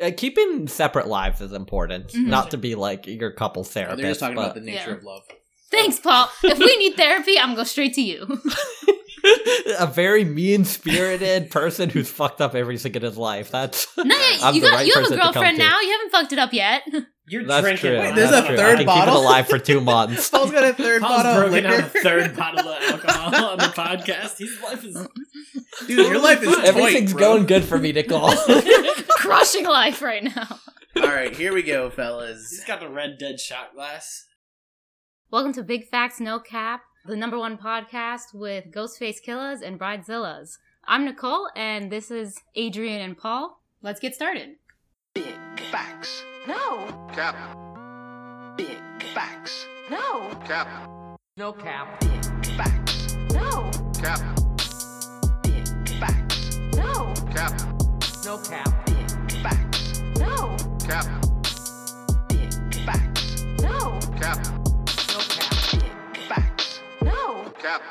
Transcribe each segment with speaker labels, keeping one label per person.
Speaker 1: Uh, keeping separate lives is important.
Speaker 2: Mm-hmm.
Speaker 3: Mhm.
Speaker 1: Not to be like your couple
Speaker 2: They're
Speaker 1: therapist.
Speaker 2: just talking
Speaker 1: but
Speaker 2: about the nature
Speaker 3: Yeah.
Speaker 2: of love.
Speaker 3: Thanks, Paul. If we need therapy, I'm going to go straight to you.
Speaker 1: a very mean spirited person who's fucked up everything in his life. That's
Speaker 3: No,
Speaker 1: I'm
Speaker 3: you,
Speaker 1: the
Speaker 3: got,
Speaker 1: right
Speaker 3: you have
Speaker 1: person
Speaker 3: a
Speaker 1: to come
Speaker 3: girlfriend
Speaker 1: to.
Speaker 3: now. You haven't fucked it up yet.
Speaker 4: You're
Speaker 1: that's
Speaker 4: drinking.
Speaker 1: true.
Speaker 4: Wait,
Speaker 2: there's
Speaker 1: That's
Speaker 2: a
Speaker 1: true. I
Speaker 2: third
Speaker 1: can
Speaker 2: bottle?
Speaker 1: Keep it alive for two months.
Speaker 2: Paul's got a third
Speaker 4: Paul's
Speaker 2: bottle of
Speaker 4: broken out a
Speaker 2: liquor.
Speaker 4: third bottle of alcohol on the podcast. His life is
Speaker 2: Dude, your life is
Speaker 1: Everything's
Speaker 2: tight, bro.
Speaker 1: going good for me, Nicole.
Speaker 3: Crushing life right now.
Speaker 2: All right, here we go, fellas.
Speaker 4: he's got the red dead shot glass.
Speaker 3: Welcome to Big Facts No Cap, the number one podcast with Ghostface Killers and Bridezillas. I'm Nicole, and this is Adrian and Paul. Let's get started.
Speaker 5: Big facts. No.
Speaker 6: Cap.
Speaker 5: Big facts. No.
Speaker 6: Cap.
Speaker 5: No cap. Big facts. No.
Speaker 6: Cap.
Speaker 5: Big facts. No.
Speaker 6: Cap.
Speaker 5: No cap. Big facts. No.
Speaker 6: Cap.
Speaker 5: Big facts. No.
Speaker 6: Cap.
Speaker 5: No cap. Big facts. No.
Speaker 6: Cap.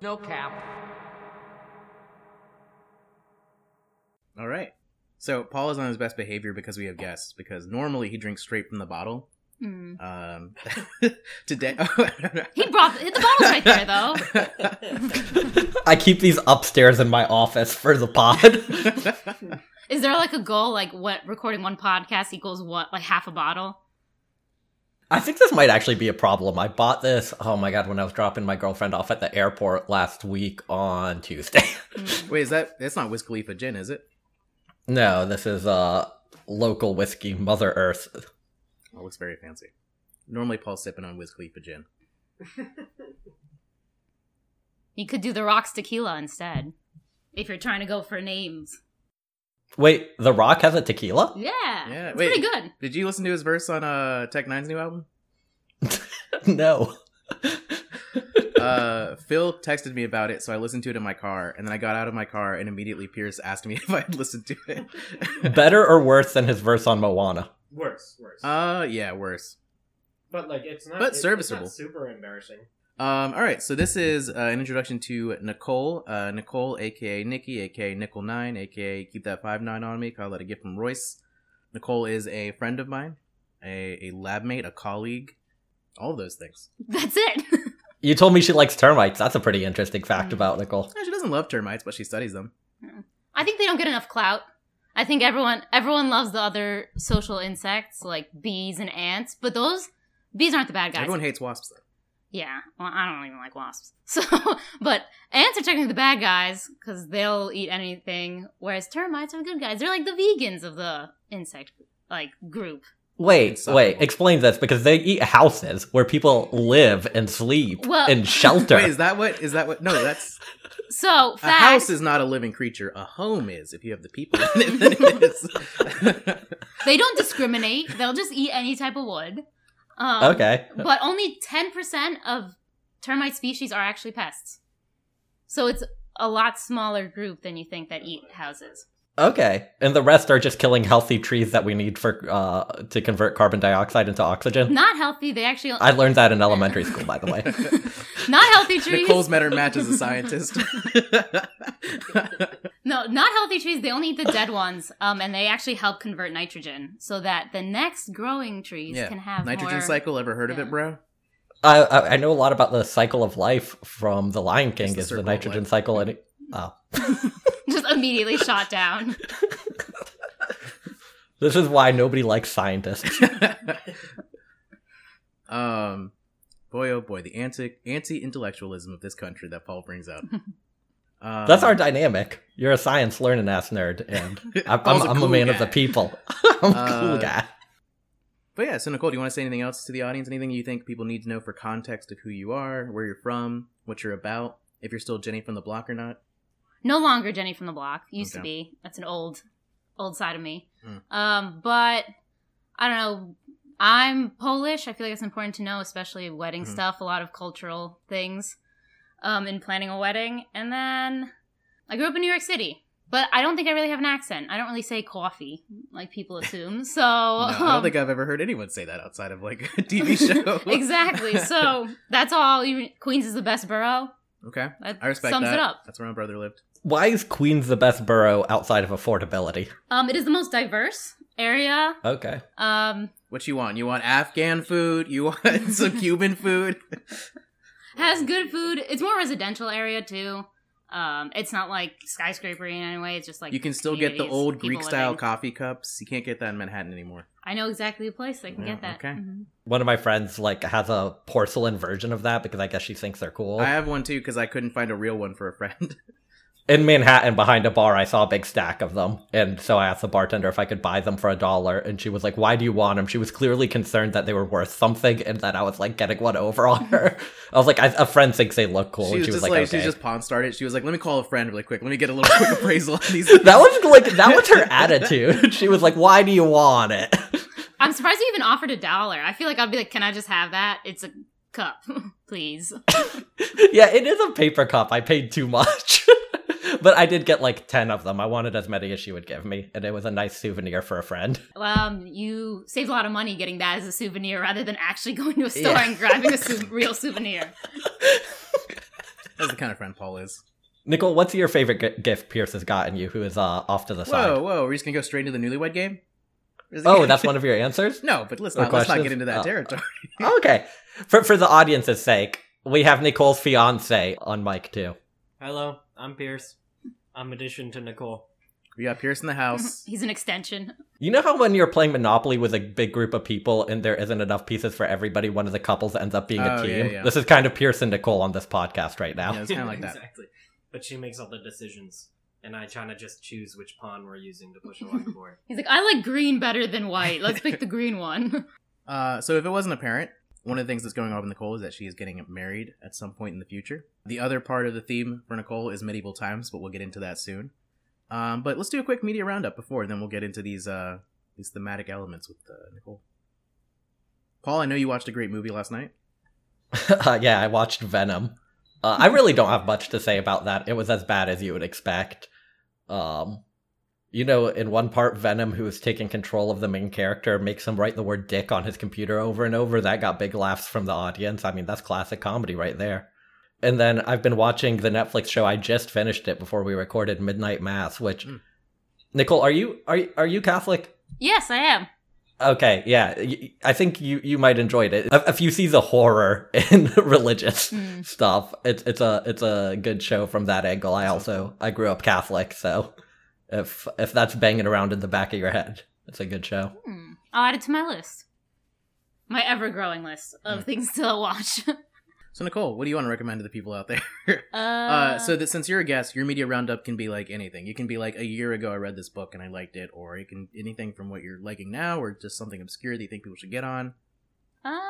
Speaker 5: No cap.
Speaker 2: All right. So Paul is on his best behavior because we have guests. Because normally he drinks straight from the bottle.
Speaker 3: Mm.
Speaker 2: Um, today,
Speaker 3: He brought the, the bottle's right there, though.
Speaker 1: I keep these upstairs in my office for the pod.
Speaker 3: Is there like a goal, like what recording one podcast equals what, like half a bottle?
Speaker 1: I think this might actually be a problem. I bought this, oh my god, when I was dropping my girlfriend off at the airport last week on Tuesday.
Speaker 3: Mm.
Speaker 2: Wait, is that that's not Wiz Khalifa gin, is it?
Speaker 1: no, this is uh local whiskey, Mother Earth.
Speaker 2: Oh, looks very fancy. Normally Paul's sipping on Wiz Khalifa gin.
Speaker 3: You could do the Rocks Tequila instead, if you're trying to go for names.
Speaker 1: Wait, The Rock has a tequila?
Speaker 3: Yeah,
Speaker 2: Yeah,
Speaker 3: it's
Speaker 2: wait.
Speaker 3: pretty good.
Speaker 2: Did you listen to his verse on uh Tech Nine's new album?
Speaker 1: No.
Speaker 2: Uh, Phil texted me about it, so I listened to it in my car, and then I got out of my car, and immediately Pierce asked me if I had listened to it.
Speaker 1: Better or worse than his verse on Moana?
Speaker 4: Worse, worse.
Speaker 2: uh, yeah, worse.
Speaker 4: but like it's not.
Speaker 2: but
Speaker 4: it's- it's not
Speaker 2: serviceable.
Speaker 4: super embarrassing.
Speaker 2: Um, all right, so this is uh, an introduction to Nicole, uh, Nicole, aka Nikki, aka Nickel Nine, aka Keep That Five Nine on Me. Call that a gift from Royce. Nicole is a friend of mine, a, a lab mate, a colleague, all of those things.
Speaker 3: That's it.
Speaker 1: You told me she likes termites. That's a pretty interesting fact
Speaker 3: Mm.
Speaker 1: about Nicole.
Speaker 2: Eh, she doesn't love termites, but she studies them.
Speaker 3: I think they don't get enough clout. I think everyone everyone loves the other social insects like bees and ants, but those bees aren't the bad guys.
Speaker 2: Everyone hates wasps, though.
Speaker 3: yeah, well, I don't even like wasps. So, but ants are technically the bad guys because they'll eat anything, whereas termites are the good guys. They're like the vegans of the insect like group.
Speaker 1: Wait,
Speaker 2: Insufferable.
Speaker 1: wait, explain this because they eat houses where people live and sleep
Speaker 3: Well-
Speaker 1: and shelter.
Speaker 2: Wait, is that what? Is that what? No, that's
Speaker 3: So
Speaker 2: a house
Speaker 3: fact,
Speaker 2: is not a living creature. A home is. If you have the people in it, then it is.
Speaker 3: they don't discriminate. they'll just eat any type of wood. Um,
Speaker 1: okay.
Speaker 3: but only 10% of termite species are actually pests. So it's a lot smaller group than you think that eat houses.
Speaker 1: Okay. And the rest are just killing healthy trees that we need for uh to convert carbon dioxide into oxygen.
Speaker 3: Not healthy, they actually
Speaker 1: I learned that in elementary school, by the way.
Speaker 3: not healthy trees.
Speaker 2: Nicole's met her match as a scientist.
Speaker 3: No, not healthy trees. They only eat the dead ones, um, and they actually help convert nitrogen so that the next growing trees
Speaker 2: Yeah,
Speaker 3: can have
Speaker 2: Nitrogen
Speaker 3: more-
Speaker 2: cycle. Ever heard of
Speaker 3: yeah.
Speaker 2: it, bro?
Speaker 1: I, I I know a lot about the cycle of life from The Lion King
Speaker 2: the
Speaker 1: is the,
Speaker 2: circle of
Speaker 1: nitrogen
Speaker 2: life.
Speaker 1: cycle and it-
Speaker 3: Just immediately shot down.
Speaker 1: this is why nobody likes scientists.
Speaker 2: um, boy, oh boy, the anti anti intellectualism of this country that Paul brings up. Um,
Speaker 1: That's our dynamic. You're a science learning ass nerd, and I'm, I'm,
Speaker 2: Paul's
Speaker 1: a, I'm a
Speaker 2: cool
Speaker 1: man of
Speaker 2: guy.
Speaker 1: the people. I'm a
Speaker 2: Uh,
Speaker 1: cool guy.
Speaker 2: But yeah, so Nicole, do you want to say anything else to the audience? Anything you think people need to know for context of who you are, where you're from, what you're about, if you're still Jenny from the block or not?
Speaker 3: no longer Jenny from the Block. Used to
Speaker 2: Okay.
Speaker 3: be. That's an old, old side of me.
Speaker 2: Mm.
Speaker 3: Um, but I don't know. I'm Polish. I feel like it's important to know, especially wedding
Speaker 2: Mhm.
Speaker 3: stuff, a lot of cultural things um, in planning a wedding. And then I grew up in New York City, but I don't think I really have an accent. I don't really say coffee like people assume. So
Speaker 2: no, I don't
Speaker 3: um,
Speaker 2: think I've ever heard anyone say that outside of like a TV show.
Speaker 3: exactly. So that's all. Queens is the best borough.
Speaker 2: okay,
Speaker 3: That
Speaker 2: I respect
Speaker 3: sums
Speaker 2: that.
Speaker 3: it up.
Speaker 2: That's where my brother lived.
Speaker 1: Why is Queens the best borough outside of affordability?
Speaker 3: Um, it is the most diverse area.
Speaker 1: Okay.
Speaker 3: Um,
Speaker 2: What you want? You want Afghan food? You want some Cuban food?
Speaker 3: has good food. It's more residential area too. Um, it's not like skyscraper in any way. It's just like
Speaker 2: you can still get the
Speaker 3: communities,
Speaker 2: old
Speaker 3: people
Speaker 2: Greek style
Speaker 3: living.
Speaker 2: coffee cups. You can't get that in Manhattan anymore.
Speaker 3: I know exactly a place that can
Speaker 2: Yeah,
Speaker 3: get that.
Speaker 2: okay.
Speaker 3: Mhm.
Speaker 1: One of my friends like has a porcelain version of that because I guess she thinks they're cool.
Speaker 2: I have one too because I couldn't find a real one for a friend.
Speaker 1: In Manhattan, behind a bar, I saw a big stack of them, and so I asked the bartender if I could buy them for a dollar, and she was like, "Why do you want them?" She was clearly concerned that they were worth something, and that I was like getting one over on her. I was like, I, "A friend thinks they look cool,"
Speaker 2: she
Speaker 1: and
Speaker 2: was
Speaker 1: she was
Speaker 2: just
Speaker 1: like,
Speaker 2: like, she
Speaker 1: "Okay."
Speaker 2: was just pawn started. She was like, "Let me call a friend really quick. Let me get a little quick appraisal on these."
Speaker 1: that was like that was her attitude. she was like, "Why do you want it?"
Speaker 3: I'm surprised you even offered a dollar. I feel like I'd be like, can I just have that? It's a cup, please.
Speaker 1: yeah, it is a paper cup. I paid too much. But I did get like 10 of them. I wanted as many as she would give me, and it was a nice souvenir for a friend.
Speaker 3: Um, you saved a lot of money getting that as a souvenir rather than actually going to a store
Speaker 1: Yeah.
Speaker 3: and grabbing a sou- real souvenir.
Speaker 2: That's the kind of friend Paul is.
Speaker 1: Nicole, what's your favorite g- gift Pierce has gotten you, who is uh, off to the
Speaker 2: Whoa,
Speaker 1: side?
Speaker 2: whoa! We're just gonna go straight into the newlywed game. Is it-
Speaker 1: Oh, that's one of your answers?
Speaker 2: no, but let's
Speaker 1: Or
Speaker 2: not let's not
Speaker 1: questions?
Speaker 2: get into that
Speaker 1: Oh.
Speaker 2: territory.
Speaker 1: Okay. For, for the audience's sake, we have Nicole's fiance on mic too.
Speaker 4: Hello, I'm Pierce. I'm addition to Nicole.
Speaker 2: We got Pierce in the house.
Speaker 3: He's an extension.
Speaker 1: You know how when you're playing Monopoly with a big group of people and there isn't enough pieces for everybody, one of the couples ends up being a
Speaker 2: Oh,
Speaker 1: team?
Speaker 2: yeah, yeah.
Speaker 1: This is kind of Pierce and Nicole on this podcast right now.
Speaker 2: Yeah, it's kind of like that.
Speaker 4: exactly. But she makes all the decisions, and I try to just choose which pawn we're using to push along the board.
Speaker 3: He's like, I like green better than white. Let's pick the green one.
Speaker 2: Uh, so if it wasn't apparent, one of the things that's going on with Nicole is that she is getting married at some point in the future. The other part of the theme for Nicole is medieval times, but we'll get into that soon. Um, but let's do a quick media roundup before, and then we'll get into these uh, these thematic elements with uh, Nicole. Paul, I know you watched a great movie last night.
Speaker 1: uh, yeah, I watched Venom. Uh, I really don't have much to say about that. It was as bad as you would expect. Um, you know, in one part, Venom, who is taking control of the main character, makes him write the word dick on his computer over and over. That got big laughs from the audience. I mean, that's classic comedy right there. And then I've been watching the Netflix show. I just finished it before we recorded Midnight Mass, which
Speaker 2: Mm.
Speaker 1: Nicole, are you are you- are you Catholic?
Speaker 3: Yes, I am.
Speaker 1: Okay, yeah, y- I think you you might enjoy it. If if you see the horror in religious
Speaker 3: Mm.
Speaker 1: stuff, it's it's a it's a good show from that angle. I also I grew up Catholic, so if if that's banging around in the back of your head, it's a good show.
Speaker 3: Hmm. I'll add it to my list. My ever growing list of
Speaker 2: Hmm.
Speaker 3: things to watch.
Speaker 2: So Nicole, what do you want to recommend to the people out there?
Speaker 3: uh,
Speaker 2: Uh, so that since you're a guest, your media roundup can be like anything. You can be like a year ago I read this book and I liked it, or you can anything from what you're liking now, or just something obscure that you think people should get on.
Speaker 3: um,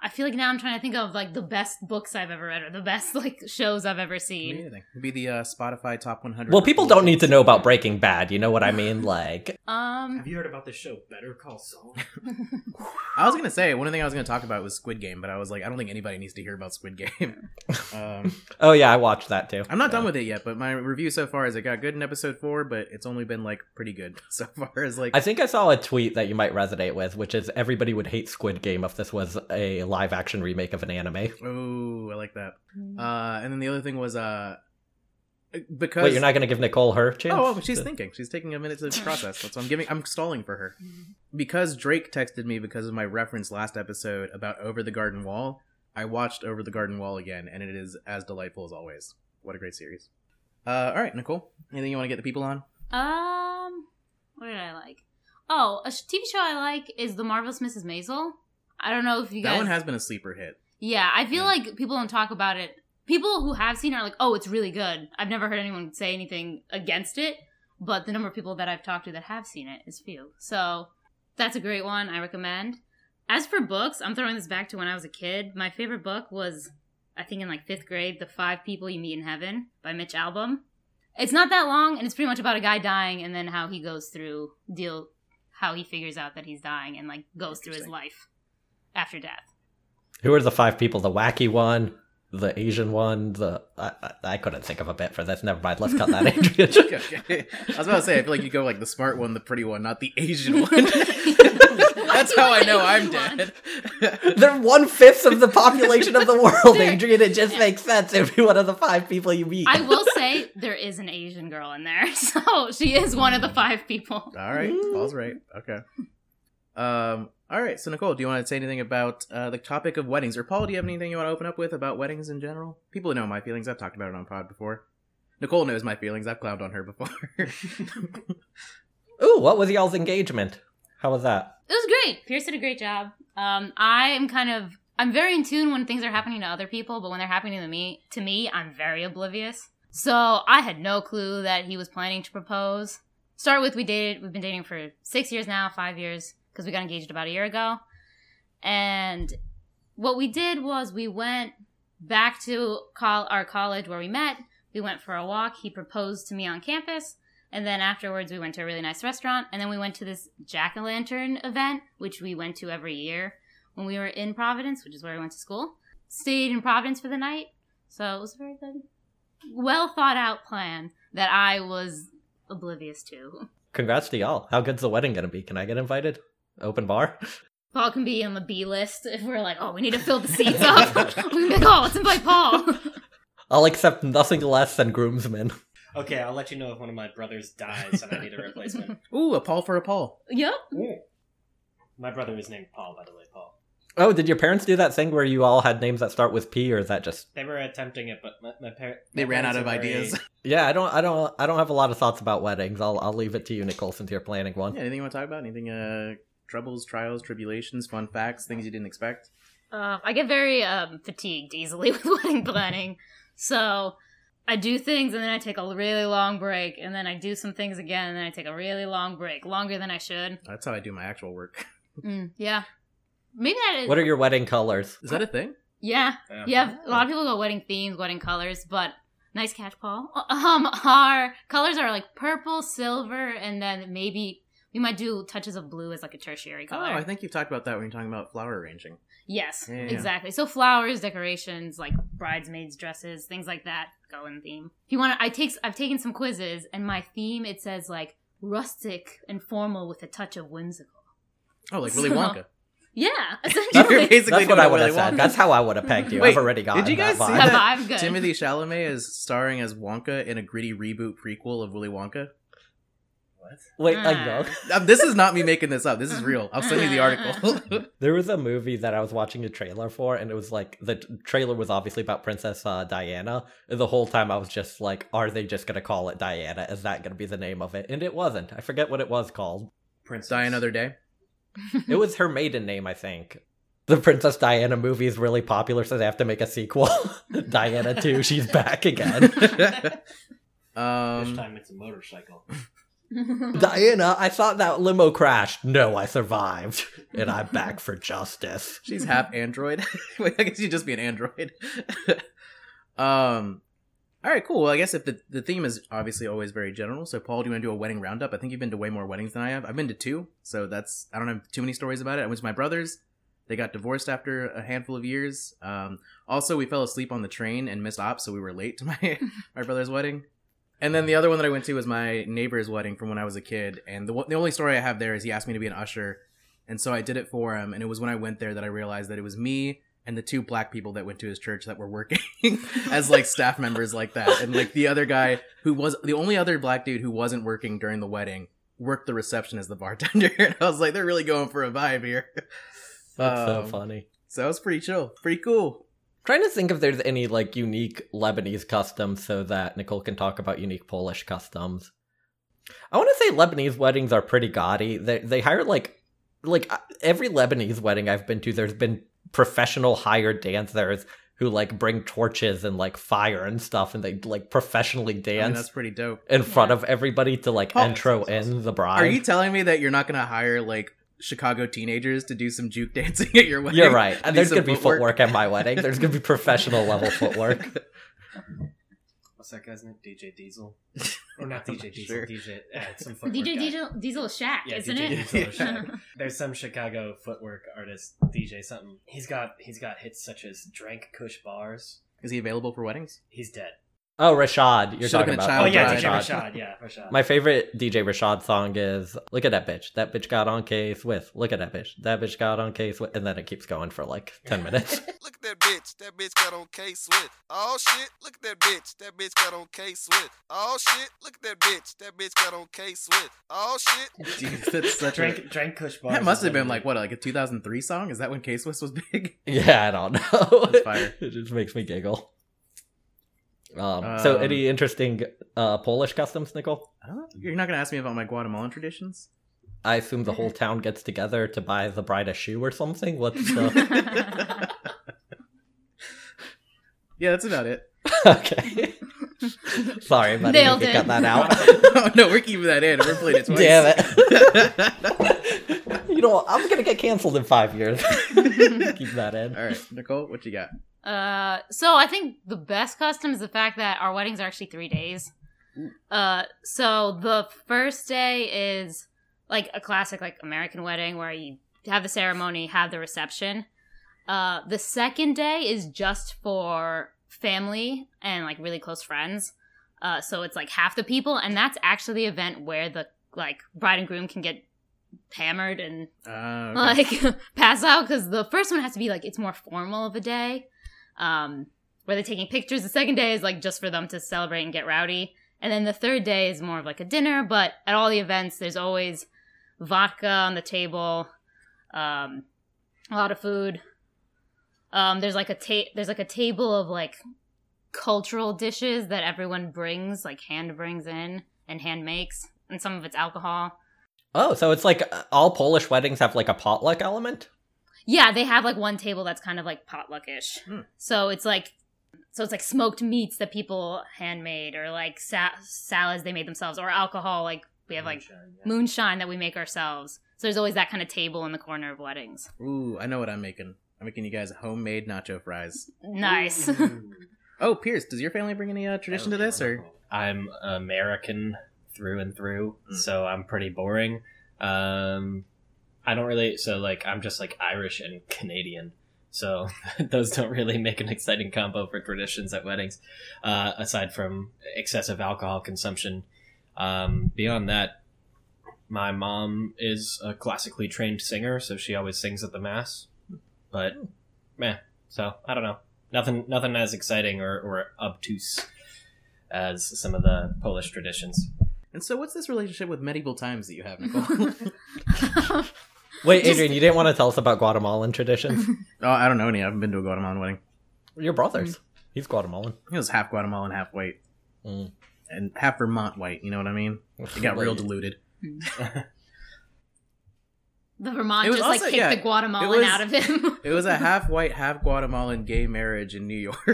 Speaker 3: I feel like now I'm trying to think of like the best books I've ever read or the best like shows I've ever
Speaker 2: Be
Speaker 3: seen.
Speaker 2: anything. It'd be the uh, Spotify top 100.
Speaker 1: Well, people don't need to know about Breaking Bad. You know what I mean? Like,
Speaker 3: Um,
Speaker 4: Have you heard about this show, Better Call Saul?
Speaker 2: I was gonna say one thing I was gonna talk about was Squid Game, but I was like, I don't think anybody needs to hear about Squid Game. um,
Speaker 1: oh yeah, I watched that too.
Speaker 2: I'm not done
Speaker 1: Yeah.
Speaker 2: with it yet, but my review so far is it got good in episode four, but it's only been like pretty good so far. As like,
Speaker 1: I think I saw a tweet that you might resonate with, which is everybody would hate Squid Game if this was a live action remake of an anime.
Speaker 2: oh, I like that.
Speaker 1: Mm.
Speaker 2: Uh, and then the other thing was uh, because
Speaker 1: Wait, you're not going to give Nicole her chance?
Speaker 2: Oh, well, she's
Speaker 1: To-
Speaker 2: thinking. She's taking a minute to process. That's why I'm giving. I'm stalling for her
Speaker 3: Mm-hmm.
Speaker 2: because Drake texted me because of my reference last episode about Over the Garden Wall. I watched Over the Garden Wall again, and it is as delightful as always. What a great series! Uh, all right, Nicole. Anything you want to get the people on?
Speaker 3: um, what did I like? Oh, a sh- TV show I like is The Marvelous Mrs. Maisel. I don't know if you
Speaker 2: that
Speaker 3: guys.
Speaker 2: one has been a sleeper hit.
Speaker 3: Yeah, I feel
Speaker 2: Yeah.
Speaker 3: like people don't talk about it. People who have seen it are like, oh, it's really good. I've never heard anyone say anything against it, but the number of people that I've talked to that have seen it is few. So that's a great one. I recommend. As for books, I'm throwing this back to when I was a kid. My favorite book was, I think, in like fifth grade, The Five People You Meet in Heaven by Mitch Album. It's not that long, and it's pretty much about a guy dying and then how he goes through deal, how he figures out that he's dying and like goes through his
Speaker 2: Interesting.
Speaker 3: life after death.
Speaker 1: Who are the five people? The wacky one, the Asian one. The I, I, I couldn't think of a bit for this. Never mind. Let's cut that Andrea joke.
Speaker 2: Okay. I was about to say, I feel like you go like the smart one, the pretty one, not the Asian one. That's how I know I'm dead.
Speaker 1: They're one fifth of the population of the world,
Speaker 3: They're-
Speaker 1: Adrian. It just makes sense if you're one of the five people you meet.
Speaker 3: I will say there is an Asian girl in there, so she is one of the five people.
Speaker 2: all right, Paul's right. Okay. Um. All right. So Nicole, do you want to say anything about uh, the topic of weddings, or Paul? Do you have anything you want to open up with about weddings in general? People know my feelings. I've talked about it on pod before. Nicole knows my feelings. I've clowned on her before.
Speaker 1: Ooh, what was y'all's engagement? How was that?
Speaker 3: It was great. Pierce did a great job. Um, I am kind of I'm very in tune when things are happening to other people, but when they're happening to me, to me, I'm very oblivious. So I had no clue that he was planning to propose. Start with we dated. We've been dating for six years now, five years because we got engaged about a year ago. And what we did was we went back to call our college where we met. We went for a walk. He proposed to me on campus. And then afterwards, we went to a really nice restaurant. And then we went to this jack o' lantern event, which we went to every year when we were in Providence, which is where we went to school. Stayed in Providence for the night. So it was a very good, well thought out plan that I was oblivious to.
Speaker 1: Congrats to y'all. How good's the wedding gonna be? Can I get invited? Open bar?
Speaker 3: Paul can be on the B list if we're like, oh, we need to fill the seats up. we can be like, oh, let's invite Paul.
Speaker 1: I'll accept nothing less than groomsmen.
Speaker 4: Okay, I'll let you know if one of my brothers dies and I need a replacement.
Speaker 2: Ooh, a Paul for a Paul.
Speaker 3: yep.
Speaker 4: my brother is named Paul, by the way, Paul.
Speaker 1: Oh, did your parents do that thing where you all had names that start with P, or is that just?
Speaker 4: They were attempting it, but my, my parents
Speaker 2: They ran out of ideas.
Speaker 1: Yeah, I don't, I don't, I don't have a lot of thoughts about weddings. I'll, I'll leave it to you, Nicole, since you're planning one.
Speaker 2: Yeah, anything you want to talk about? Anything? Uh, troubles, trials, tribulations, fun facts, things you didn't expect.
Speaker 3: Um, I get very um, fatigued easily with wedding planning. So I do things and then I take a really long break and then I do some things again and then I take a really long break, longer than I should.
Speaker 2: That's how I do my actual work.
Speaker 3: Mm, yeah. Maybe that is.
Speaker 1: What are your wedding colors?
Speaker 2: Is that a thing?
Speaker 3: yeah. Yeah. A lot of people go wedding themes, wedding colors, but nice catch, Paul. Um, our colors are like purple, silver, and then maybe we might do touches of blue as like a tertiary color.
Speaker 2: Oh, I think you've talked about that when you're talking about flower arranging.
Speaker 3: Yes,
Speaker 2: Yeah.
Speaker 3: exactly. So flowers, decorations, like bridesmaids dresses, things like that go in theme. If you want to I take I've taken some quizzes and my theme it says like rustic and formal with a touch of whimsical.
Speaker 2: Oh, like Willy
Speaker 3: So-
Speaker 2: Wonka.
Speaker 3: Yeah,
Speaker 2: You're
Speaker 3: essentially.
Speaker 2: basically
Speaker 1: That's what
Speaker 2: doing
Speaker 1: I
Speaker 2: a
Speaker 1: would have
Speaker 2: Willy
Speaker 1: said.
Speaker 2: Wonka.
Speaker 1: That's how I would have pegged you.
Speaker 2: Wait,
Speaker 1: I've already gotten
Speaker 2: you guys
Speaker 1: that
Speaker 2: see
Speaker 1: vibe.
Speaker 3: that
Speaker 2: that
Speaker 3: vibe good.
Speaker 2: Timothy Chalamet is starring as Wonka in a gritty reboot prequel of Willy Wonka.
Speaker 1: Wait,
Speaker 3: Ah.
Speaker 1: I know.
Speaker 2: Um, this is not me making this up. This is real. I'll send you the article.
Speaker 1: There was a movie that I was watching a trailer for, and it was like the t- trailer was obviously about Princess uh, Diana. And the whole time I was just like, are they just going to call it Diana? Is that going to be the name of it? And it wasn't. I forget what it was called.
Speaker 4: Princess.
Speaker 2: Die another day.
Speaker 1: it was her maiden name, I think. The Princess Diana movie is really popular, so they have to make a sequel. Diana 2, she's back again.
Speaker 4: This
Speaker 2: um,
Speaker 4: time it's a motorcycle.
Speaker 1: Diana, I thought that limo crashed. No, I survived, and I'm back for justice.
Speaker 2: she's half android. Wait, I guess she'd just be an android. um, all right, cool. Well, I guess if the, the theme is obviously always very general. So, Paul, do you want to do a wedding roundup? I think you've been to way more weddings than I have. I've been to two, so that's I don't have too many stories about it. I went to my brother's. They got divorced after a handful of years. Um, also, we fell asleep on the train and missed ops, so we were late to my my brother's wedding. And then the other one that I went to was my neighbor's wedding from when I was a kid. And the one- the only story I have there is he asked me to be an usher, and so I did it for him. And it was when I went there that I realized that it was me and the two black people that went to his church that were working as like staff members like that. And like the other guy who was the only other black dude who wasn't working during the wedding worked the reception as the bartender. And I was like, they're really going for a vibe here.
Speaker 1: That's
Speaker 2: Um,
Speaker 1: so funny.
Speaker 2: So it was pretty chill, pretty cool.
Speaker 1: Trying to think if there's any like unique Lebanese customs so that Nicole can talk about unique Polish customs. I want to say Lebanese weddings are pretty gaudy. They they hire like like uh, every Lebanese wedding I've been to there's been professional hired dancers who like bring torches and like fire and stuff and they like professionally
Speaker 2: Yeah, that's
Speaker 1: dance
Speaker 2: pretty dope.
Speaker 1: in front of everybody to like
Speaker 2: Oh, that
Speaker 1: intro
Speaker 2: sounds awesome.
Speaker 1: in the
Speaker 2: Are
Speaker 1: bride.
Speaker 2: you telling me that you're not going to hire like Chicago teenagers to do some juke dancing at your wedding?
Speaker 1: You're right.
Speaker 2: Do
Speaker 1: And there's
Speaker 2: some
Speaker 1: going to be footwork at my wedding. There's going to be professional level footwork.
Speaker 4: What's that guy's name? DJ Diesel? Or not
Speaker 2: I'm
Speaker 4: DJ
Speaker 2: not
Speaker 4: Diesel.
Speaker 2: sure.
Speaker 4: DJ. Uh, it's some footwork
Speaker 3: DJ
Speaker 4: guy.
Speaker 3: Diesel, Diesel Shack,
Speaker 4: Yeah,
Speaker 3: isn't
Speaker 4: DJ
Speaker 3: it?
Speaker 4: Diesel is Shaq. There's some Chicago footwork artist, DJ something. He's got he's got hits such as Drank Kush Bars,
Speaker 2: Is he available for weddings?
Speaker 4: He's dead.
Speaker 1: Oh, Rashad, you're
Speaker 2: Should've
Speaker 1: talking
Speaker 2: been a
Speaker 1: about.
Speaker 2: child
Speaker 4: Oh, yeah,
Speaker 2: died.
Speaker 4: DJ Rashad. Yeah, Rashad.
Speaker 1: My favorite DJ Rashad song is "Look at that bitch." That bitch got on case with. Look at that bitch. That bitch got on case with, and then it keeps going for like ten minutes.
Speaker 6: Look at that bitch. That bitch got on K Swift. Oh shit. Look at that bitch. That bitch got on K Swift. Oh shit. Look at that bitch. That bitch got on K Swift. Oh shit.
Speaker 2: Jeez, that's such a,
Speaker 4: drank drank Kush bars.
Speaker 2: that must have been
Speaker 4: and-
Speaker 2: like what, like a 2003 song? Is that when K Swiss was big?
Speaker 1: yeah, I don't know.
Speaker 2: That's fire.
Speaker 1: it just makes me giggle. Um, so,
Speaker 2: Um,
Speaker 1: any interesting uh, Polish customs, Nicole?
Speaker 2: Huh? You're not gonna ask me about my Guatemalan traditions?
Speaker 1: I assume the whole town gets together to buy the bride a shoe or something. What's the
Speaker 2: Yeah, that's about it.
Speaker 1: okay? Sorry, but I
Speaker 3: Nailed
Speaker 1: need to cut
Speaker 3: it.
Speaker 1: that out.
Speaker 2: oh, no, we're keeping that in. We're playing it twice.
Speaker 1: Damn
Speaker 2: it!
Speaker 1: it! you know, I'm gonna get canceled in five years. Keep that in.
Speaker 2: All right, Nicole, what you got?
Speaker 3: Uh, so I think the best custom is the fact that our weddings are actually three days. Uh, so the first day is like a classic like American wedding where you have the ceremony, have the reception. Uh, the second day is just for family and like really close friends. Uh, so it's like half the people, and that's actually the event where the like bride and groom can get hammered and
Speaker 2: Uh,
Speaker 3: like pass out because the first one has to be like it's more formal of a day um where they're taking pictures the second day is like just for them to celebrate and get rowdy and then the third day is more of like a dinner but at all the events there's always vodka on the table um a lot of food um there's like a ta- there's like a table of like cultural dishes that everyone brings like hand brings in and hand makes and some of it's alcohol
Speaker 1: Oh, so it's like uh, all Polish weddings have like a potluck element.
Speaker 3: Yeah, they have like one table that's kind of like potluckish.
Speaker 2: Hmm.
Speaker 3: So it's like so it's like smoked meats that people handmade or like sa- salads they made themselves or alcohol like we have like
Speaker 4: Moonshine, yeah.
Speaker 3: moonshine that we make ourselves. So there's always that kind of table in the corner of weddings.
Speaker 2: Ooh, I know what I'm making. I'm making you guys homemade nacho fries.
Speaker 3: Nice.
Speaker 4: Ooh.
Speaker 2: Oh, Pierce, does your family bring any uh, tradition to
Speaker 4: That would be
Speaker 2: this, or
Speaker 4: wonderful. I'm American through and through,
Speaker 2: Mm.
Speaker 4: so I'm pretty boring. Um, I don't really so like I'm just like Irish and Canadian, so those don't really make an exciting combo for traditions at weddings. Uh, aside from excessive alcohol consumption, um, beyond that, my mom is a classically trained singer, so she always sings at the mass. But
Speaker 2: Hmm.
Speaker 4: meh, so I don't know. Nothing, nothing as exciting or, or obtuse as some of the Polish traditions.
Speaker 2: and so what's this relationship with medieval times that you have, Nicole?
Speaker 1: Wait,
Speaker 3: Just-
Speaker 1: Adrian, you didn't want to tell us about Guatemalan traditions.
Speaker 2: oh, I don't know any. I haven't been to a Guatemalan wedding.
Speaker 1: Your brother's. He's Guatemalan.
Speaker 2: It was half Guatemalan, half white,
Speaker 1: Mm.
Speaker 2: and half Vermont white. You know what I mean? It got real diluted.
Speaker 3: the Vermont
Speaker 2: It was
Speaker 3: just like
Speaker 2: also-
Speaker 3: kicked
Speaker 2: yeah,
Speaker 3: the Guatemalan
Speaker 2: it was-
Speaker 3: out of him.
Speaker 2: It was a half white, half Guatemalan gay marriage in New York.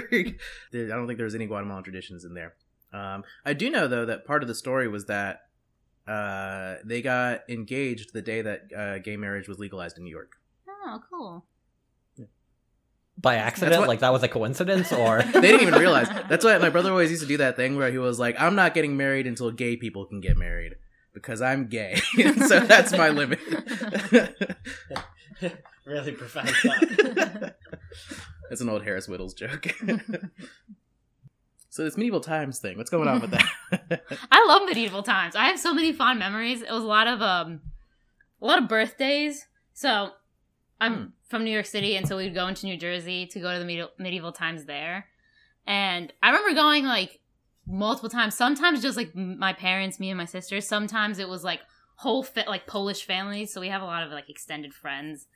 Speaker 2: There- I don't think there was any Guatemalan traditions in there. Um, I do know though that part of the story was that uh, they got engaged the day that uh, gay marriage was legalized in New York.
Speaker 3: oh, cool.
Speaker 1: By accident?
Speaker 2: what-
Speaker 1: Like that was a coincidence? Or
Speaker 2: They didn't even realize. That's why my brother always used to do that thing where he was like, "I'm not getting married until gay people can get married because I'm gay, And so that's my limit."
Speaker 4: really profound
Speaker 2: That's an old Harris Whittles joke. so this medieval times thing. What's going on with that?
Speaker 3: I love medieval times. I have so many fond memories. It was a lot of um, a lot of birthdays. So I'm
Speaker 2: Hmm.
Speaker 3: from New York City, and so we'd go into New Jersey to go to the medieval, medieval times there. And I remember going like multiple times. Sometimes just like m- my parents, me and my sister. Sometimes it was like whole fa- like Polish families. So we have a lot of like extended friends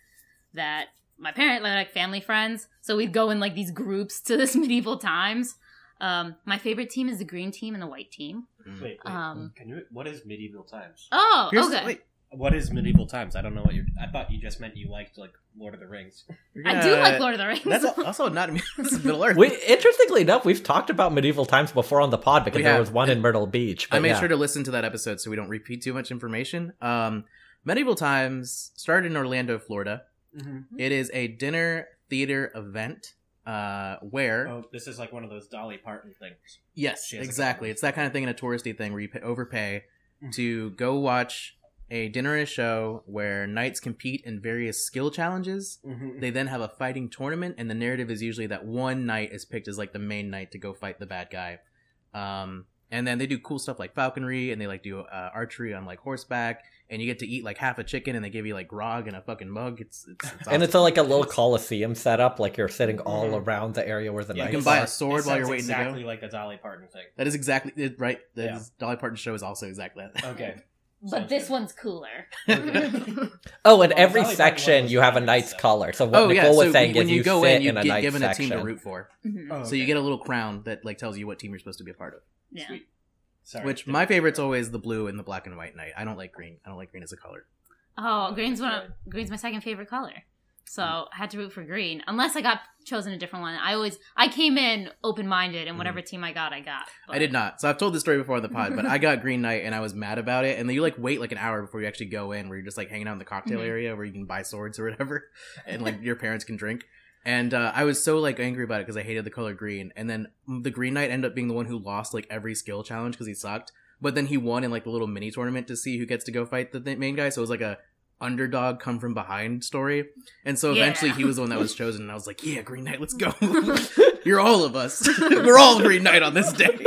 Speaker 3: that my parent like family friends. So we'd go in like these groups to this medieval times. Um, my favorite team is the green team and the white team.
Speaker 4: Wait, wait.
Speaker 3: Um,
Speaker 4: Can you? What is medieval times?
Speaker 3: Oh,
Speaker 2: Here's-
Speaker 3: okay.
Speaker 2: wait,
Speaker 4: What is medieval times? I don't know what you're. I thought you just meant you liked like Lord of the Rings.
Speaker 2: you're
Speaker 3: I do
Speaker 2: gonna-
Speaker 3: like Lord of the Rings.
Speaker 2: That's al- also not this is Middle Earth.
Speaker 1: we interestingly enough, we've talked about medieval times before on the pod because
Speaker 2: We
Speaker 1: there
Speaker 2: have.
Speaker 1: was one in Myrtle Beach.
Speaker 2: I
Speaker 1: but
Speaker 2: made
Speaker 1: yeah.
Speaker 2: sure to listen to that episode so we don't repeat too much information. Um, medieval times started in Orlando, Florida.
Speaker 4: Mm-hmm.
Speaker 3: Mm-hmm.
Speaker 2: It is a dinner theater event uh, where
Speaker 4: Oh, this is like one of those Dolly Parton things.
Speaker 2: Yes,
Speaker 4: She has a
Speaker 2: exactly.
Speaker 4: couple. Mm-hmm.
Speaker 2: It's that kind of thing in a touristy thing where you pay, overpay
Speaker 4: Mhm.
Speaker 2: to go watch a dinner and a show where knights compete in various skill challenges.
Speaker 4: Mhm.
Speaker 2: They then have a fighting tournament, and the narrative is usually that one knight is picked as like the main knight to go fight the bad guy. Um, and then they do cool stuff like falconry, and they like do uh, archery on like horseback, and you get to eat like half a chicken, and they give you like grog and a fucking mug. It's it's, it's awesome.
Speaker 1: And it's a, like a little coliseum setup, like you're sitting all
Speaker 4: Mhm.
Speaker 1: around the area where the
Speaker 4: Yeah,
Speaker 1: knights
Speaker 2: Mm-hmm. you can buy
Speaker 1: are.
Speaker 2: a sword
Speaker 4: It
Speaker 2: while
Speaker 4: sounds
Speaker 2: you're waiting
Speaker 4: exactly
Speaker 2: to
Speaker 4: like the Dolly Parton thing.
Speaker 2: go. That is exactly it, right. That
Speaker 4: Yeah.
Speaker 2: is- Dolly Parton show is also exactly that.
Speaker 4: Okay.
Speaker 3: But
Speaker 4: Sounds
Speaker 3: this
Speaker 4: good.
Speaker 3: one's cooler.
Speaker 1: Oh, and
Speaker 4: Well,
Speaker 1: every
Speaker 4: Dolly Parton one
Speaker 1: section
Speaker 4: was
Speaker 1: you have a
Speaker 4: Dolly
Speaker 1: knight's
Speaker 4: stuff.
Speaker 1: color. So what
Speaker 2: oh
Speaker 1: Nicole
Speaker 2: yeah, so
Speaker 1: was saying
Speaker 2: when
Speaker 1: is
Speaker 2: you,
Speaker 1: you
Speaker 2: go
Speaker 1: sit
Speaker 2: in, you
Speaker 1: in a
Speaker 2: get
Speaker 1: knight's
Speaker 2: given
Speaker 1: section.
Speaker 2: a team to root for.
Speaker 3: Mhm.
Speaker 4: Oh,
Speaker 2: So you
Speaker 4: okay.
Speaker 2: get a little crown that like tells you what team you're supposed to be a part of.
Speaker 3: Yeah.
Speaker 4: Sweet. Sorry.
Speaker 2: Which my favorite's always the blue and the black and white knight. I don't like green. I don't like green as a color.
Speaker 3: Oh, green's one. Of, green's my second favorite color. So I had to root for green, unless I got chosen a different one. I always I came in open minded, and whatever team I got, I got.
Speaker 2: Mm-hmm. I did not. So I've told this story before on the pod, but I got green knight and I was mad about it. And then you like wait like an hour before you actually go in, where you're just like hanging out in the cocktail
Speaker 3: Mhm.
Speaker 2: area where you can buy swords or whatever, and like your parents can drink. And uh, I was so like angry about it because I hated the color green. And then the green knight ended up being the one who lost like every skill challenge because he sucked. But then he won in like the little mini tournament to see who gets to go fight the th- main guy. So it was like a underdog come from behind story. And so
Speaker 3: Yeah.
Speaker 2: eventually he was the one that was chosen. And I was like, yeah, green knight, let's go. You're all of us. We're all Green Knight on this day.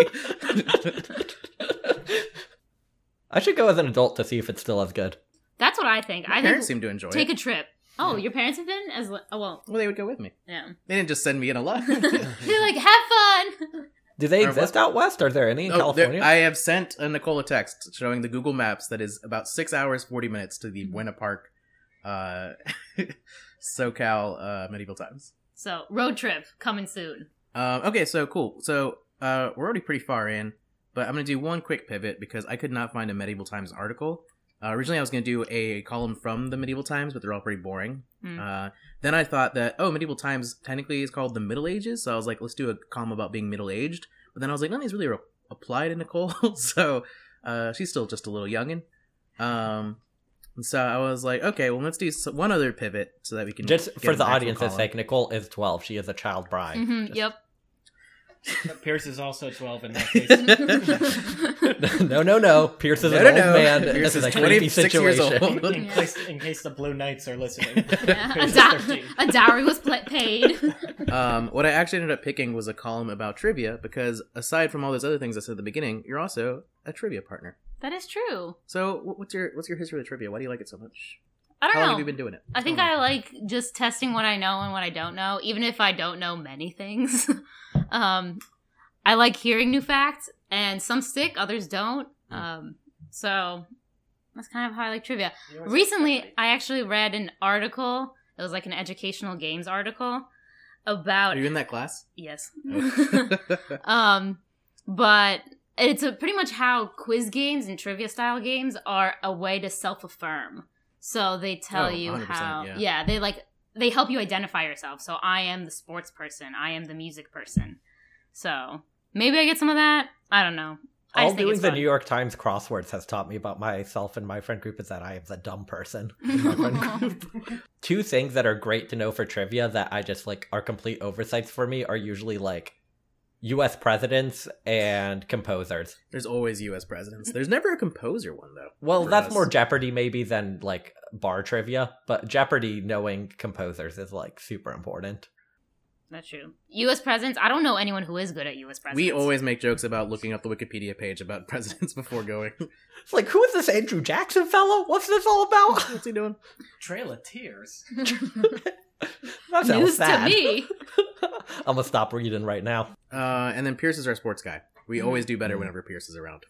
Speaker 1: I should go as an adult to see if it's still as good.
Speaker 3: That's what I think.
Speaker 2: My
Speaker 3: I think
Speaker 2: parents seem to enjoy
Speaker 3: take
Speaker 2: it.
Speaker 3: a trip. Oh,
Speaker 2: Yeah.
Speaker 3: your parents have been as li- oh, well.
Speaker 2: well, they would go with me.
Speaker 3: Yeah,
Speaker 2: They didn't just send me in alive.
Speaker 3: they're like have fun.
Speaker 1: Do they
Speaker 2: Or
Speaker 1: exist out west? Are there any in
Speaker 2: oh,
Speaker 1: California?
Speaker 2: there, I have sent a Nicola text showing the Google Maps that is about six hours forty minutes to the Buena Park, uh, SoCal uh, medieval times.
Speaker 3: So road trip coming soon.
Speaker 2: Um, okay, so cool. So uh, we're already pretty far in, but I'm gonna do one quick pivot because I could not find a medieval times article. Uh, originally, I was gonna do a column from the medieval times, but they're all pretty boring.
Speaker 3: Hmm.
Speaker 2: Uh, then I thought that oh, medieval times technically is called the Middle Ages, so I was like, let's do a column about being middle aged. But then I was like, nothing's really re- applied to Nicole, so uh, she's still just a little youngin. Um, and so I was like, okay, well, let's do s- one other pivot so that we can
Speaker 1: Just
Speaker 2: get
Speaker 1: for
Speaker 2: an
Speaker 1: the
Speaker 2: actual
Speaker 1: audience's
Speaker 2: column.
Speaker 1: sake, Nicole is 12. She is a child bride.
Speaker 3: Mhm, Yep.
Speaker 4: But Pierce is also 12 in that case.
Speaker 3: Mm-hmm.
Speaker 1: no, no, no. Pierce is
Speaker 2: Mm-hmm. No,
Speaker 1: an
Speaker 2: no,
Speaker 1: old
Speaker 2: no.
Speaker 1: man.
Speaker 2: Pierce
Speaker 1: this is
Speaker 2: is
Speaker 1: a creepy
Speaker 2: 26 years
Speaker 1: situation.
Speaker 2: old.
Speaker 4: in, case, in case the Blue Knights are listening.
Speaker 3: Yeah, a,
Speaker 4: Pierce is
Speaker 3: da-
Speaker 4: 13.
Speaker 3: a dowry was pla paid.
Speaker 2: um, what I actually ended up picking was a column about trivia because aside from all those other things I said at the beginning, you're also a trivia partner.
Speaker 3: that is true.
Speaker 2: So wh- what's your what's your history with trivia? Why do you like it so much?
Speaker 3: I don't
Speaker 2: How
Speaker 3: know.
Speaker 2: long have you been doing it?
Speaker 3: I think
Speaker 2: Oh.
Speaker 3: I like just testing what I know and what I don't know, even if I don't know many things. um, I like hearing new facts, and some stick, others don't.
Speaker 2: Hmm.
Speaker 3: Um, so that's kind of how I like trivia. Recently, I actually read an article. It was like an educational games article about
Speaker 2: Are you Oh. in that class?
Speaker 3: yes. um, but it's a, pretty much how quiz games and trivia style games are a way to self affirm. So they tell
Speaker 2: Oh,
Speaker 3: you
Speaker 2: 100%,
Speaker 3: how,
Speaker 2: yeah.
Speaker 3: yeah. they like they help you identify yourself. So I am the sports person. I am the music person. So maybe I get some of that. I don't know. I
Speaker 1: All
Speaker 3: just think
Speaker 1: doing
Speaker 3: it's
Speaker 1: the
Speaker 3: fun.
Speaker 1: New York Times crosswords has taught me about myself and my friend group is that I am the dumb person. in my friend group. Two things that are great to know for trivia that I just like are complete oversights for me are usually like U.S. presidents and composers.
Speaker 2: There's always U.S. presidents. There's never a composer one though.
Speaker 1: Well,
Speaker 2: for
Speaker 1: that's
Speaker 2: us.
Speaker 1: more Jeopardy maybe than like bar trivia, but Jeopardy knowing composers is like super important.
Speaker 3: That's true. U.S. presidents. I don't know anyone who is good at U.S. presidents.
Speaker 2: We always make jokes about looking up the Wikipedia page about presidents before going.
Speaker 1: It's like, who is this Andrew Jackson fellow? What's this all about?
Speaker 2: What's he doing?
Speaker 4: Trail of Tears.
Speaker 1: That sounds
Speaker 3: news to
Speaker 1: sad.
Speaker 3: me.
Speaker 1: I'm gonna stop reading right now.
Speaker 2: Uh, and then Pierce is our sports guy. We
Speaker 3: Mm-hmm.
Speaker 2: always do better
Speaker 1: Mhm.
Speaker 2: whenever Pierce is around.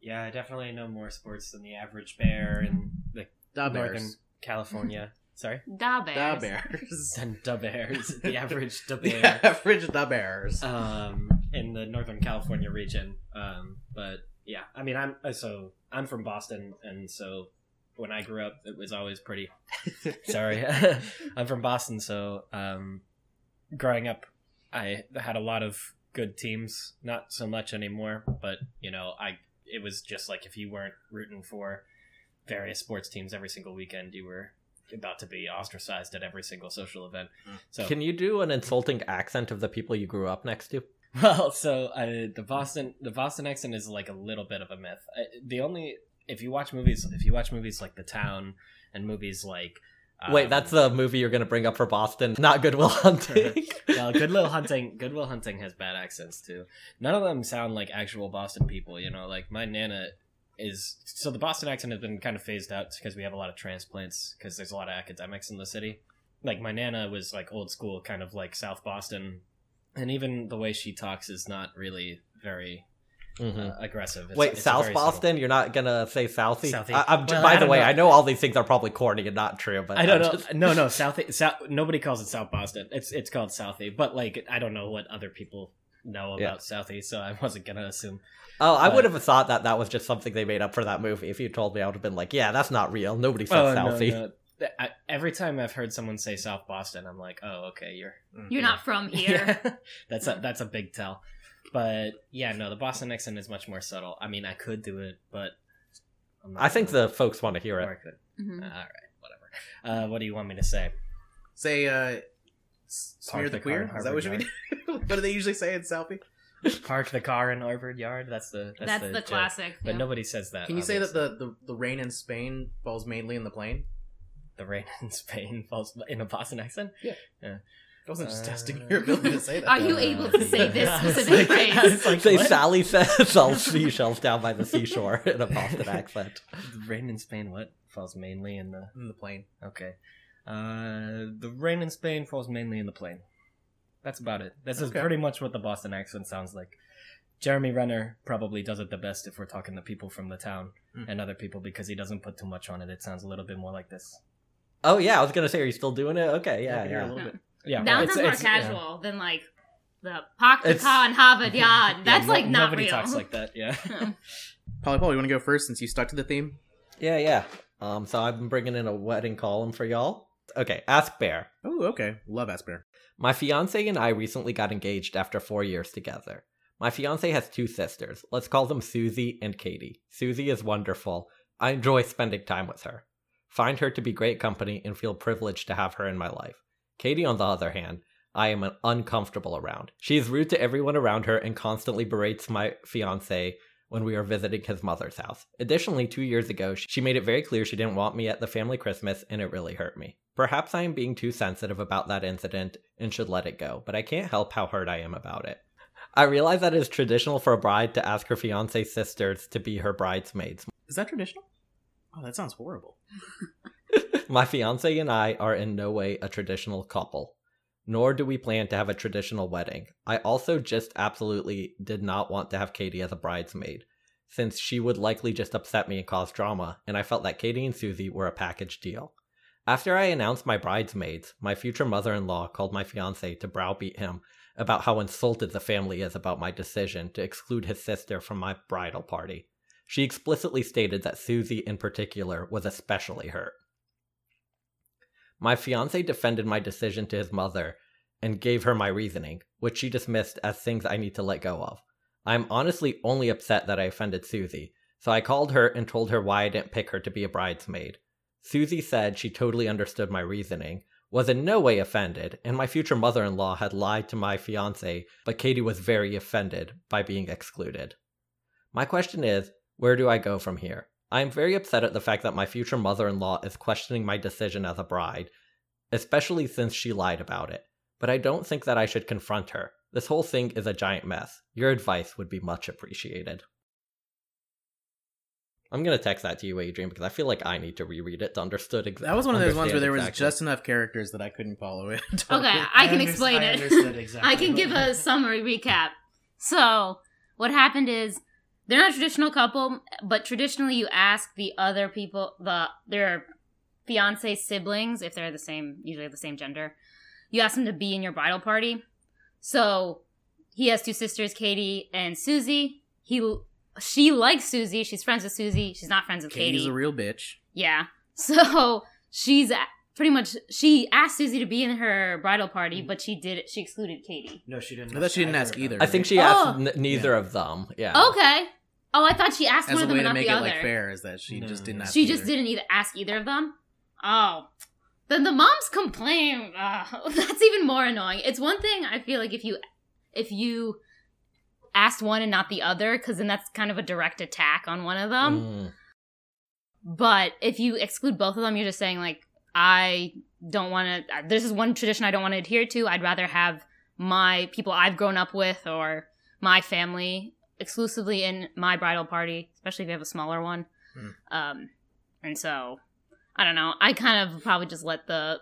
Speaker 4: Yeah, I definitely know more sports than the average bear in the
Speaker 2: Da
Speaker 4: Northern
Speaker 2: bears.
Speaker 4: California. Sorry?
Speaker 3: Da bears.
Speaker 2: Da bears.
Speaker 4: Than da bears. The average da
Speaker 2: The
Speaker 4: bear.
Speaker 2: average da bears.
Speaker 4: um, in the Northern California region. Um, but yeah, I mean, I'm uh, so I'm from Boston, and so when I grew up, it was always pretty. Sorry, I'm from Boston, so um, growing up, I had a lot of good teams. Not so much anymore, but you know, I it was just like if you weren't rooting for various sports teams every single weekend, you were about to be ostracized at every single social event. So
Speaker 1: Can you do an insulting accent of the people you grew up next to?
Speaker 4: Well, so uh, the Boston the Boston accent is like a little bit of a myth. I, the only if you watch movies, if you watch movies like The Town and movies like
Speaker 1: Wait,
Speaker 4: um,
Speaker 1: that's the movie you're going to bring up for Boston, not Goodwill Hunting.
Speaker 4: well, Goodwill Hunting. Goodwill Hunting has bad accents too. None of them sound like actual Boston people. You know, like my nana is. So the Boston accent has been kind of phased out because we have a lot of transplants because there's a lot of academics in the city. Like my nana was like old school, kind of like South Boston, and even the way she talks is not really very
Speaker 1: Mhm.
Speaker 4: uh, aggressive. It's-
Speaker 1: Wait,
Speaker 4: it's
Speaker 1: South
Speaker 4: very subtle.
Speaker 1: Boston? You're not gonna say Southie?
Speaker 4: Southie.
Speaker 1: I, am
Speaker 4: Well,
Speaker 1: by
Speaker 4: I
Speaker 1: the
Speaker 4: don't
Speaker 1: way,
Speaker 4: know.
Speaker 1: I know all these things are probably corny and not true, but
Speaker 4: I don't
Speaker 1: I'm
Speaker 4: know.
Speaker 1: just-
Speaker 4: No, no, South, South. Nobody calls it South Boston. It's it's called Southie. But like, I don't know what other people know
Speaker 1: Yeah.
Speaker 4: about Southie, so I wasn't gonna assume.
Speaker 1: Oh, I
Speaker 4: but-
Speaker 1: would have thought that that was just something they made up for that movie. If you told me, I would have been like, "Yeah, that's not real. Nobody says
Speaker 4: Oh, no,
Speaker 1: Southie."
Speaker 4: no. Th- I, every time I've heard someone say South Boston, I'm like, oh, okay, you're
Speaker 3: You're not from here.
Speaker 4: Yeah. that's a that's a big tell. But yeah, no, the Boston accent is much more subtle. I mean, I could do it, but I'm not
Speaker 1: I think
Speaker 4: gonna.
Speaker 1: the folks want to hear
Speaker 4: Or I
Speaker 1: it.
Speaker 4: could.
Speaker 3: Mhm.
Speaker 4: All right, whatever. Uh, what do you want me to say?
Speaker 2: Say, uh, s-
Speaker 4: Park
Speaker 2: smear the,
Speaker 4: the car in
Speaker 2: queer? Is that what you mean?
Speaker 4: Harvard
Speaker 2: what do they usually say in Southie?
Speaker 4: Park the car in Arbor Yard. That's the that's,
Speaker 3: That's,
Speaker 4: the,
Speaker 3: the,
Speaker 4: joke.
Speaker 3: classic.
Speaker 4: But
Speaker 3: yeah.
Speaker 4: nobody says that.
Speaker 2: Can you say that
Speaker 4: obviously.
Speaker 2: the, the, the rain in Spain falls mainly in the plain?
Speaker 4: the rain in Spain falls in a Boston accent?
Speaker 2: I wasn't just
Speaker 4: Uh,
Speaker 2: testing your ability to say that.
Speaker 3: Are you able to say this
Speaker 4: I was
Speaker 3: specific
Speaker 4: like- I was
Speaker 3: phrase?
Speaker 4: like,
Speaker 1: Say
Speaker 4: what?
Speaker 1: Sally says all seashells down by the seashore in a Boston accent.
Speaker 4: The rain in Spain. What falls mainly in the
Speaker 2: in the plain?
Speaker 4: Okay. Uh, the rain in Spain falls mainly in the plain. That's about it. This is
Speaker 2: Okay.
Speaker 4: pretty much what the Boston accent sounds like. Jeremy Renner probably does it the best if we're talking to people from the town
Speaker 2: Mm.
Speaker 4: and other people because he doesn't put too much on it. It sounds a little bit more like this.
Speaker 1: Oh yeah, I was gonna say, are you still doing it? Okay,
Speaker 2: I
Speaker 1: yeah,
Speaker 2: can hear a
Speaker 1: yeah.
Speaker 2: little
Speaker 3: Yeah.
Speaker 2: bit.
Speaker 4: Yeah,
Speaker 3: that
Speaker 4: it's-
Speaker 3: sounds more
Speaker 4: it's- yeah.
Speaker 3: casual than like the Pak the
Speaker 1: It's-
Speaker 3: Ka and Harvard Yard.
Speaker 4: Yeah,
Speaker 3: That's
Speaker 4: no-
Speaker 3: like not
Speaker 4: nobody
Speaker 3: real.
Speaker 4: talks like that. Yeah.
Speaker 3: No.
Speaker 2: Polly, Polly, you want to go first since you stuck to the theme?
Speaker 1: Yeah, yeah. Um, so I've been bringing in a wedding column for y'all. Okay, ask Bear.
Speaker 2: Oh, okay. Love Asper.
Speaker 1: My fiance and I recently got engaged after four years together. My fiance has two sisters. Let's call them Susie and Katie. Susie is wonderful. I enjoy spending time with her. Find her to be great company and feel privileged to have her in my life. Katie, on the other hand, I am an uncomfortable around. She is rude to everyone around her and constantly berates my fiance when we are visiting his mother's house. Additionally, two years ago, she made it very clear she didn't want me at the family Christmas, and it really hurt me. Perhaps I am being too sensitive about that incident and should let it go, but I can't help how hurt I am about it. I realize that it is traditional for a bride to ask her fiance's sisters to be her bridesmaids.
Speaker 2: Is that traditional? Oh, that sounds horrible.
Speaker 1: My fiance and I are in no way a traditional couple, nor do we plan to have a traditional wedding. I also just absolutely did not want to have Katie as a bridesmaid, since she would likely just upset me and cause drama, and I felt that Katie and Susie were a package deal. After I announced my bridesmaids, my future mother in law called my fiance to browbeat him about how insulted the family is about my decision to exclude his sister from my bridal party. She explicitly stated that Susie, in particular, was especially hurt. My fiance defended my decision to his mother and gave her my reasoning, which she dismissed as things I need to let go of. I'm honestly only upset that I offended Susie, so I called her and told her why I didn't pick her to be a bridesmaid. Susie said she totally understood my reasoning, was in no way offended, and my future mother in law had lied to my fiance, but Katie was very offended by being excluded. My question is where do I go from here? I am very upset at the fact that my future mother in law is questioning my decision as a bride, especially since she lied about it. But I don't think that I should confront her. This whole thing is a giant mess. Your advice would be much appreciated. I'm going to text that to you, Adrian, because I feel like I need to reread it to understood exactly.
Speaker 2: That was one of those ones where there was just enough characters that I couldn't follow it.
Speaker 3: Okay, I can explain it. I can give a summary recap. So, what happened is they're not a traditional couple, but traditionally you ask the other people, the their fiance siblings, if they're the same, usually the same gender, you ask them to be in your bridal party. So, he has two sisters, Katie and Susie. He she likes Susie. She's friends with Susie. She's not friends with
Speaker 2: Katie's
Speaker 3: Katie.
Speaker 2: a real bitch.
Speaker 3: Yeah. So she's a- pretty much she asked Susie to be in her bridal
Speaker 2: Mm.
Speaker 3: party, but she did she excluded Katie.
Speaker 4: No, she didn't.
Speaker 2: I thought she didn't ask either.
Speaker 1: I think she asked
Speaker 3: Oh.
Speaker 1: n- neither of them. Yeah.
Speaker 3: Okay. Oh, I thought she asked
Speaker 2: As
Speaker 3: one
Speaker 2: a
Speaker 3: of them
Speaker 2: way
Speaker 3: and
Speaker 2: to
Speaker 3: not
Speaker 2: make
Speaker 3: the
Speaker 2: it
Speaker 3: other.
Speaker 2: like fair is that she
Speaker 4: No.
Speaker 2: just didn't ask.
Speaker 3: she just
Speaker 2: either.
Speaker 3: didn't either ask either of them. Oh. Then the moms complain. Ugh, that's even more annoying. It's one thing I feel like if you if you um. asked one and not the other, because then that's kind of a direct attack on one of them.
Speaker 1: Mm.
Speaker 3: But if you exclude both of them, you're just saying like, I don't want to. This is one tradition I don't want to adhere to. I'd rather have my people I've grown up with or my family exclusively in my bridal party, especially if you have a smaller one.
Speaker 1: Hmm.
Speaker 3: Um, and so, I don't know. I kind of probably just let the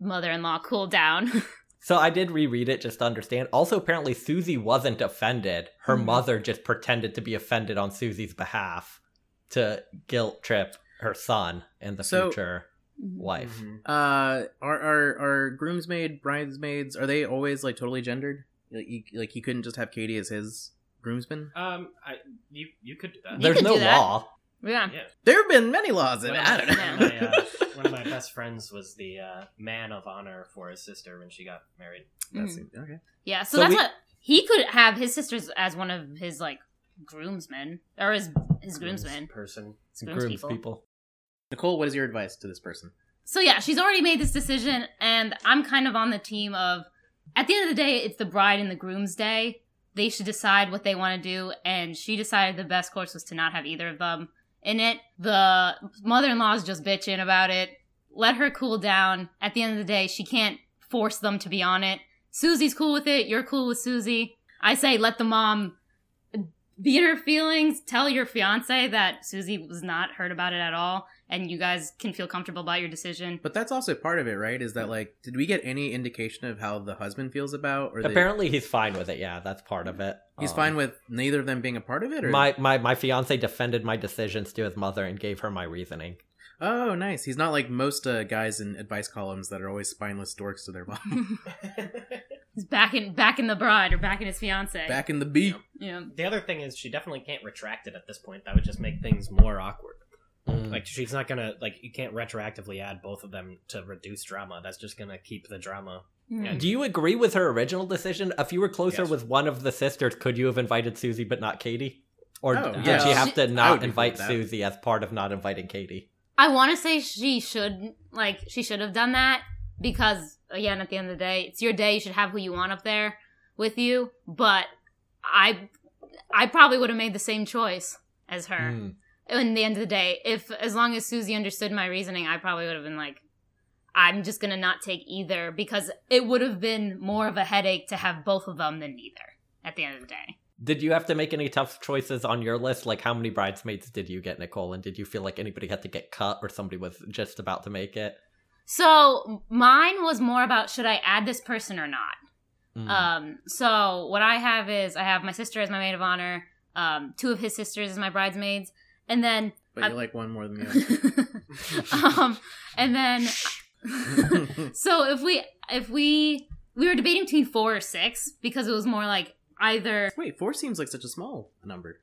Speaker 3: mother-in-law cool down.
Speaker 1: So I did reread it just to understand. Also, apparently Susie wasn't offended. Her
Speaker 3: Mhm.
Speaker 1: mother just pretended to be offended on Susie's behalf to guilt trip her son and the
Speaker 2: So-
Speaker 1: future wife.
Speaker 4: Mhm.
Speaker 2: Uh, are are are groomsmaid bridesmaids? Are they always like totally gendered? Like he, like he couldn't just have Katie as his groomsman.
Speaker 4: Um, I you you could uh,
Speaker 3: You
Speaker 4: do that.
Speaker 1: There's
Speaker 3: could
Speaker 1: no
Speaker 3: do that.
Speaker 1: law.
Speaker 3: yeah.
Speaker 2: There have been many laws. That,
Speaker 4: One of
Speaker 2: I don't
Speaker 4: my-
Speaker 2: know.
Speaker 4: one of my, uh, one of my best friends was the uh, man of honor for his sister when she got married.
Speaker 2: That's- okay.
Speaker 3: Mm-hmm. Yeah, so,
Speaker 1: So
Speaker 3: that's
Speaker 1: we-
Speaker 3: what he could have his sisters as one of his like groomsmen or his his groomsmen.
Speaker 4: person.
Speaker 3: His
Speaker 1: Grooms
Speaker 3: groomspeople.
Speaker 1: people.
Speaker 2: Nicole, what is your advice to this person?
Speaker 3: So yeah, she's already made this decision, and I'm kind of on the team of at the end of the day, it's the bride and the groom's day. They should decide what they want to do, and she decided the best course was to not have either of them in it. The mother in law's just bitching about it. Let her cool down. At the end of the day, she can't force them to be on it. Susie's cool with it. You're cool with Susie. I say let the mom beat her feelings. Tell your fiance that Susie was not hurt about it at all, and you guys can feel comfortable about your decision.
Speaker 2: But that's also part of it, right? Is that like, did we get any indication of how the husband feels about? Or they-
Speaker 1: Apparently he's fine with it. Yeah, that's part of it.
Speaker 2: he's
Speaker 1: Um,
Speaker 2: fine with neither of them being a part of it. Or
Speaker 1: my my my fiance defended my decisions to his mother and gave her my reasoning.
Speaker 2: oh, nice. He's not like most uh, guys in advice columns that are always spineless dorks to their mom.
Speaker 3: He's back in back in the bride or back in his fiance.
Speaker 2: Back in the beat.
Speaker 3: you know.
Speaker 4: the other thing is she definitely can't retract it at this point. That would just make things more awkward.
Speaker 1: Mm.
Speaker 2: Hmm.
Speaker 4: Like she's not gonna like you can't retroactively add both of them to reduce drama. That's just gonna keep the drama.
Speaker 3: Mm.
Speaker 1: Do you agree with her original decision? If you were closer
Speaker 4: Yes.
Speaker 1: with one of the sisters, could you have invited Susie but not Katie? Or
Speaker 2: Oh,
Speaker 1: did
Speaker 4: yeah.
Speaker 1: she have to
Speaker 2: I would
Speaker 1: not
Speaker 2: agree
Speaker 1: invite
Speaker 2: with that.
Speaker 1: Susie as part of not inviting Katie?
Speaker 3: I want to say she should like she should have done that because again at the end of the day it's your day you should have who you want up there with you but I I probably would have made the same choice as her
Speaker 1: Hmm.
Speaker 3: in the end of the day if as long as Susie understood my reasoning I probably would have been like I'm just going to not take either because it would have been more of a headache to have both of them than neither at the end of the day
Speaker 1: Did you have to make any tough choices on your list? Like, how many bridesmaids did you get, Nicole? And did you feel like anybody had to get cut or somebody was just about to make it?
Speaker 3: so mine was more about should I add this person or not
Speaker 1: Hmm.
Speaker 3: Um, so what I have is I have my sister as my maid of honor, um, two of his sisters as my bridesmaids, and then
Speaker 2: But you
Speaker 3: I-
Speaker 2: like one more than the
Speaker 3: um, and then
Speaker 2: other.
Speaker 3: so if we if we we were debating between four or six because it was more like either
Speaker 2: Wait, four seems like such a small number.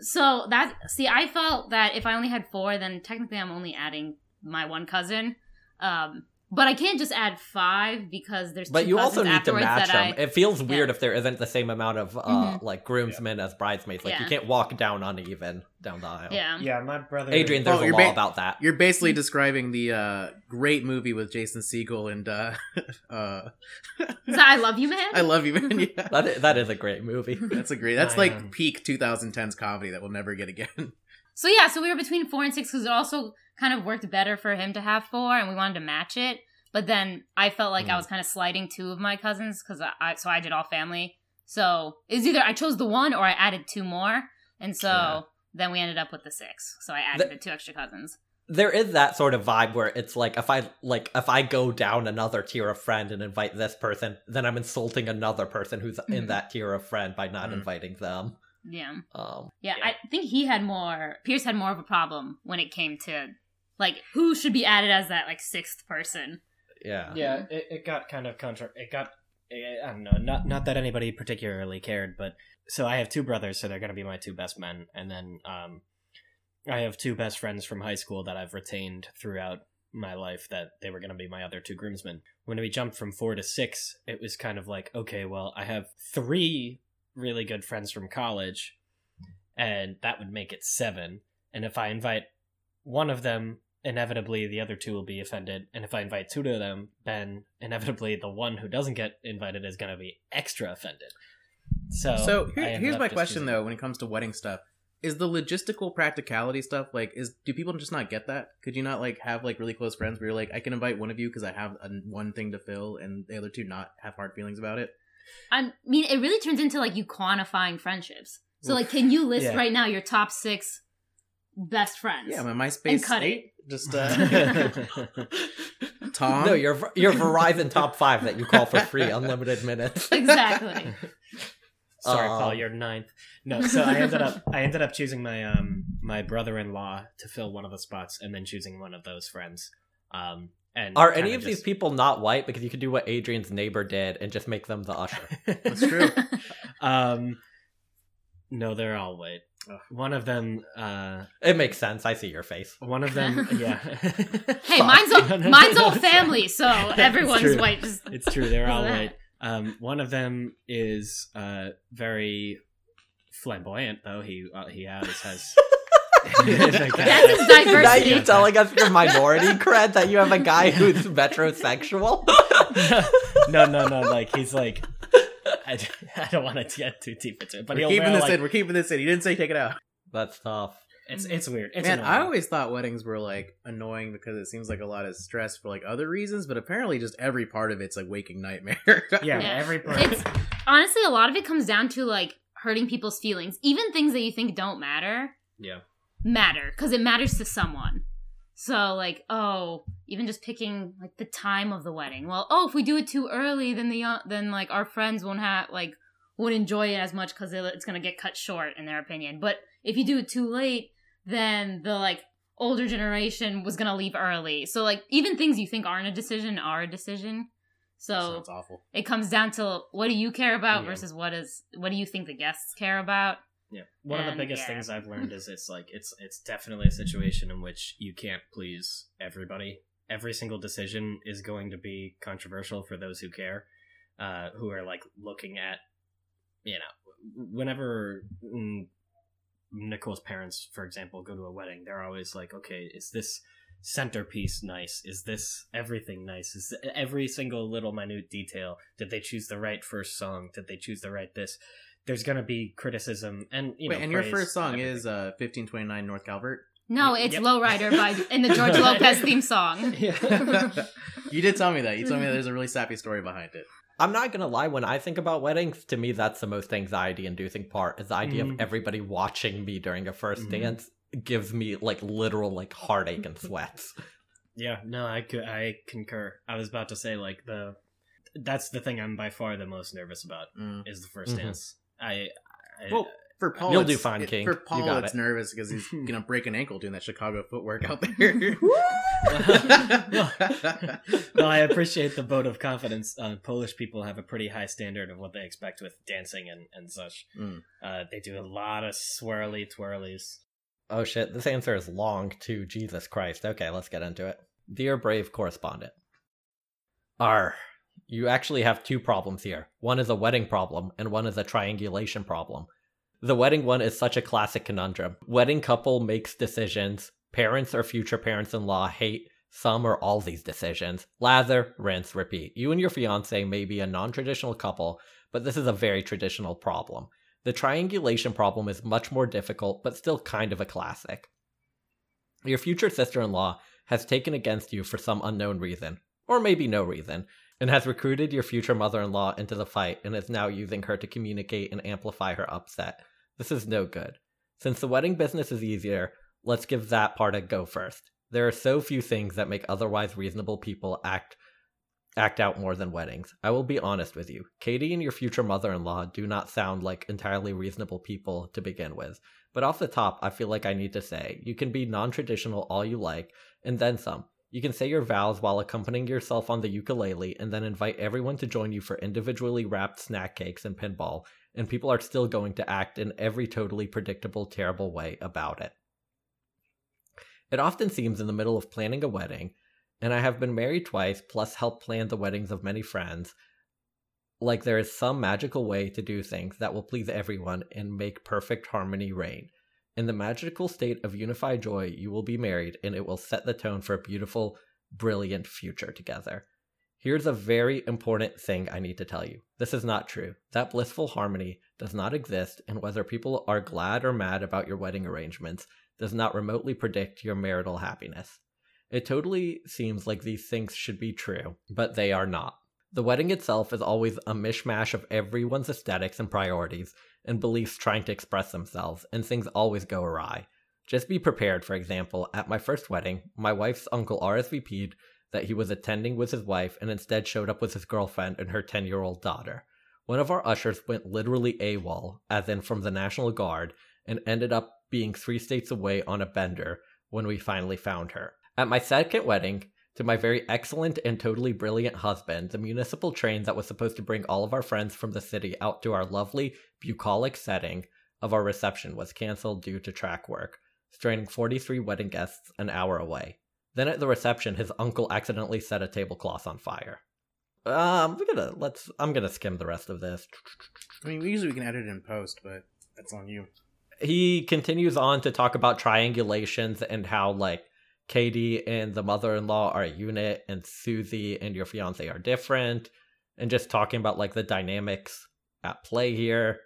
Speaker 3: so that see I felt that if I only had four then technically I'm only adding my one cousin. Um but I can't just add five because there's
Speaker 1: but
Speaker 3: two
Speaker 1: you
Speaker 3: cousins
Speaker 1: also need to
Speaker 3: afterwards
Speaker 1: match
Speaker 3: that I,
Speaker 1: them. It feels weird if there isn't the same amount of uh,
Speaker 3: Mhm.
Speaker 1: like groomsmen as bridesmaids. Like, you
Speaker 3: Yeah.
Speaker 1: can't walk down uneven down the aisle.
Speaker 3: yeah.
Speaker 4: Yeah, my brother Oh,
Speaker 1: Adrian,
Speaker 2: Well,
Speaker 1: there's a
Speaker 2: you're
Speaker 1: law
Speaker 2: ba-
Speaker 1: about that.
Speaker 2: You're basically
Speaker 3: Mm.
Speaker 2: describing the uh, great movie with Jason Segel and uh, uh,
Speaker 3: Is that I love you, man?
Speaker 2: I love you, man. Yeah.
Speaker 1: That is, that is a great movie.
Speaker 2: That's a great. That's
Speaker 4: My,
Speaker 2: like
Speaker 4: um,
Speaker 2: peak 2010s comedy that we'll never get again.
Speaker 3: So yeah, so we were between four and six because it also kind of worked better for him to have four, and we wanted to match it. But then I felt like I
Speaker 1: Mm.
Speaker 3: was kind of slighting two of my cousins because I, I so I did all family. So it's either I chose the one or I added two more, and so
Speaker 1: Yeah.
Speaker 3: then we ended up with the six. So I added the, two extra cousins.
Speaker 1: there is that sort of vibe where it's like if I like if I go down another tier of friend and invite this person, then I'm insulting another person who's in
Speaker 3: Mhm.
Speaker 1: that tier of friend by not
Speaker 2: Mhm.
Speaker 1: inviting them.
Speaker 3: Yeah.
Speaker 1: Um,
Speaker 3: yeah,
Speaker 4: Yeah.
Speaker 3: I think he had more. Pierce had more of a problem when it came to like who should be added as that like sixth person.
Speaker 1: yeah.
Speaker 4: Yeah, it, it got kind of contra. It got eh, I don't know. Not not that anybody particularly cared, but so I have two brothers, so they're gonna be my two best men, and then um, I have two best friends from high school that I've retained throughout my life that they were gonna be my other two groomsmen. When we jumped from four to six, it was kind of like okay, well, I have three really good friends from college, and that would make it seven. And if I invite one of them, inevitably the other two will be offended. And if I invite two of them, then inevitably the one who doesn't get invited is going to be extra offended. So,
Speaker 2: so
Speaker 4: I
Speaker 2: here,
Speaker 4: ended
Speaker 2: here's
Speaker 4: up
Speaker 2: my
Speaker 4: just
Speaker 2: question
Speaker 4: using-
Speaker 2: though, when it comes to wedding stuff, is the logistical practicality stuff like is do people just not get that? Could you not like have like really close friends where you're like I can invite one of you because I have a, one thing to fill and the other two not have hard feelings about it?
Speaker 3: I mean, it really turns into like you quantifying friendships. So, like, can you list
Speaker 2: Yeah.
Speaker 3: right now your top six best friends?
Speaker 2: Yeah, my MySpace
Speaker 3: cut it.
Speaker 2: eight just uh, Tom.
Speaker 1: No, your your Verizon top five that you call for free, unlimited minutes.
Speaker 3: exactly.
Speaker 4: Sorry,
Speaker 1: Um,
Speaker 4: Paul, you're ninth. No, so I ended up I ended up choosing my um my brother in law to fill one of the spots, and then choosing one of those friends. Um, and
Speaker 1: Are
Speaker 4: kinda
Speaker 1: any of these
Speaker 4: just-
Speaker 1: people not white? Because you could do what Adrian's neighbor did and just make them the usher.
Speaker 2: That's true.
Speaker 4: Um, no, they're all white. One of them, uh,
Speaker 1: It makes sense. I see your face.
Speaker 4: one of them, yeah.
Speaker 3: hey, mine's all,
Speaker 4: No, no,
Speaker 3: mine's
Speaker 4: no,
Speaker 3: all
Speaker 4: it's-
Speaker 3: family, so
Speaker 4: It's
Speaker 3: everyone's
Speaker 4: true.
Speaker 3: white. Just,
Speaker 4: It's true, they're all
Speaker 3: Look at
Speaker 4: white. Um, one of them is uh very flamboyant, though. He uh, he always has.
Speaker 3: That's his diversity.
Speaker 1: Now you telling us your minority cred that you have a guy who's metrosexual?
Speaker 4: no, no, no. Like he's like, I, d- I don't want to get too deep into it, but
Speaker 2: We're
Speaker 4: he'll
Speaker 2: keeping
Speaker 4: wear,
Speaker 2: this
Speaker 4: like,
Speaker 2: in. We're keeping this in. He didn't say take it out.
Speaker 1: That's tough.
Speaker 4: it's it's weird. It's
Speaker 2: Man, I
Speaker 4: annoying.
Speaker 2: always thought weddings were like annoying because it seems like a lot of stress for like other reasons, but apparently just every part of it's a waking nightmare.
Speaker 3: Yeah.
Speaker 4: yeah, every person.
Speaker 3: it's honestly a lot of it comes down to like hurting people's feelings, even things that you think don't matter.
Speaker 4: yeah.
Speaker 3: matter because it matters to someone. So like, oh, even just picking like the time of the wedding. Well, oh, if we do it too early, then the uh, then like our friends won't have like won't enjoy it as much because it's gonna get cut short in their opinion. But if you do it too late, then the like older generation was gonna leave early. So like even things you think aren't a decision are a decision. So
Speaker 2: sounds awful.
Speaker 3: it comes down to what do you care about
Speaker 4: Yeah.
Speaker 3: versus what is what do you think the guests care about.
Speaker 4: Yeah. One of
Speaker 3: And,
Speaker 4: the biggest
Speaker 3: yeah.
Speaker 4: things I've learned is it's like it's it's definitely a situation in which you can't please everybody. Every single decision is going to be controversial for those who care, uh, who are like looking at, you know, whenever mm, Nicole's parents, for example, go to a wedding, they're always like, okay, is this centerpiece nice? Is this everything nice? Is every single little minute detail? Did they choose the right first song? Did they choose the right this? There's gonna be criticism and you
Speaker 2: Wait,
Speaker 4: know.
Speaker 2: and your
Speaker 4: praise
Speaker 2: first song
Speaker 4: and
Speaker 2: is uh, 1529 North Calvert.
Speaker 3: No,
Speaker 4: Yep.
Speaker 3: it's
Speaker 4: Yep.
Speaker 3: Low Lowrider by in the George Lopez theme song.
Speaker 4: everything. Yeah.
Speaker 2: you did tell me that. You told me that there's a really sappy story behind it.
Speaker 1: I'm not gonna lie. When I think about weddings, to me, that's the most anxiety-inducing part. Is the idea
Speaker 4: Mhm.
Speaker 1: of everybody watching me during a 1st
Speaker 4: Mhm.
Speaker 1: dance gives me like literal like heartache and sweats.
Speaker 4: yeah, no, I could, I concur. I was about to say like the that's the thing I'm by far the most nervous about
Speaker 2: Mm.
Speaker 4: is the 1st
Speaker 1: Mhm.
Speaker 4: dance. I, I
Speaker 2: Well, for Paul,
Speaker 1: You'll
Speaker 2: it's-
Speaker 1: do fine,
Speaker 2: it-
Speaker 1: King.
Speaker 2: For
Speaker 1: You
Speaker 2: Paul,
Speaker 1: got
Speaker 2: it's
Speaker 1: it.
Speaker 2: nervous because he's gonna break an ankle doing that Chicago footwork out there.
Speaker 4: no, I appreciate the vote of confidence. Uh, Polish people have a pretty high standard of what they expect with dancing and, and such.
Speaker 2: Mm.
Speaker 4: Uh, they do a lot of swirly twirlies.
Speaker 1: Oh shit, this answer is long too. Jesus Christ. Okay, let's get into it. Dear Brave Correspondent. R. You actually have two problems here. One is a wedding problem, and one is a triangulation problem. The wedding one is such a classic conundrum. Wedding couple makes decisions. Parents or future parents in law hate some or all these decisions. Lather, rinse, repeat. You and your fiance may be a non traditional couple, but this is a very traditional problem. The triangulation problem is much more difficult, but still kind of a classic. Your future sister in law has taken against you for some unknown reason, or maybe no reason, and has recruited your future mother in law into the fight and is now using her to communicate and amplify her upset. This is no good. Since the wedding business is easier, let's give that part a go first. There are so few things that make otherwise reasonable people act act out more than weddings. I will be honest with you. Katie and your future mother in law do not sound like entirely reasonable people to begin with. But off the top, I feel like I need to say you can be non traditional all you like, and then some. You can say your vows while accompanying yourself on the ukulele, and then invite everyone to join you for individually wrapped snack cakes and pinball, and people are still going to act in every totally predictable, terrible way about it. It often seems in the middle of planning a wedding and I have been married twice, plus helped plan the weddings of many friends. Like there is some magical way to do things that will please everyone and make perfect harmony reign. In the magical state of unified joy, you will be married, and it will set the tone for a beautiful, brilliant future together. Here's a very important thing I need to tell you. This is not true. That blissful harmony does not exist, and whether people are glad or mad about your wedding arrangements does not remotely predict your marital happiness. It totally seems like these things should be true, but they are not. The wedding itself is always a mishmash of everyone's aesthetics and priorities, and beliefs trying to express themselves, and things always go awry. Just be prepared, for example, at my first wedding, my wife's uncle RSVP'd that he was attending with his wife and instead showed up with his girlfriend and her 10 year old daughter. One of our ushers went literally AWOL, as in from the National Guard, and ended up being three states away on a bender when we finally found her. At my second wedding, to my very excellent and totally brilliant husband, the municipal train that was supposed to bring all of our friends from the city out to our lovely, bucolic setting of our reception was canceled due to track work, stranding 43 wedding guests an hour away. Then at the reception, his uncle accidentally set a tablecloth on fire. Um, we're gonna let's. I'm gonna skim the rest of this.
Speaker 2: I mean, usually we can edit it in post, but that's on you.
Speaker 1: He continues on to talk about triangulations and how like Katie and the mother-in-law are a unit, and Susie and your fiance are different, and just talking about like the dynamics at play here.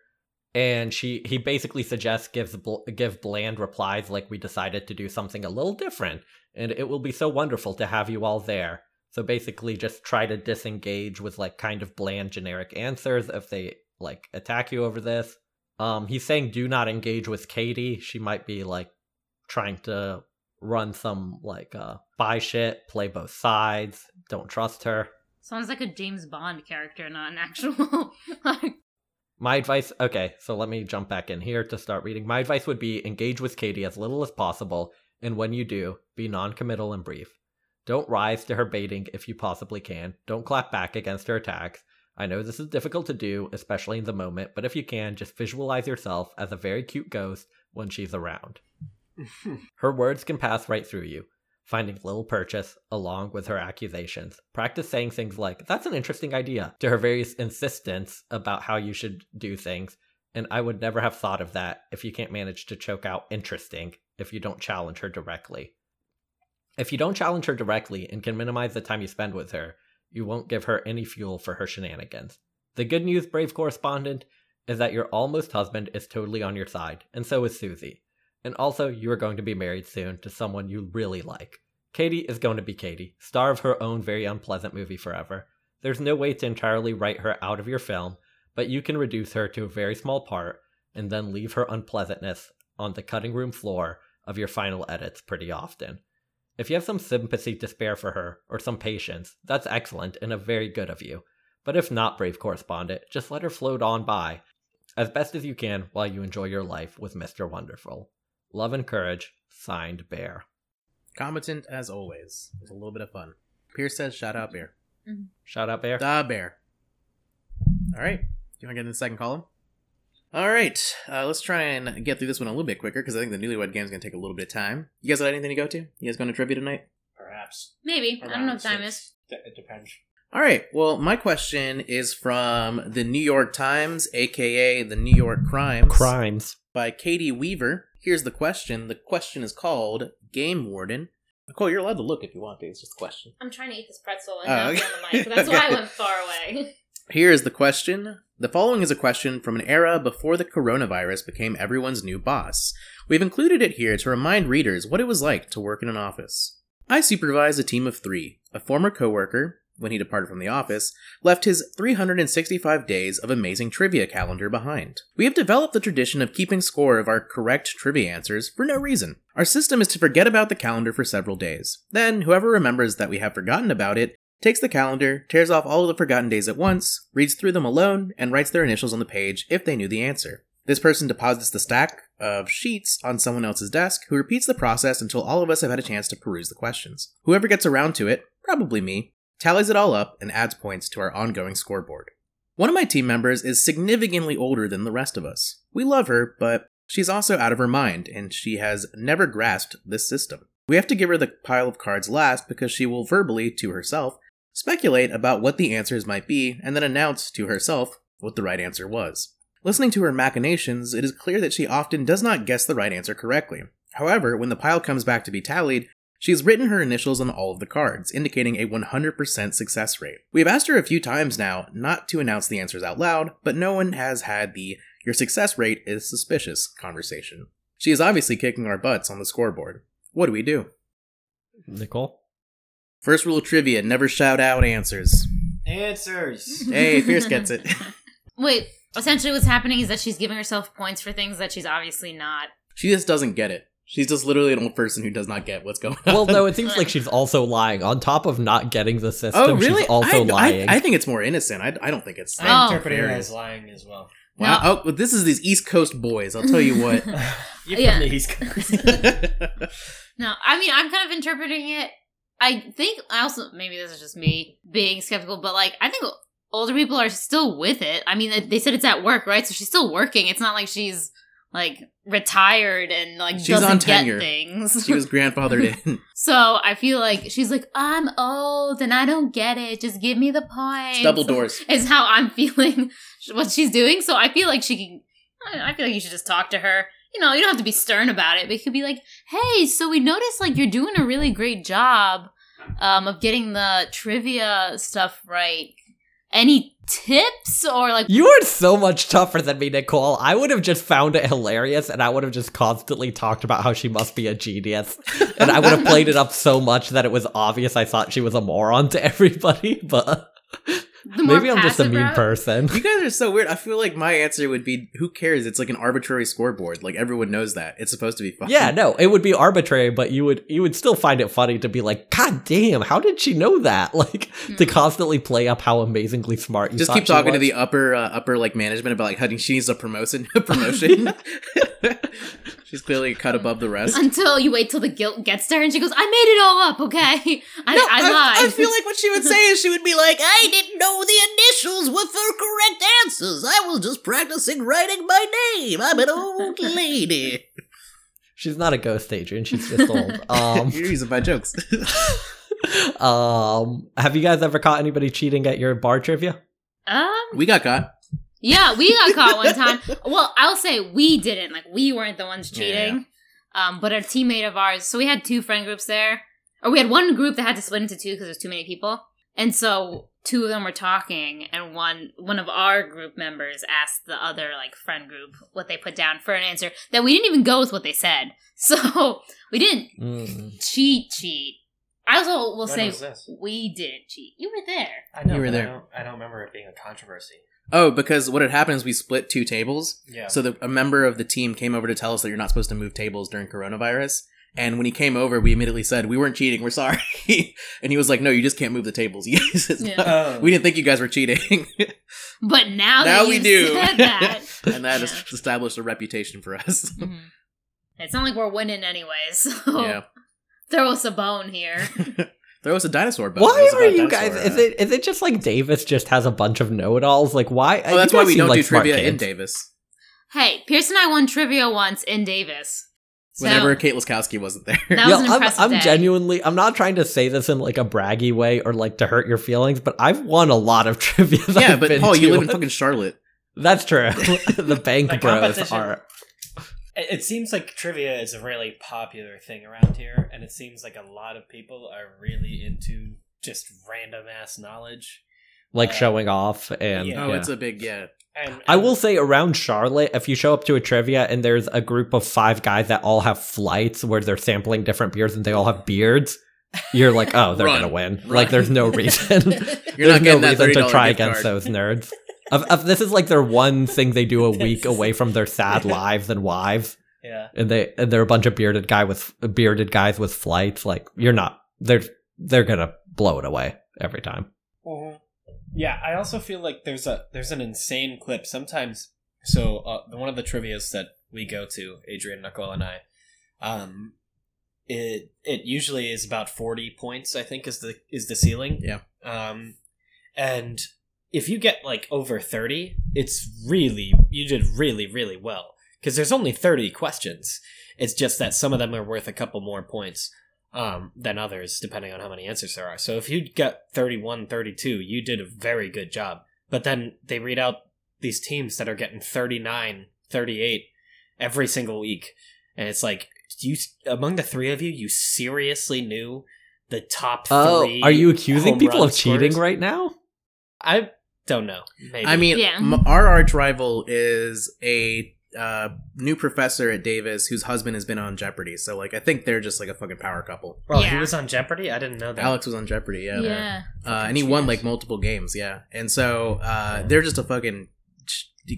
Speaker 1: And she he basically suggests gives bl- give bland replies like we decided to do something a little different and it will be so wonderful to have you all there. So basically, just try to disengage with like kind of bland generic answers if they like attack you over this. Um, he's saying do not engage with Katie. She might be like trying to run some like uh buy shit, play both sides. Don't trust her.
Speaker 3: Sounds like a James Bond character, not an actual. like,
Speaker 1: My advice, okay, so let me jump back in here to start reading. My advice would be engage with Katie as little as possible, and when you do, be noncommittal and brief. Don't rise to her baiting if you possibly can. Don't clap back against her attacks. I know this is difficult to do, especially in the moment, but if you can, just visualize yourself as a very cute ghost when she's around. her words can pass right through you, finding little purchase along with her accusations. Practice saying things like, That's an interesting idea, to her various insistence about how you should do things, and I would never have thought of that if you can't manage to choke out interesting if you don't challenge her directly. If you don't challenge her directly and can minimize the time you spend with her, you won't give her any fuel for her shenanigans. The good news, brave correspondent, is that your almost husband is totally on your side, and so is Susie. And also, you are going to be married soon to someone you really like. Katie is going to be Katie, star of her own very unpleasant movie forever. There's no way to entirely write her out of your film, but you can reduce her to a very small part and then leave her unpleasantness on the cutting room floor of your final edits pretty often. If you have some sympathy to spare for her or some patience, that's excellent and a very good of you. But if not, brave correspondent, just let her float on by as best as you can while you enjoy your life with Mr. Wonderful. Love and courage, signed Bear.
Speaker 2: Competent as always. It's a little bit of fun. Pierce says, "Shout out, bear."
Speaker 1: Shout out, Bear.
Speaker 2: Da bear. All right. Do you want to get in the second column? All right. Uh, let's try and get through this one a little bit quicker because I think the newlywed game's going to take a little bit of time. You guys got anything to go to? You guys going to trivia tonight?
Speaker 4: Perhaps.
Speaker 3: maybe. I don't know what time
Speaker 4: Around
Speaker 3: is.
Speaker 4: six. D- it depends.
Speaker 2: All right. Well, my question is from the New York Times, aka the New York Crimes,
Speaker 1: Crimes.
Speaker 2: by Katie Weaver. Here's the question. The question is called Game Warden. Nicole, you're allowed to look if you want to. It's just a question.
Speaker 3: I'm trying to eat this pretzel
Speaker 2: and Oh, not be okay. on the mic. That's why I Okay. went
Speaker 3: far away.
Speaker 2: Here is the question. The following is a question from an era before the coronavirus became everyone's new boss. We've included it here to remind readers what it was like to work in an office. I supervised a team of three. A former coworker, when he departed from the office, left his 365 days of amazing trivia calendar behind. We have developed the tradition of keeping score of our correct trivia answers for no reason. Our system is to forget about the calendar for several days. Then, whoever remembers that we have forgotten about it takes the calendar, tears off all of the forgotten days at once, reads through them alone, and writes their initials on the page if they knew the answer. This person deposits the stack of sheets on someone else's desk, who repeats the process until all of us have had a chance to peruse the questions. Whoever gets around to it, probably me, tallies it all up and adds points to our ongoing scoreboard. One of my team members is significantly older than the rest of us. We love her, but she's also out of her mind, and she has never grasped this system. We have to give her the pile of cards last because she will verbally, to herself, speculate about what the answers might be, and then announce to herself what the right answer was. Listening to her machinations, it is clear that she often does not guess the right answer correctly. However, when the pile comes back to be tallied, She's written her initials on all of the cards, indicating a 100% success rate. We've asked her a few times now not to announce the answers out loud, but no one has had the your success rate is suspicious conversation. She is obviously kicking our butts on the scoreboard. What do we do?
Speaker 1: Nicole?
Speaker 2: First rule of trivia never shout out answers.
Speaker 3: Mm-hmm.
Speaker 4: Answers.
Speaker 2: Hey, Fierce gets it.
Speaker 3: Wait, essentially what's happening is that she's giving herself points for things that she's obviously not.
Speaker 2: She just doesn't get it. She's just literally an old person who does not get what's going on.
Speaker 1: Well, no, it seems like she's also lying. On top of not getting the system,
Speaker 2: oh, really?
Speaker 1: she's also
Speaker 2: I, I-
Speaker 1: lying.
Speaker 2: I, think it's more innocent. I, I don't think it's.
Speaker 3: I- Oh.
Speaker 4: interpreted
Speaker 2: Very.
Speaker 4: lying as well.
Speaker 2: wow. Oh, well, this is these East Coast boys. I'll tell you what.
Speaker 4: You're
Speaker 3: Yeah.
Speaker 4: from the East Coast.
Speaker 3: No, I mean, I'm kind of interpreting it. I think I also maybe this is just me being skeptical, but like I think older people are still with it. I mean, they said it's at work, right? So she's still working. It's not like she's like retired and like
Speaker 2: She's
Speaker 3: doesn't
Speaker 2: on
Speaker 3: get
Speaker 2: tenure.
Speaker 3: things.
Speaker 2: she was grandfathered in.
Speaker 3: so I feel like she's like I'm old and I don't get it. Just give me the points.
Speaker 2: It's double doors.
Speaker 3: is how I'm feeling what she's doing. So I feel like she can. I I feel like you should just talk to her. You know, you don't have to be stern about it, but you could be like, "Hey, so we noticed like you're doing a really great job um, of getting the trivia stuff right. Any tips or like?"
Speaker 1: You are so much tougher than me, Nicole. I would have just found it hilarious and I would have just constantly talked about how she must be a genius. And I would have played it up so much that it was obvious I thought she was a moron to everybody, but
Speaker 3: The more
Speaker 1: maybe I'm just a
Speaker 3: passive
Speaker 1: mean
Speaker 3: route?
Speaker 1: person.
Speaker 2: You guys are so weird. I feel like my answer would be who cares? It's like an arbitrary scoreboard. Like everyone knows that. It's supposed to be fun.
Speaker 1: Yeah, no, it would be arbitrary, but you would you would still find it funny to be like, God damn, how did she know that? Like to constantly play up how amazingly smart you
Speaker 2: Just
Speaker 1: thought
Speaker 2: keep
Speaker 1: she
Speaker 2: talking to
Speaker 1: was.
Speaker 2: the upper uh, upper like management about like how she needs a promotion promotion. She's clearly cut above the rest.
Speaker 3: Until you wait till the guilt gets to her and she goes, "I made it all up, okay? I, I lied."
Speaker 2: I feel like what she would say is she would be like, I didn't know the initials were for correct answers. I was just practicing writing my name. I'm an old lady.
Speaker 1: She's not a ghost agent, she's just old. Um
Speaker 2: You're using my jokes.
Speaker 1: um have you guys ever caught anybody cheating at your bar trivia
Speaker 3: um,
Speaker 2: we got caught.
Speaker 3: Yeah, we got caught one time. Well, I'll say we didn't. Like we weren't the ones
Speaker 2: Yeah,
Speaker 3: cheating. Um, but a teammate of ours. So we had two friend groups there, or we had one group that had to split into two because there's too many people. And so two of them were talking, and one one of our group members asked the other like friend group what they put down for an answer that we didn't even go with what they said. So we didn't
Speaker 1: Mm.
Speaker 3: cheat. Cheat. I also will
Speaker 4: When
Speaker 3: say
Speaker 4: was this?
Speaker 3: we didn't cheat. You were there.
Speaker 4: I
Speaker 2: You were
Speaker 4: but
Speaker 2: there.
Speaker 4: don't, I don't remember it being a controversy.
Speaker 2: Oh, because what had happened is we split two tables.
Speaker 4: Yeah.
Speaker 2: So the, a member of the team came over to tell us that you're not supposed to move tables during coronavirus. And when he came over, we immediately said, We weren't cheating, we're sorry. and he was like, No, you just can't move the tables. Yes, it's
Speaker 3: Yeah.
Speaker 2: not-
Speaker 4: Oh.
Speaker 2: We didn't think you guys were cheating.
Speaker 3: But now,
Speaker 2: Now
Speaker 3: that
Speaker 2: we
Speaker 3: you
Speaker 2: do.
Speaker 3: said that,
Speaker 2: and that
Speaker 3: Yeah.
Speaker 2: has established a reputation for us.
Speaker 3: Mhm. It's not like we're winning anyway, so
Speaker 2: yeah.
Speaker 3: throw us a bone here.
Speaker 2: Throw us a dinosaur bone. It
Speaker 1: why
Speaker 2: was
Speaker 1: are
Speaker 2: about
Speaker 1: you
Speaker 2: dinosaur,
Speaker 1: guys is
Speaker 2: uh,
Speaker 1: it is it just like davis just has a bunch of know-it-alls like why
Speaker 2: Oh, that's why we don't do trivia in Davis.
Speaker 3: hey, Pierce and I won trivia once in Davis. So,
Speaker 2: Whenever Kate Laskowski wasn't there.
Speaker 3: That
Speaker 1: yeah,
Speaker 3: was an
Speaker 1: I'm,
Speaker 3: impressive
Speaker 1: I'm
Speaker 3: day.
Speaker 1: genuinely i'm not trying to say this in like a braggy way or like to hurt your feelings but i've won a lot of trivia that
Speaker 2: yeah,
Speaker 1: I've
Speaker 2: but
Speaker 1: been
Speaker 2: Paul, you
Speaker 1: to.
Speaker 2: live in fucking Charlotte.
Speaker 1: that's true the bank
Speaker 4: Like,
Speaker 1: bros
Speaker 4: competition.
Speaker 1: are
Speaker 4: It it seems like trivia is a really popular thing around here, and it seems like a lot of people are really into just random ass knowledge.
Speaker 1: like
Speaker 4: Uh,
Speaker 1: showing off and
Speaker 4: Yeah.
Speaker 2: Oh,
Speaker 1: yeah.
Speaker 2: it's a big yeah.
Speaker 4: And
Speaker 1: I will say around Charlotte, if you show up to a trivia and there's a group of five guys that all have flights where they're sampling different beers and they all have beards, you're like, oh, they're
Speaker 2: Run.
Speaker 1: gonna win.
Speaker 2: Run.
Speaker 1: Like, there's no reason.
Speaker 2: You're not
Speaker 1: there's no
Speaker 2: getting that
Speaker 1: reason to
Speaker 2: $30
Speaker 1: try
Speaker 2: gift
Speaker 1: against
Speaker 2: card.
Speaker 1: those nerds. Of, of, this is like their one thing they do a week away from their sad lives and wives,
Speaker 4: yeah,
Speaker 1: and they and they're a bunch of bearded guy with bearded guys with flights. Like, you're not. They're they're gonna blow it away every time. Mm-hmm.
Speaker 4: yeah. I also feel like there's a there's an insane clip sometimes. So uh, one of the trivia's that we go to, Adrian, Nicole, and I, um, it it usually is about forty points. I think is the is the ceiling.
Speaker 2: Yeah.
Speaker 4: Um, and if you get like over 30 it's really you did really really well because there's only 30 questions it's just that some of them are worth a couple more points um, than others depending on how many answers there are so if you get 31 32 you did a very good job but then they read out these teams that are getting 39 38 every single week and it's like you among the three of you, you seriously knew the top
Speaker 1: Oh,
Speaker 4: three.
Speaker 1: are you accusing
Speaker 4: home
Speaker 1: people
Speaker 4: run
Speaker 1: of cheating
Speaker 4: scorers?
Speaker 1: right now?
Speaker 4: I don't know. Maybe.
Speaker 2: I mean,
Speaker 3: Yeah.
Speaker 2: m- our arch rival is a uh, new professor at Davis whose husband has been on Jeopardy. So, like, I think they're just like a fucking power couple.
Speaker 4: well, he
Speaker 3: Yeah.
Speaker 4: was on Jeopardy. I didn't know that.
Speaker 2: Alex was on Jeopardy, yeah.
Speaker 3: yeah.
Speaker 2: Uh, and he won
Speaker 4: Fucking
Speaker 2: like multiple games, yeah. And so uh, they're just a fucking.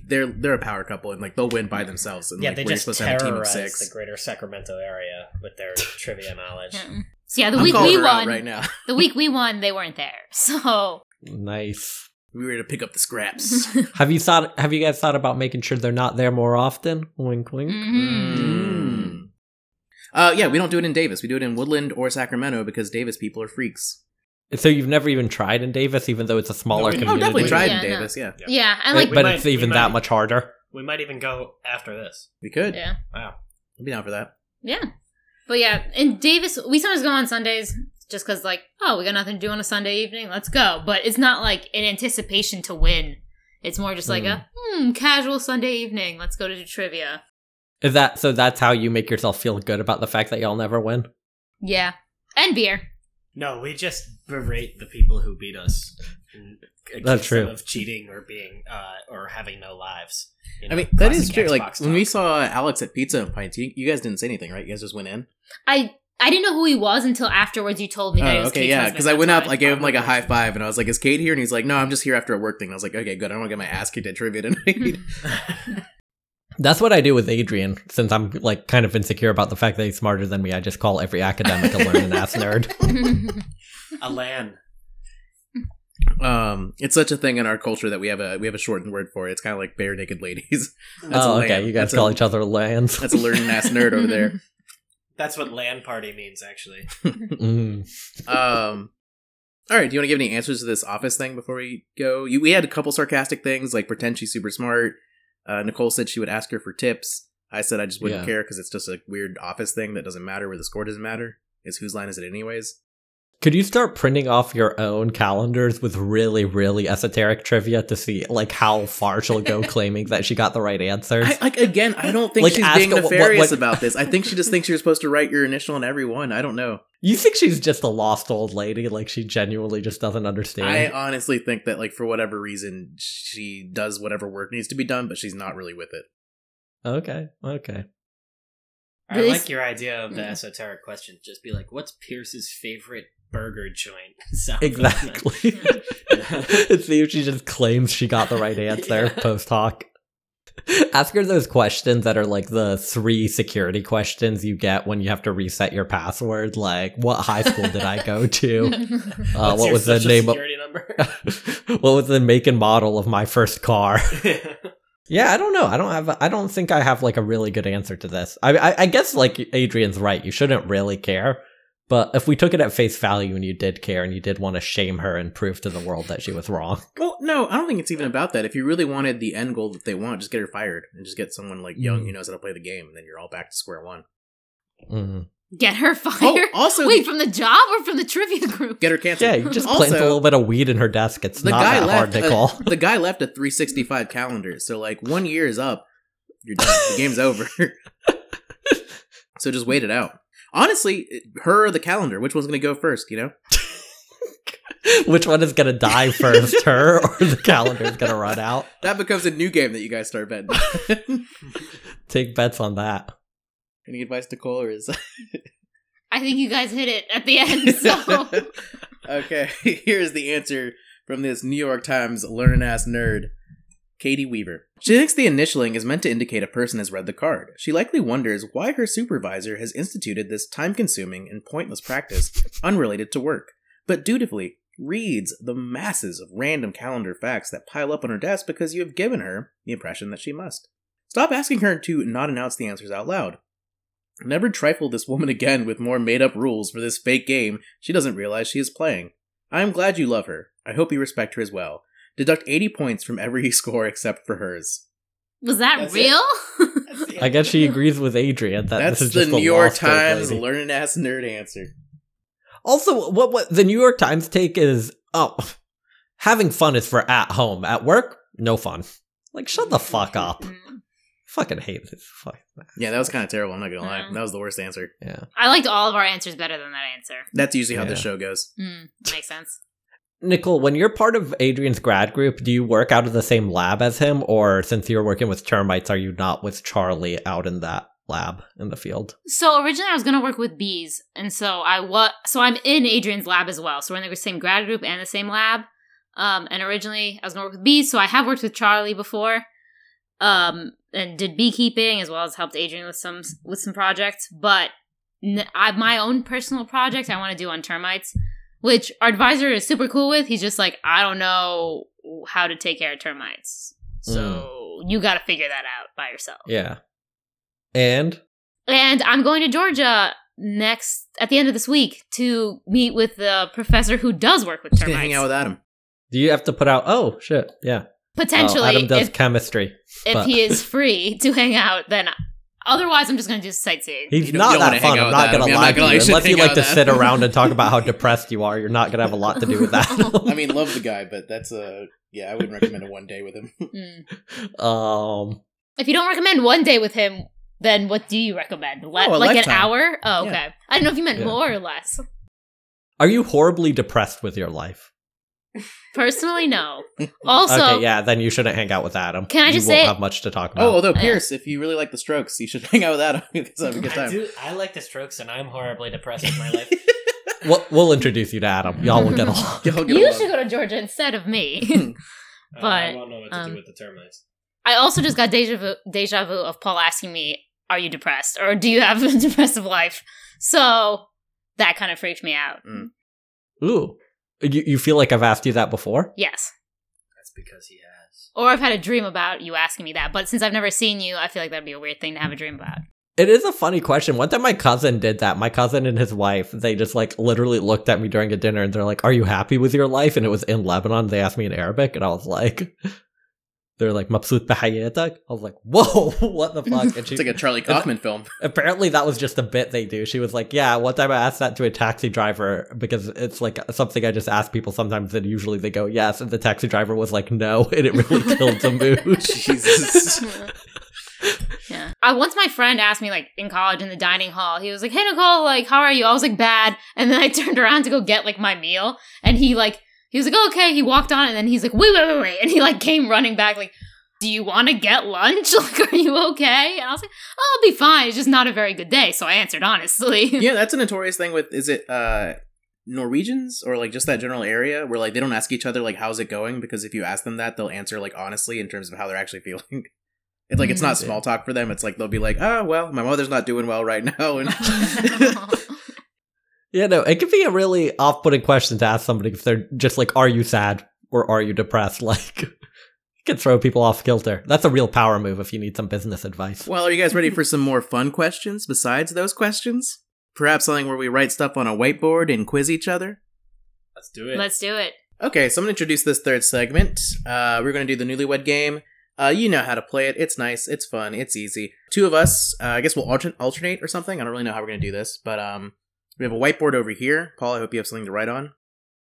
Speaker 2: They're they're a power couple, and like they'll win by themselves. And
Speaker 4: yeah,
Speaker 2: like,
Speaker 4: they
Speaker 2: we're
Speaker 4: just
Speaker 2: supposed to have a team of
Speaker 4: terrorized
Speaker 2: six.
Speaker 4: the greater Sacramento area with their trivia knowledge.
Speaker 3: Yeah. So yeah, the
Speaker 2: I'm
Speaker 3: week
Speaker 2: calling
Speaker 3: we
Speaker 2: her out
Speaker 3: won,
Speaker 2: right now.
Speaker 3: the week we won, they weren't there. So Mm-hmm.
Speaker 1: Nice.
Speaker 2: We were to pick up the scraps.
Speaker 1: Have you thought? Have you guys thought about making sure they're not there more often? Wink, wink.
Speaker 3: Mhm.
Speaker 2: Mm. Uh, yeah, we don't do it in Davis. We do it in Woodland or Sacramento because Davis people are freaks.
Speaker 1: So you've never even tried in Davis, even though it's a smaller
Speaker 4: No, we-
Speaker 2: Mm. Oh,
Speaker 1: community.
Speaker 2: definitely tried in
Speaker 3: Yeah, no.
Speaker 2: Davis. Yeah,
Speaker 4: Yeah.
Speaker 3: yeah, and
Speaker 1: But-
Speaker 3: like
Speaker 4: We
Speaker 1: but
Speaker 4: might-
Speaker 1: it's
Speaker 4: we
Speaker 1: even
Speaker 4: might-
Speaker 1: that much harder.
Speaker 4: We might even go after this.
Speaker 2: we could.
Speaker 3: yeah.
Speaker 4: Wow.
Speaker 2: I'd be down for that.
Speaker 3: Yeah. But yeah, in Davis, we sometimes go on Sundays just because, like, oh, we got nothing to do on a Sunday evening. Let's go. But it's not like in anticipation to win. It's more just
Speaker 2: Mm.
Speaker 3: like a hmm, casual Sunday evening. Let's go to do trivia.
Speaker 1: Is that so? That's how you make yourself feel good about the fact that y'all never win.
Speaker 3: Yeah. And beer.
Speaker 4: No, we just berate the people who beat us. and accuse
Speaker 1: That's true.
Speaker 4: them Of cheating or being uh, or having no lives. You
Speaker 2: I
Speaker 4: know,
Speaker 2: mean, that is
Speaker 4: classic
Speaker 2: true. Like
Speaker 4: Xbox
Speaker 2: when we
Speaker 4: talk.
Speaker 2: saw Alex at Pizza and Pints, you, you guys didn't say anything, right? You guys just went in.
Speaker 3: I I didn't know who he was until afterwards you told me that it
Speaker 2: Oh,
Speaker 3: was
Speaker 2: okay,
Speaker 3: Kate's
Speaker 2: yeah.
Speaker 3: husband.
Speaker 2: Because I went
Speaker 3: That's
Speaker 2: up,
Speaker 3: why.
Speaker 2: I gave him like a high five, and I was like, "Is Kate here?" And he's like, "No, I'm just here after a work thing." And I was like, "Okay, good. I don't want to get my ass kicked at trivia tonight."
Speaker 1: That's what I do with Adrian, since I'm like kind of insecure about the fact that he's smarter than me. I just call every academic a learning ass nerd.
Speaker 4: Alan.
Speaker 2: um, it's such a thing in our culture that we have a we have a shortened word for it. It's kind of like bare naked ladies. That's a
Speaker 1: oh,
Speaker 2: lamb.
Speaker 1: okay. You guys
Speaker 2: That's a-
Speaker 1: call each other lands.
Speaker 2: That's a learning ass nerd over there.
Speaker 4: That's what land party means, actually.
Speaker 1: Mm.
Speaker 2: um all right do you want to give any answers to this office thing before we go you, we had a couple sarcastic things like pretend she's super smart uh, nicole said she would ask her for tips i said i just wouldn't
Speaker 1: Yeah.
Speaker 2: care because it's just a weird office thing that doesn't matter where the score doesn't matter is whose line is it anyways
Speaker 1: Could you start printing off your own calendars with really, really esoteric trivia to see like how far she'll go claiming that she got the right answers?
Speaker 2: I, like again i don't think
Speaker 1: Like,
Speaker 2: she's
Speaker 1: ask
Speaker 2: being
Speaker 1: her what- what-
Speaker 2: nefarious
Speaker 1: what-
Speaker 2: about this i think she just thinks you're supposed to write your initial on every one i don't know
Speaker 1: you think she's just a lost old lady? Like she genuinely just doesn't
Speaker 2: i
Speaker 1: understand?
Speaker 2: honestly think that like for whatever reason she does whatever work needs to be done but she's not really with it
Speaker 1: okay, okay.
Speaker 4: I
Speaker 3: This- Mm.
Speaker 4: like your idea of the
Speaker 3: Yeah.
Speaker 4: esoteric question. Just be like, "What's Pierce's favorite burger joint?" South of Atlanta?
Speaker 1: Exactly. and see if she just claims she got the right answer
Speaker 4: Yeah.
Speaker 1: post hoc. Ask her those questions that are like the three security questions you get when you have to reset your password. Like, what high school did I go to? Uh,
Speaker 4: What's
Speaker 1: what
Speaker 4: your
Speaker 1: was the
Speaker 4: social
Speaker 1: name of
Speaker 4: Security number.
Speaker 1: what was the make and model of my first car? yeah, I don't know. I don't have. I don't think I have like a really good answer to this. I, I, I guess like Adrian's right. You shouldn't really care. But if we took it at face value and you did care and you did want to shame her and prove to the world that she was wrong,
Speaker 2: Well, no, I don't think it's even about that. If you really wanted the end goal that they want, just get her fired and just get someone like young
Speaker 1: Mm.
Speaker 2: who knows how to play the game, and then you're all back to square one.
Speaker 1: mm.
Speaker 3: Get her
Speaker 2: Oh,
Speaker 3: fired.
Speaker 2: also,
Speaker 3: Wait, from the job or from the trivia group?
Speaker 2: get her canceled.
Speaker 1: yeah, you just
Speaker 2: also,
Speaker 1: plant a little bit of weed in her desk. It's
Speaker 2: the
Speaker 1: not
Speaker 2: guy
Speaker 1: that hard
Speaker 2: left. uh,
Speaker 1: to
Speaker 2: A,
Speaker 1: call.
Speaker 2: the guy left a 365 calendar, so like one year is up. You're done. the game's over. so just wait it out. Honestly, it- her or the calendar, which one's gonna go first? You know,
Speaker 1: Which one is gonna die first, her or the calendar is gonna run out?
Speaker 2: that becomes a new game that you guys start betting. on.
Speaker 1: Take bets on that.
Speaker 2: Any advice, Nicole, or is
Speaker 3: I think you guys hit it at the end. So
Speaker 2: okay, here's the answer from this New York Times learning ass nerd, Katie Weaver. She thinks the initialing is meant to indicate a person has read the card. She likely wonders why her supervisor has instituted this time consuming and pointless practice unrelated to work, but dutifully reads the masses of random calendar facts that pile up on her desk because you have given her the impression that she must. Stop asking her to not announce the answers out loud. Never trifle this woman again with more made up rules for this fake game she doesn't realize she is playing. I am glad you love her. I hope you respect her as well. Deduct 80 points from every score except for hers.
Speaker 3: was that
Speaker 4: That's it.
Speaker 3: real?
Speaker 1: I guess she agrees with Adrian that
Speaker 2: That's
Speaker 1: this is
Speaker 2: the
Speaker 1: just a
Speaker 2: New York
Speaker 1: lost old
Speaker 2: Times
Speaker 1: lady.
Speaker 2: learning ass nerd answer.
Speaker 1: Also, what what the New York Times take is oh,
Speaker 3: Hmm.
Speaker 1: having fun is for at home. At work, no fun. Like shut the fuck up. Fucking hate this. Fuck.
Speaker 2: Yeah, that was kind of terrible. I'm not gonna lie.
Speaker 3: Mhm.
Speaker 2: That was the worst answer.
Speaker 1: Yeah.
Speaker 3: I liked all of our answers better than that answer.
Speaker 2: That's usually how this
Speaker 1: Yeah.
Speaker 2: show goes.
Speaker 3: Hmm, makes sense.
Speaker 1: Nicole, when you're part of Adrian's grad group, do you work out of the same lab as him, or since you're working with termites, are you not with Charlie out in that lab in the field?
Speaker 3: So originally I was gonna work with bees, and so I was so I'm in Adrian's lab as well. So we're in the same grad group and the same lab. Um, and originally I was gonna work with bees, so I have worked with Charlie before, um, and did beekeeping as well as helped Adrian with some with some projects. But n- I, my own personal project I want to do on termites, which our advisor is super cool with. He's just like, I don't know how to take care of termites, so you got to figure that out by yourself.
Speaker 1: Yeah. And
Speaker 3: And I'm going to Georgia next at the end of this week to meet with the professor who does work with
Speaker 2: Just gonna
Speaker 3: termites.
Speaker 2: hang out with Adam.
Speaker 1: do you have to put out? Oh shit! Yeah.
Speaker 3: Potentially,
Speaker 1: oh, Adam does
Speaker 3: if,
Speaker 1: chemistry.
Speaker 3: if
Speaker 1: but-
Speaker 3: he is free to hang out, then otherwise I'm just going to do sightseeing.
Speaker 1: He's
Speaker 2: You don't- you
Speaker 1: not
Speaker 2: don't wanna
Speaker 1: that
Speaker 2: hang
Speaker 1: fun.
Speaker 2: out
Speaker 1: I'm
Speaker 2: with
Speaker 1: not
Speaker 2: Adam.
Speaker 1: gonna
Speaker 2: Yeah, I'm
Speaker 1: lie
Speaker 2: not
Speaker 1: to
Speaker 2: gonna lie,
Speaker 1: you.
Speaker 2: you should
Speaker 1: Unless you
Speaker 2: hang
Speaker 1: like
Speaker 2: out
Speaker 1: to
Speaker 2: with
Speaker 1: sit
Speaker 2: Adam.
Speaker 1: around and talk about how depressed you are, you're not gonna have a lot to do with that.
Speaker 2: I mean, love the guy, but that's a yeah. I wouldn't recommend a one day with him.
Speaker 3: Mm.
Speaker 1: um,
Speaker 3: If you don't recommend one day with him, then what do you recommend? Le-
Speaker 2: Oh, a
Speaker 3: like an
Speaker 2: lifetime.
Speaker 3: hour? Oh,
Speaker 2: Yeah.
Speaker 3: okay. I don't know if you meant
Speaker 1: Yeah.
Speaker 3: more or less.
Speaker 1: are you horribly depressed with your life?
Speaker 3: Personally, no. Also,
Speaker 1: okay, yeah, then you shouldn't hang out with Adam.
Speaker 3: Can I
Speaker 1: You
Speaker 3: just
Speaker 1: won't
Speaker 3: say-
Speaker 1: have much to talk
Speaker 2: Oh,
Speaker 1: about?
Speaker 2: although Pierce, if you really like the Strokes, you should hang out with Adam because have a good
Speaker 4: I,
Speaker 2: time.
Speaker 4: do, I like the strokes, and I'm horribly depressed with my life. Uh,
Speaker 1: We'll, we'll introduce you to Adam. Y'all will get along.
Speaker 2: Y'all get
Speaker 3: you
Speaker 2: along.
Speaker 3: should go to Georgia instead of me.
Speaker 4: Uh, I
Speaker 3: But,
Speaker 4: don't know what to
Speaker 3: um,
Speaker 4: do with the termites.
Speaker 3: I also just got deja vu, deja vu of Paul asking me, "Are you depressed or do you have a depressive life?" So that kind of freaked me out.
Speaker 2: Mm.
Speaker 1: Ooh, you, you feel like I've asked you that before?
Speaker 3: Yes,
Speaker 4: That's because he has.
Speaker 3: or I've had a dream about you asking me that, but since I've never seen you, I feel like that'd be a weird thing to have a dream about.
Speaker 1: It is a funny question. One time my cousin did that. My cousin and his wife, they just like literally looked at me during a dinner and they're like, Are you happy with your life? And it was in Lebanon. They asked me in Arabic and I was like, They're like, Mabsut bihayatak? I was like, Whoa, what the fuck? And she,
Speaker 2: It's like a Charlie Kaufman film.
Speaker 1: apparently that was just a bit they do. She was like, Yeah, one time I asked that to a taxi driver because it's like something I just ask people sometimes and usually they go, Yes. And the taxi driver was like, No. And it really killed the mood.
Speaker 2: Jesus.
Speaker 3: yeah. I once my friend asked me like in college in the dining hall. He was like, "Hey Nicole, like how are you?" I was like, "Bad." And then I turned around to go get like my meal, and he like he was like, oh, "Okay." He walked on, and then he's like, "Wait, wait, wait, wait!" And he like came running back, like, "Do you want to get lunch? Like, are you okay?" And I was like, oh, "I'll be fine. It's just not a very good day." So I answered honestly.
Speaker 2: yeah, that's a notorious thing with is it uh Norwegians or like just that general area where like they don't ask each other like how's it going because if you ask them that they'll answer like honestly in terms of how they're actually feeling. It's like it's not
Speaker 1: Mhm.
Speaker 2: small talk for them. It's like they'll be like, "Oh well, my mother's not doing well right now," and
Speaker 1: Yeah, no, it could be a really off putting question to ask somebody if they're just like, are you sad or are you depressed? Like, it can throw people off kilter. That's a real power move if you need some business advice.
Speaker 2: Well, are you guys ready for some more fun questions besides those questions? Perhaps something where we write stuff on a whiteboard and quiz each other?
Speaker 4: Let's do it.
Speaker 3: Let's do it.
Speaker 2: Okay, so I'm going to introduce this third segment. Uh, we're going to do the newlywed game. Uh, you know how to play it. It's nice, it's fun, it's easy. Two of us, uh, I guess we'll altern- alternate or something. I don't really know how we're going to do this, but um, we have a whiteboard over here. Paul, I hope you have something to write on.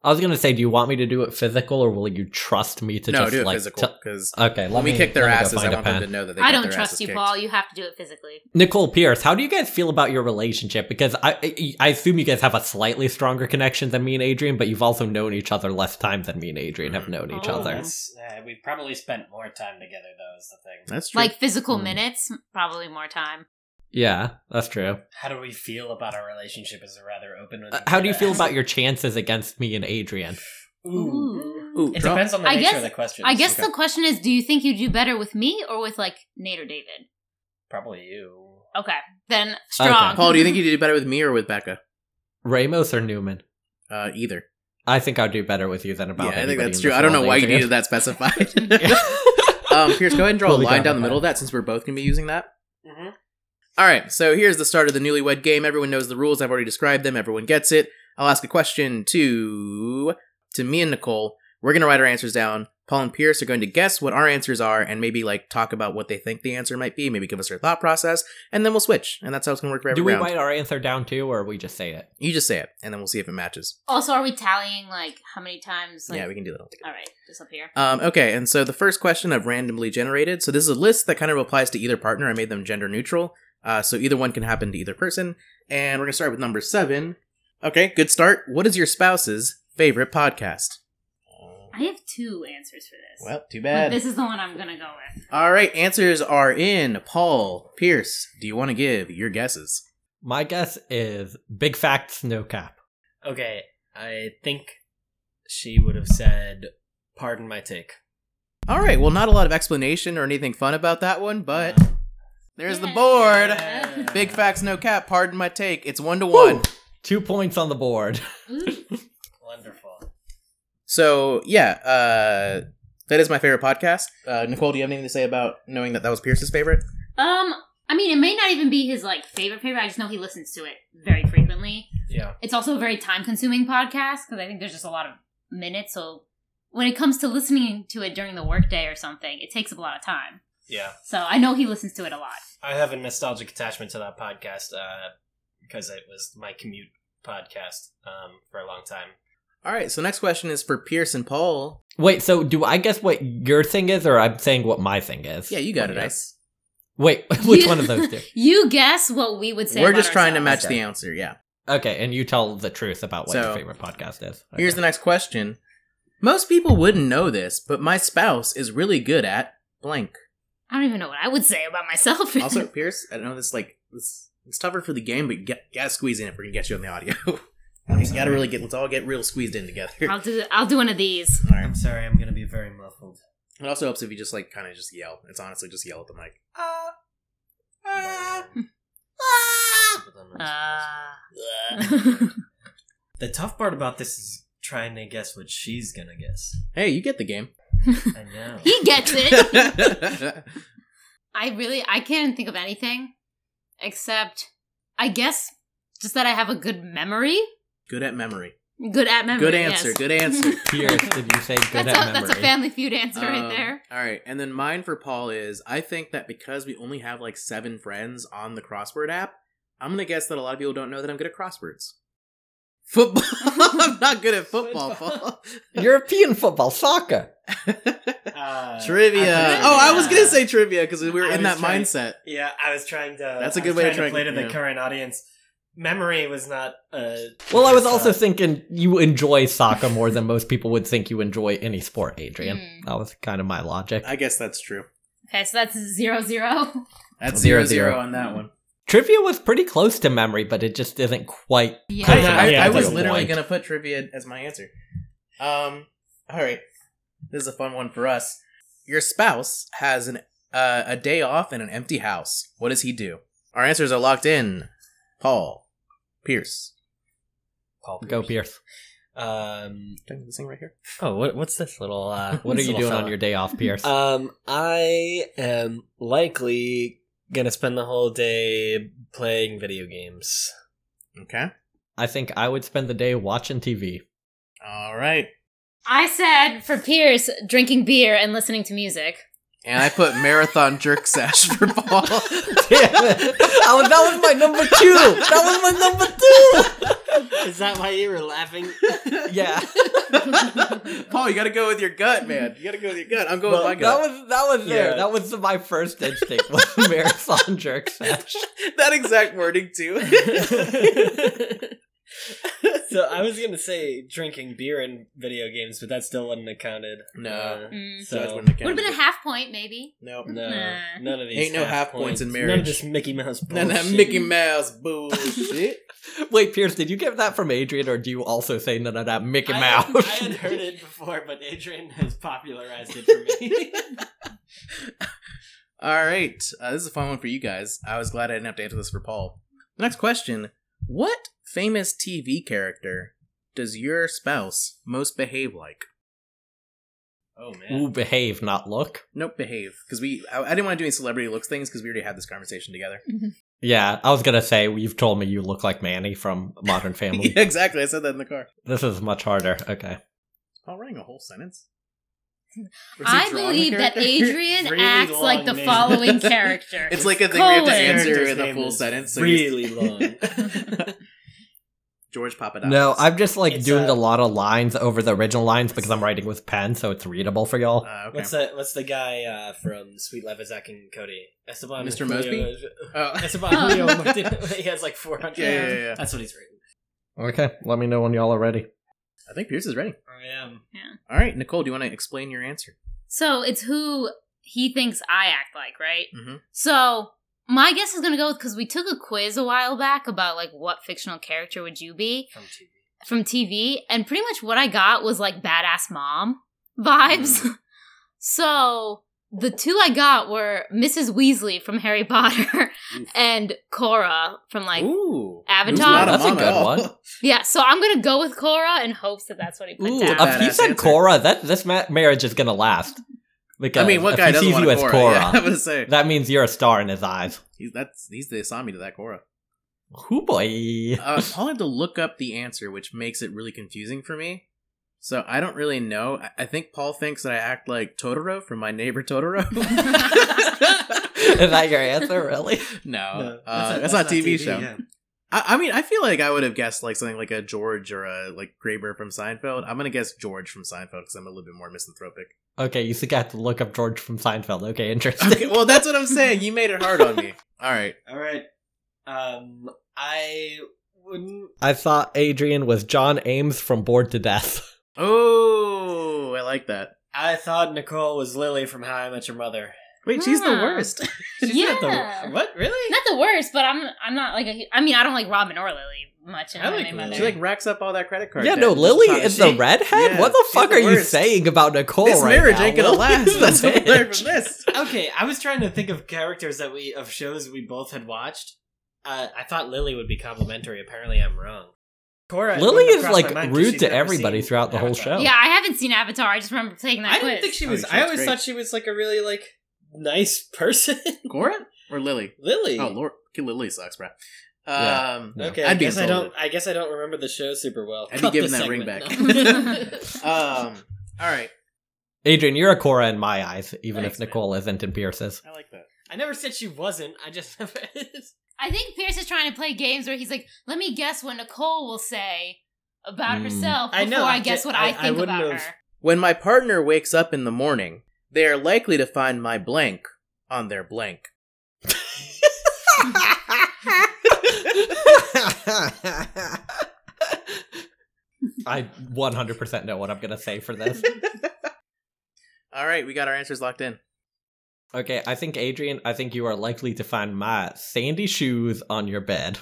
Speaker 1: I was going to say, do you want me to do it physical or will you trust me to
Speaker 2: no,
Speaker 1: just
Speaker 2: do it
Speaker 1: like.
Speaker 2: physical,
Speaker 1: t-
Speaker 2: because
Speaker 1: okay, let
Speaker 2: when we
Speaker 1: me-
Speaker 2: kick their
Speaker 1: let me go
Speaker 2: asses, I
Speaker 1: find a
Speaker 2: want them
Speaker 1: pen.
Speaker 2: to know that they
Speaker 3: I
Speaker 2: got
Speaker 3: don't
Speaker 2: their
Speaker 3: trust
Speaker 2: asses
Speaker 3: you,
Speaker 2: kicked.
Speaker 3: Paul. You have to do it physically.
Speaker 1: Nicole Pierce, how do you guys feel about your relationship? Because I, I I assume you guys have a slightly stronger connection than me and Adrian, but you've also known each other less time than me and Adrian have known each
Speaker 3: Oh,
Speaker 1: other.
Speaker 4: that's- uh, we probably spent more time together, though, is the thing.
Speaker 2: That's true.
Speaker 3: Like physical
Speaker 1: Mm.
Speaker 3: minutes, probably more time.
Speaker 1: Yeah, that's true.
Speaker 4: How do we feel about our relationship is a rather open one.
Speaker 1: Uh, how do you feel about your chances against me and Adrian?
Speaker 4: Ooh.
Speaker 2: Ooh,
Speaker 4: It
Speaker 2: drop-
Speaker 4: depends on the
Speaker 3: I
Speaker 4: nature
Speaker 3: guess-
Speaker 4: of the question.
Speaker 3: I guess
Speaker 2: Okay.
Speaker 3: the question is do you think you do better with me or with like Nate or David?
Speaker 4: Probably you.
Speaker 3: Okay. Then strong.
Speaker 1: Okay.
Speaker 2: Paul, do you think you do better with me or with Becca?
Speaker 1: Ramos or Newman?
Speaker 2: Uh, either.
Speaker 1: I think I'd do better with you than about.
Speaker 2: yeah, I think
Speaker 1: anybody
Speaker 2: that's
Speaker 1: in
Speaker 2: true.
Speaker 1: this
Speaker 2: I don't know
Speaker 1: world,
Speaker 2: why you
Speaker 1: Adrian.
Speaker 2: needed that specified. um, Pierce, go ahead and draw
Speaker 1: Totally
Speaker 2: a line
Speaker 1: got
Speaker 2: down the
Speaker 1: that.
Speaker 2: middle of that since we're both going to be using that.
Speaker 4: Mm-hmm.
Speaker 2: All right, so here's the start of the newlywed game. Everyone knows the rules. I've already described them. Everyone gets it. I'll ask a question to to me and Nicole. We're going to write our answers down. Paul and Pierce are going to guess what our answers are and maybe like talk about what they think the answer might be, maybe give us their thought process, and then we'll switch. And that's how it's going to work for every
Speaker 1: Do we
Speaker 2: round.
Speaker 1: write our answer down too, or we just say it?
Speaker 2: you just say it, and then we'll see if it matches.
Speaker 3: Also, are we tallying like how many times? Like,
Speaker 2: yeah, we can do that. all together.
Speaker 3: All right, just up here.
Speaker 2: Um, okay, and so the first question of randomly generated. So this is a list that kind of applies to either partner. I made them gender neutral, uh, so either one can happen to either person. And we're gonna start with number seven. Okay, good start. What is your spouse's favorite podcast?
Speaker 3: I have two answers for this.
Speaker 2: Oh. Well, too
Speaker 3: but
Speaker 2: bad.
Speaker 3: this is the one I'm gonna go with.
Speaker 2: All right, answers are in. Paul Pierce, do you want to give your guesses?
Speaker 1: My guess is big facts, no cap.
Speaker 4: Okay, I think she would have said, "Pardon my take."
Speaker 2: All right, well, not a lot of explanation or anything fun about that one, but
Speaker 4: Uh,
Speaker 2: there's the
Speaker 3: Yeah.
Speaker 2: board.
Speaker 3: Yeah.
Speaker 2: Big facts, no cap. Pardon my take. It's one to one.
Speaker 1: Two points on the board.
Speaker 3: Ooh.
Speaker 4: Wonderful.
Speaker 2: So yeah, uh, that is my favorite podcast. Uh, Nicole, do you have anything to say about knowing that that was Pierce's favorite?
Speaker 3: Um, I mean, it may not even be his like favorite favorite. I just know he listens to it very frequently.
Speaker 4: Yeah.
Speaker 3: It's also a very time consuming podcast because I think there's just a lot of minutes. So when it comes to listening to it during the workday or something, it takes up a lot of time.
Speaker 4: Yeah.
Speaker 3: So I know he listens to it a lot.
Speaker 4: I have a nostalgic attachment to that podcast uh, because it was my commute podcast um, for a long time.
Speaker 2: All right. So next question is for Pierce and Paul.
Speaker 1: Wait, so do I guess what your thing is, or I'm saying what my thing is?
Speaker 2: Yeah, you got it.
Speaker 1: Yeah.
Speaker 2: Ice.
Speaker 1: Wait, which one of those two?
Speaker 3: you guess what we would say.
Speaker 2: We're
Speaker 3: about
Speaker 2: just trying to match
Speaker 3: ourselves.
Speaker 2: the answer. Yeah.
Speaker 1: Okay, and you tell the truth about what
Speaker 2: So,
Speaker 1: your favorite podcast is. Okay.
Speaker 2: Here's the next question. Most people wouldn't know this, but my spouse is really good at blank.
Speaker 3: I don't even know what I would say about myself.
Speaker 2: Also, Pierce, I don't know this like this. It's tougher for the game, but get, gotta squeeze in if we're gonna get you on the audio. you gotta really get. Let's all get real squeezed in together.
Speaker 3: I'll do. I'll do one of these.
Speaker 2: all right.
Speaker 4: I'm sorry, I'm going to be very muffled.
Speaker 2: It also helps if you just like kind of just yell. It's honestly just yell at the mic. Uh,
Speaker 4: But, uh, Ah.
Speaker 3: Ah. Uh,
Speaker 4: the tough part about this is trying to guess what she's going to guess.
Speaker 2: Hey, you get the game.
Speaker 4: I know.
Speaker 3: he gets it.
Speaker 2: okay,
Speaker 3: I really I can't think of anything except I guess just that I have a good memory.
Speaker 2: good at memory.
Speaker 3: Good at memory.
Speaker 2: good answer.
Speaker 3: yes.
Speaker 2: Good answer.
Speaker 1: Pierce, did you say good
Speaker 3: that's
Speaker 1: at
Speaker 3: a,
Speaker 1: memory?
Speaker 3: That's a family feud answer
Speaker 2: Um,
Speaker 3: right there.
Speaker 2: All right, and then mine for Paul is I think that because we only have like seven friends on the crossword app, I'm gonna guess that a lot of people don't know that I'm good at crosswords. Football. I'm not good at football. Paul.
Speaker 1: European football, soccer.
Speaker 4: Uh,
Speaker 2: trivia.
Speaker 4: I-
Speaker 2: Oh, I was
Speaker 4: yeah.
Speaker 2: gonna say trivia because we were
Speaker 4: I
Speaker 2: in
Speaker 4: was
Speaker 2: that
Speaker 4: trying-
Speaker 2: mindset.
Speaker 4: Yeah, I was trying to.
Speaker 2: That's a
Speaker 4: I
Speaker 2: good
Speaker 4: was
Speaker 2: way to try-
Speaker 4: trying play to the
Speaker 2: yeah.
Speaker 4: current audience. Memory was not. Uh,
Speaker 1: Well, I was
Speaker 4: uh,
Speaker 1: also thinking you enjoy soccer more than most people would think you enjoy any sport, Adrian.
Speaker 3: Mm.
Speaker 1: That was kind of my logic.
Speaker 2: I guess that's true.
Speaker 3: Okay, so that's zero zero.
Speaker 2: That's
Speaker 1: Zero,
Speaker 2: zero zero
Speaker 1: zero.
Speaker 2: on that one.
Speaker 1: Trivia was pretty close to memory, but it just isn't quite.
Speaker 3: Yeah.
Speaker 1: Close
Speaker 2: I, I-
Speaker 1: Yeah,
Speaker 2: I
Speaker 1: it's
Speaker 2: was
Speaker 1: like a
Speaker 2: literally
Speaker 1: blank.
Speaker 2: gonna put trivia as my answer. Um, all right, this is a fun one for us. Your spouse has an uh, a day off in an empty house. What does he do? Our answers are locked in. Paul, Pierce.
Speaker 4: Paul
Speaker 1: Go,
Speaker 4: Pierce.
Speaker 1: Pierce.
Speaker 4: Um,
Speaker 2: Can I do this thing right here?
Speaker 4: oh, what, what's this little? Uh,
Speaker 1: What are
Speaker 4: this
Speaker 1: you
Speaker 4: little
Speaker 1: doing on
Speaker 4: fella?
Speaker 1: your day off, Pierce?
Speaker 2: Uh,
Speaker 4: Um, I am likely gonna spend the whole day playing video games.
Speaker 2: Okay.
Speaker 1: I think I would spend the day watching TV.
Speaker 2: All right.
Speaker 3: I said for Pierce drinking beer and listening to music.
Speaker 2: And I put marathon jerk sash for Paul.
Speaker 1: Damn it. I was- that was my number two. That was my number two.
Speaker 4: Is that why you were laughing?
Speaker 1: Yeah,
Speaker 2: Paul, you gotta go with your gut, man. You gotta go with your gut. I'm going
Speaker 1: well,
Speaker 2: with my
Speaker 1: that
Speaker 2: gut.
Speaker 1: was that was there.
Speaker 4: Yeah.
Speaker 1: That was my first instinct was marathon jerk sash.
Speaker 2: that exact wording too.
Speaker 4: so I was gonna say drinking beer and video games, but that still wouldn't have counted.
Speaker 2: No.
Speaker 4: Uh,
Speaker 3: Mm.
Speaker 4: so
Speaker 3: Would have been a half point maybe.
Speaker 2: Nope.
Speaker 4: no,
Speaker 3: Nah.
Speaker 4: none of these
Speaker 2: Ain't no half points in
Speaker 4: None
Speaker 2: marriage.
Speaker 4: of this Mickey Mouse.
Speaker 2: None of that
Speaker 4: bullshit.
Speaker 2: Mickey Mouse
Speaker 4: Oh,
Speaker 2: bullshit.
Speaker 1: Wait, Pierce, did you get that from Adrian, or do you also say none of that Mickey
Speaker 4: I
Speaker 1: Mouse?
Speaker 4: had- I had heard it before, but Adrian has popularized it for me.
Speaker 2: All right, uh, this is a fun one for you guys. I was glad I didn't have to answer this for Paul. The next question: What famous TV character does your spouse most behave like?
Speaker 4: oh man.
Speaker 1: Ooh, behave, not look.
Speaker 2: Nope, behave because we. I, I didn't want to do any celebrity looks things because we already had this conversation together.
Speaker 1: Yeah, I was gonna say you've told me you look like Manny from Modern Family.
Speaker 2: yeah, exactly. I said that in the car.
Speaker 1: This is much harder. Okay.
Speaker 2: Paul writing a whole sentence.
Speaker 3: I believe that Adrian
Speaker 4: Really
Speaker 3: acts like
Speaker 4: long
Speaker 3: the
Speaker 4: name.
Speaker 3: following character.
Speaker 2: It's like a thing where you have to
Speaker 3: Colon.
Speaker 2: answer
Speaker 4: His
Speaker 2: in a
Speaker 4: name
Speaker 2: full
Speaker 4: is
Speaker 2: sentence. so you-
Speaker 4: really long.
Speaker 2: George Papadopoulos.
Speaker 1: No, I'm just like
Speaker 4: It's,
Speaker 1: doing
Speaker 4: uh,
Speaker 1: a lot of lines over the original lines because I'm writing with pen, so it's readable for y'all.
Speaker 2: Uh, okay.
Speaker 4: What's the What's the guy uh, from Sweet Life of Zack and Cody? Esteban
Speaker 2: Mr.
Speaker 4: Julio-
Speaker 2: Mosby? Oh.
Speaker 4: Esteban Julio Martinez. He has like 400.
Speaker 2: Yeah, yeah, yeah, yeah.
Speaker 4: That's what he's written.
Speaker 1: Okay, let me know when y'all are ready.
Speaker 2: I think Pierce is ready.
Speaker 4: I am.
Speaker 2: All right, Nicole, do you want to explain your answer?
Speaker 3: So it's who he thinks I act like, right?
Speaker 2: Mhm.
Speaker 3: So my guess is going to go with because we took a quiz a while back about like what fictional character would you be
Speaker 4: From TV.
Speaker 3: from TV, and pretty much what I got was like badass mom vibes. so the two I got were Mrs. Weasley from Harry Potter
Speaker 2: Oof.
Speaker 3: and Cora from like
Speaker 2: Ooh,
Speaker 3: Avatar?
Speaker 1: That's a good one.
Speaker 3: yeah. So I'm going to go with Cora in hopes that that's what he put
Speaker 1: Ooh,
Speaker 3: down.
Speaker 1: if he
Speaker 2: Badass
Speaker 1: said
Speaker 2: answer.
Speaker 1: Cora, that this ma- marriage is gonna last. Because
Speaker 2: I mean, what
Speaker 1: if
Speaker 2: guy
Speaker 1: he
Speaker 2: doesn't
Speaker 1: sees
Speaker 2: want
Speaker 1: you
Speaker 2: a
Speaker 1: as
Speaker 2: Korra?
Speaker 1: Cora,
Speaker 2: Yeah, I was saying
Speaker 1: that means you're a star in his eyes.
Speaker 2: he's that's he's the Asami to that Korra.
Speaker 1: Hoo boy.
Speaker 2: Uh, Paul had to look up the answer, which makes it really confusing for me. So I don't really know. I, I think Paul thinks that I act like Totoro from My Neighbor Totoro.
Speaker 1: is that your answer, really?
Speaker 2: no,
Speaker 4: No,
Speaker 2: uh,
Speaker 4: a-
Speaker 2: that's, not a TV,
Speaker 4: TV,
Speaker 2: show.
Speaker 4: yeah.
Speaker 2: I, I mean, I feel like I would have guessed like something like a George or a like Graber from Seinfeld. I'm gonna guess George from Seinfeld because I'm a little bit more misanthropic.
Speaker 1: Okay, you think I have to look up George from Seinfeld. Okay, interesting.
Speaker 2: Okay, well, that's what I'm saying. You made it hard on me. All right.
Speaker 4: All right. Um, I wouldn't.
Speaker 1: I thought Adrian was John Ames from Bored to Death.
Speaker 2: Oh, I like that.
Speaker 4: I thought Nicole was Lily from How I Met Your Mother.
Speaker 2: Wait, she's the
Speaker 1: Ah.
Speaker 3: Huh.
Speaker 2: worst.
Speaker 4: She's not
Speaker 3: Yeah.
Speaker 4: The, what really?
Speaker 3: Not the worst, but I'm I'm not like a hu- I mean I don't like Robin or Lily much. In my
Speaker 4: I like
Speaker 3: name
Speaker 4: Lily.
Speaker 3: either.
Speaker 2: She like racks up all that credit card.
Speaker 1: yeah,
Speaker 2: debt
Speaker 1: no,
Speaker 2: and
Speaker 1: Lily
Speaker 2: just
Speaker 1: is
Speaker 2: tries-
Speaker 1: the redhead.
Speaker 2: yeah,
Speaker 1: what the
Speaker 2: she's
Speaker 1: fuck
Speaker 2: the
Speaker 1: are you
Speaker 2: worst.
Speaker 1: saying about Nicole
Speaker 2: This
Speaker 1: right
Speaker 2: marriage
Speaker 1: now?
Speaker 2: ain't gonna
Speaker 1: Lily's
Speaker 2: last.
Speaker 1: the
Speaker 2: That's what I learned
Speaker 1: bitch.
Speaker 2: from this.
Speaker 4: okay, I was trying to think of characters that we of shows we both had watched. Uh, I thought Lily would be complimentary. Apparently, I'm wrong. Cora
Speaker 1: Lily
Speaker 4: wouldn't have
Speaker 1: is,
Speaker 4: crossed
Speaker 1: like,
Speaker 4: my mind 'cause
Speaker 1: rude
Speaker 4: she's
Speaker 1: to
Speaker 4: never
Speaker 1: everybody
Speaker 4: seen
Speaker 1: throughout the whole
Speaker 4: Avatar.
Speaker 1: show.
Speaker 3: Yeah, I haven't seen Avatar. I just remember taking that
Speaker 4: I
Speaker 3: quiz.
Speaker 4: didn't think she
Speaker 2: Oh,
Speaker 4: was.
Speaker 2: she
Speaker 4: I
Speaker 2: was
Speaker 4: always
Speaker 2: great.
Speaker 4: thought she was like a really like nice person.
Speaker 2: Cora or Lily?
Speaker 4: Lily.
Speaker 2: Oh, Lord, Lily sucks, bro.
Speaker 1: Yeah.
Speaker 2: Um,
Speaker 1: No.
Speaker 4: Okay,
Speaker 2: I'd
Speaker 4: I
Speaker 2: be
Speaker 4: guess I don't.
Speaker 2: insulted.
Speaker 4: I guess I don't remember the show super well.
Speaker 2: I'd be
Speaker 4: Cut the
Speaker 2: giving that ring
Speaker 4: segment.
Speaker 2: um, all right.
Speaker 1: Adrian, you're a Cora in my eyes, even
Speaker 4: Thanks,
Speaker 1: if
Speaker 4: man.
Speaker 1: Nicole isn't in Pierce's.
Speaker 2: I like that.
Speaker 4: I never said she wasn't. I just never.
Speaker 3: I think Pierce is trying to play games where he's like, "Let me guess what Nicole will say about
Speaker 1: Mm.
Speaker 3: herself before I,
Speaker 4: I know, I
Speaker 3: guess
Speaker 4: did-
Speaker 3: what I,
Speaker 4: I- I
Speaker 3: think
Speaker 4: wouldn't
Speaker 3: about
Speaker 4: have-
Speaker 3: her."
Speaker 2: When my partner wakes up in the morning, they are likely to find my blank on their blank.
Speaker 1: I 100% know what I'm going to say for this.
Speaker 2: All right, we got our answers locked in.
Speaker 1: Okay, I think, Adrian, I think you are likely to find my sandy shoes on your bed.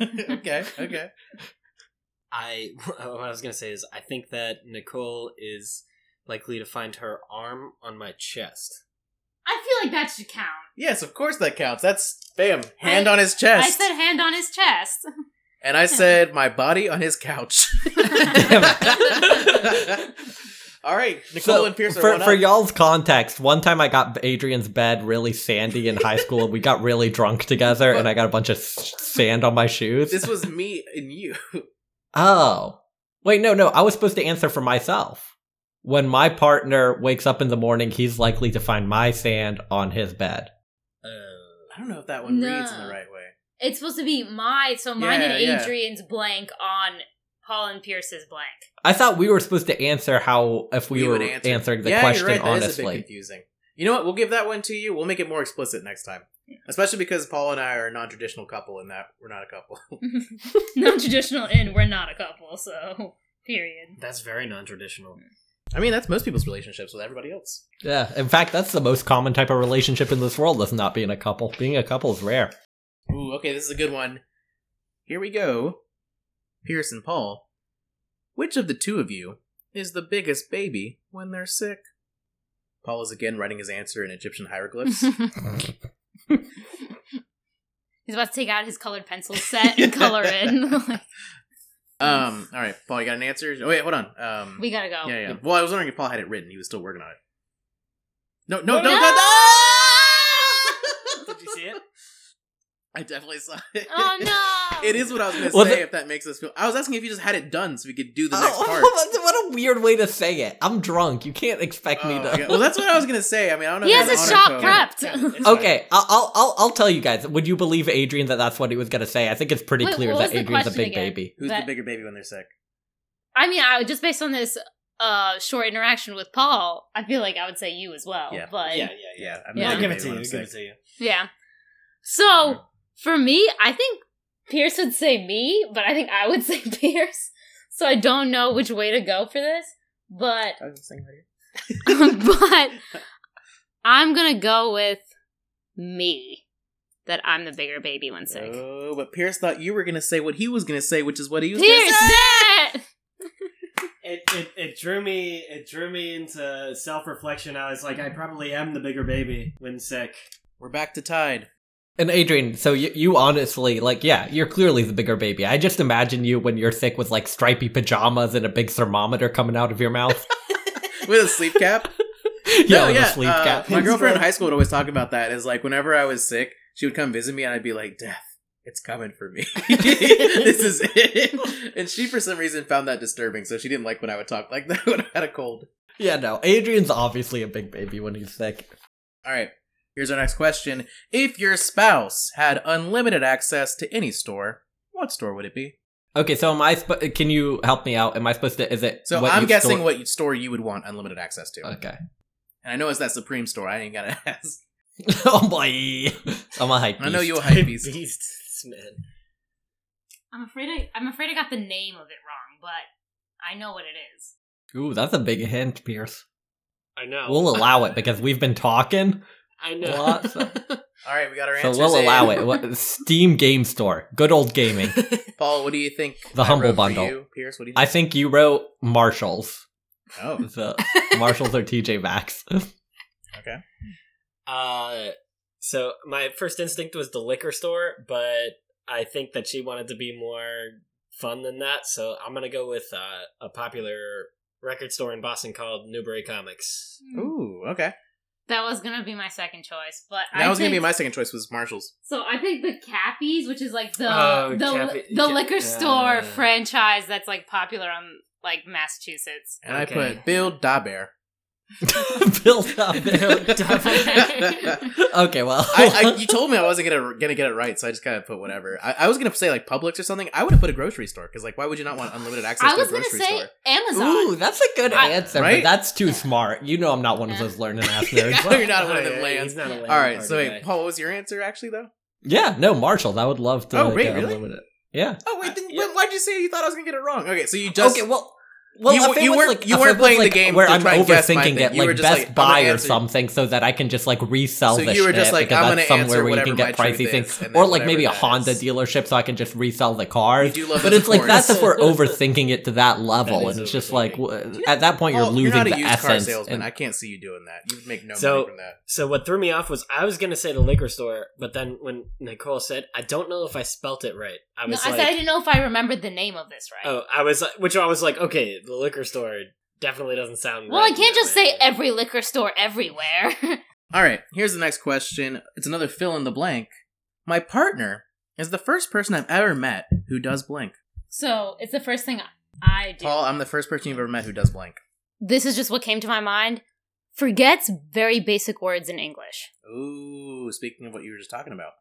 Speaker 2: okay, okay.
Speaker 4: I what I was gonna say is I think that Nicole is likely to find her arm on my chest.
Speaker 3: I feel like that should count.
Speaker 2: Yes, of course that counts. That's bam, hand
Speaker 3: I-
Speaker 2: on his chest.
Speaker 3: I said hand on his chest.
Speaker 2: and I said my body on his couch. All right, Nicole
Speaker 1: So,
Speaker 2: and Pierce are
Speaker 1: for,
Speaker 2: one
Speaker 1: for
Speaker 2: up.
Speaker 1: y'all's context, one time I got Adrian's bed really sandy in high school, and we got really drunk together, and I got a bunch of s- sand on my shoes.
Speaker 2: This was me and you.
Speaker 1: Oh. Wait, no, no. I was supposed to answer for myself. When my partner wakes up in the morning, he's likely to find my sand on his bed.
Speaker 4: Uh,
Speaker 2: I don't know if that one
Speaker 3: No.
Speaker 2: reads in the right way.
Speaker 3: it's supposed to be my so mine
Speaker 2: Yeah,
Speaker 3: and
Speaker 2: yeah.
Speaker 3: Adrian's blank on Paul and Pierce's blank.
Speaker 1: I thought we were supposed to answer how if we, were
Speaker 2: would answer.
Speaker 1: answering the
Speaker 2: yeah,
Speaker 1: question
Speaker 2: you're right. That is a bit
Speaker 1: honestly.
Speaker 2: confusing. You know what? We'll give that one to you. We'll make it more explicit next time, especially because Paul and I are a non-traditional couple, and that we're not a couple.
Speaker 3: Non-traditional and we're not a couple, so period.
Speaker 4: that's very non-traditional.
Speaker 2: I mean, that's most people's relationships with everybody else.
Speaker 1: Yeah. In fact, that's the most common type of relationship in this world is not being a couple. Being a couple is rare.
Speaker 2: Ooh, okay, this is a good one. Here we go. Pierce and Paul. Which of the two of you is the biggest baby when they're sick? Paul is again writing his answer in Egyptian hieroglyphs.
Speaker 3: He's about to take out his colored pencil set and color in. Like,
Speaker 2: um, all right, Paul, you got an answer? Oh wait, hold on. Um,
Speaker 3: we gotta go.
Speaker 2: yeah, yeah. Well, I was wondering if Paul had it written. He was still working on it. No, no,
Speaker 3: Oh, No!
Speaker 2: no, no! no!
Speaker 4: Did you see it?
Speaker 2: I definitely saw it.
Speaker 3: Oh no!
Speaker 2: It is what I was going to
Speaker 1: Was it-
Speaker 2: say. If that makes us feel, I was asking if you just had it done so we could do the next part.
Speaker 1: Oh, what a weird way to say it. I'm drunk. You can't expect me
Speaker 2: Oh,
Speaker 1: to.
Speaker 2: okay. Well, that's what I was gonna say. I mean, I don't know.
Speaker 3: He
Speaker 2: if
Speaker 3: has
Speaker 2: that's
Speaker 3: his
Speaker 2: honor
Speaker 3: shop
Speaker 2: code.
Speaker 3: prepped.
Speaker 2: It's fine.
Speaker 1: Okay, I'll, I'll I'll I'll tell you guys. Would you believe Adrian that that's what he was gonna say? I think it's pretty
Speaker 3: Wait,
Speaker 1: clear
Speaker 3: what was
Speaker 1: that
Speaker 3: the
Speaker 1: Adrian's a
Speaker 3: question
Speaker 1: big
Speaker 3: again?
Speaker 1: baby.
Speaker 2: Who's
Speaker 3: That-
Speaker 2: the bigger baby when they're sick?
Speaker 3: I mean, I just based on this uh short interaction with Paul, I feel like I would say you as well.
Speaker 2: Yeah.
Speaker 3: But
Speaker 4: yeah, yeah,
Speaker 3: yeah.
Speaker 4: yeah.
Speaker 2: I'm
Speaker 3: Yeah.
Speaker 4: I'll
Speaker 2: the
Speaker 4: give
Speaker 2: bigger baby when
Speaker 4: it to you.
Speaker 2: I'm
Speaker 4: Give it
Speaker 2: sick.
Speaker 4: to you.
Speaker 3: So for me, I think Pierce would say me, but I think I would say Pierce. So I don't know which way to go for this, but
Speaker 2: I was saying right here.
Speaker 3: but I'm gonna go with me. That I'm the bigger baby when sick.
Speaker 2: Oh, but Pierce thought you were gonna say what he was gonna say, which is what he was
Speaker 3: Pierce,
Speaker 2: gonna say.
Speaker 3: say it!
Speaker 7: It, it it drew me it drew me into self reflection. I was like, I probably am the bigger baby when sick.
Speaker 2: We're back to tied.
Speaker 1: And Adrian, so you, you honestly like, yeah, you're clearly the bigger baby. I just imagine you when you're sick with like stripy pajamas and a big thermometer coming out of your mouth.
Speaker 2: With a sleep cap.
Speaker 1: yeah,
Speaker 2: No,
Speaker 1: with a sleep
Speaker 2: uh,
Speaker 1: cap.
Speaker 2: My girlfriend in high school would always talk about that. Is like whenever I was sick, she would come visit me, and I'd be like, "Death, it's coming for me. this is it." And she, for some reason, found that disturbing, so she didn't like when I would talk like that when I had a cold.
Speaker 1: Yeah, no, Adrian's obviously a big baby when he's sick.
Speaker 2: All right. Here's our next question. If your spouse had unlimited access to any store, what store would it be?
Speaker 1: Okay, so am I? Sp- can you help me out? Am I supposed to? Is it?
Speaker 2: So
Speaker 1: what
Speaker 2: I'm
Speaker 1: you
Speaker 2: guessing
Speaker 1: store-
Speaker 2: what store you would want unlimited access to.
Speaker 1: Okay.
Speaker 2: and I know it's that Supreme store. I ain't gotta ask.
Speaker 1: oh boy, I'm a hype.
Speaker 2: I know you a
Speaker 4: Hey,
Speaker 2: hype beast.
Speaker 4: beasts, man.
Speaker 3: I'm afraid I, I'm afraid I got the name of it wrong, but I know what it is.
Speaker 1: Ooh, that's a big hint, Pierce.
Speaker 4: I know.
Speaker 1: We'll allow it because we've been talking.
Speaker 4: I know.
Speaker 1: Lots of-
Speaker 2: All right, we got our
Speaker 1: So
Speaker 2: answers.
Speaker 1: we'll
Speaker 2: in.
Speaker 1: allow it. What- Steam Game Store. Good old gaming.
Speaker 2: Paul, what do you think?
Speaker 1: The
Speaker 2: I
Speaker 1: humble
Speaker 2: wrote for
Speaker 1: bundle.
Speaker 2: you? Pierce, what do you
Speaker 1: I
Speaker 2: think?
Speaker 1: think you wrote Marshalls.
Speaker 2: oh,
Speaker 1: The Marshalls or TJ Maxx.
Speaker 2: okay.
Speaker 4: Uh, so my first instinct was the liquor store, but I think that she wanted to be more fun than that, so I'm gonna go with uh, a popular record store in Boston called Newbury Comics.
Speaker 2: Oh, Ooh, okay.
Speaker 3: That was gonna be my second choice, but
Speaker 2: That
Speaker 3: I
Speaker 2: was gonna be
Speaker 3: picked-
Speaker 2: my second choice was Marshalls.
Speaker 3: So I think the Cappies, which is like the
Speaker 4: Oh,
Speaker 3: the
Speaker 4: Cappy-
Speaker 3: the
Speaker 4: Ca-
Speaker 3: liquor
Speaker 4: yeah.
Speaker 3: store franchise that's like popular on like Massachusetts.
Speaker 2: And
Speaker 4: Okay.
Speaker 2: I put Bill Dabear.
Speaker 1: Built up.
Speaker 2: I,
Speaker 1: okay, well.
Speaker 2: I, you told me I wasn't gonna gonna get it right, so I just kind of put whatever. I, I was gonna say like Publix or something. I would have put a grocery store because like why would you not want unlimited access
Speaker 3: I
Speaker 2: to a
Speaker 3: was gonna
Speaker 2: grocery
Speaker 3: say
Speaker 2: store?
Speaker 3: Amazon.
Speaker 1: Ooh, that's a good
Speaker 3: I-
Speaker 1: answer,
Speaker 2: Right?
Speaker 1: but that's too smart. You know I'm not one of those learning ass nerds.
Speaker 2: I know you're not one of them
Speaker 4: Oh, yeah,
Speaker 2: lands.
Speaker 4: he's not a land
Speaker 2: All right,
Speaker 4: party
Speaker 2: so
Speaker 4: guy.
Speaker 2: wait, Paul, what was your answer actually though?
Speaker 1: Yeah, no, Marshalls. I would love to
Speaker 2: Oh, wait,
Speaker 1: get
Speaker 2: really?
Speaker 1: unlimited. Yeah.
Speaker 2: Oh wait, then
Speaker 4: yeah.
Speaker 2: why- why'd you say you thought I was gonna get it wrong? Okay, so you just
Speaker 1: okay, well. Well,
Speaker 2: You-
Speaker 1: if it
Speaker 2: you
Speaker 1: was
Speaker 2: weren't-
Speaker 1: like,
Speaker 2: you
Speaker 1: if
Speaker 2: weren't
Speaker 1: it was
Speaker 2: playing the
Speaker 1: like
Speaker 2: game
Speaker 1: where
Speaker 2: to
Speaker 1: I'm
Speaker 2: try and guess my
Speaker 1: overthinking
Speaker 2: thing.
Speaker 1: it,
Speaker 2: You were
Speaker 1: like
Speaker 2: just like,
Speaker 1: Best
Speaker 2: I'm gonna
Speaker 1: Buy or
Speaker 2: answer-
Speaker 1: something, so that I can just like resell
Speaker 2: So
Speaker 1: this
Speaker 2: you were
Speaker 1: shit
Speaker 2: just like,
Speaker 1: because
Speaker 2: I'm
Speaker 1: that's
Speaker 2: gonna answer
Speaker 1: somewhere where you can
Speaker 2: whatever my
Speaker 1: get pricey
Speaker 2: truth
Speaker 1: things,
Speaker 2: is, and then
Speaker 1: or like maybe a
Speaker 2: whatever that
Speaker 1: Honda
Speaker 2: is.
Speaker 1: dealership, so I can just resell the cars.
Speaker 2: You do love
Speaker 1: But
Speaker 2: those
Speaker 1: it's like that's if
Speaker 2: corners.
Speaker 1: we're overthinking it to that level,
Speaker 4: That is
Speaker 1: and it's just like
Speaker 4: overthinking.
Speaker 1: w- at that point
Speaker 2: Paul,
Speaker 1: you're losing
Speaker 2: not a
Speaker 1: the
Speaker 2: used car
Speaker 1: essence.
Speaker 2: salesman.
Speaker 1: and-
Speaker 2: I can't see you doing that. You would make no
Speaker 4: So-
Speaker 2: money from that.
Speaker 4: So what threw me off was I was gonna say the liquor store, but then when Nicole said, I don't know if I spelt it right. I
Speaker 3: No,
Speaker 4: was
Speaker 3: I
Speaker 4: like,
Speaker 3: said I didn't know if I remembered the name of this right.
Speaker 4: oh, I was, like- which I was like, okay, the liquor store definitely doesn't sound.
Speaker 3: well,
Speaker 4: right
Speaker 3: I can't
Speaker 4: in that
Speaker 3: just say
Speaker 4: way.
Speaker 3: every liquor store everywhere.
Speaker 2: All right, here's the next question. It's another fill in the blank. My partner is the first person I've ever met who does blank.
Speaker 3: so it's the first thing I do.
Speaker 2: Paul, I'm the first person you've ever met who does blank.
Speaker 3: this is just what came to my mind. Forgets very basic words in English.
Speaker 2: Ooh, speaking of what you were just talking about.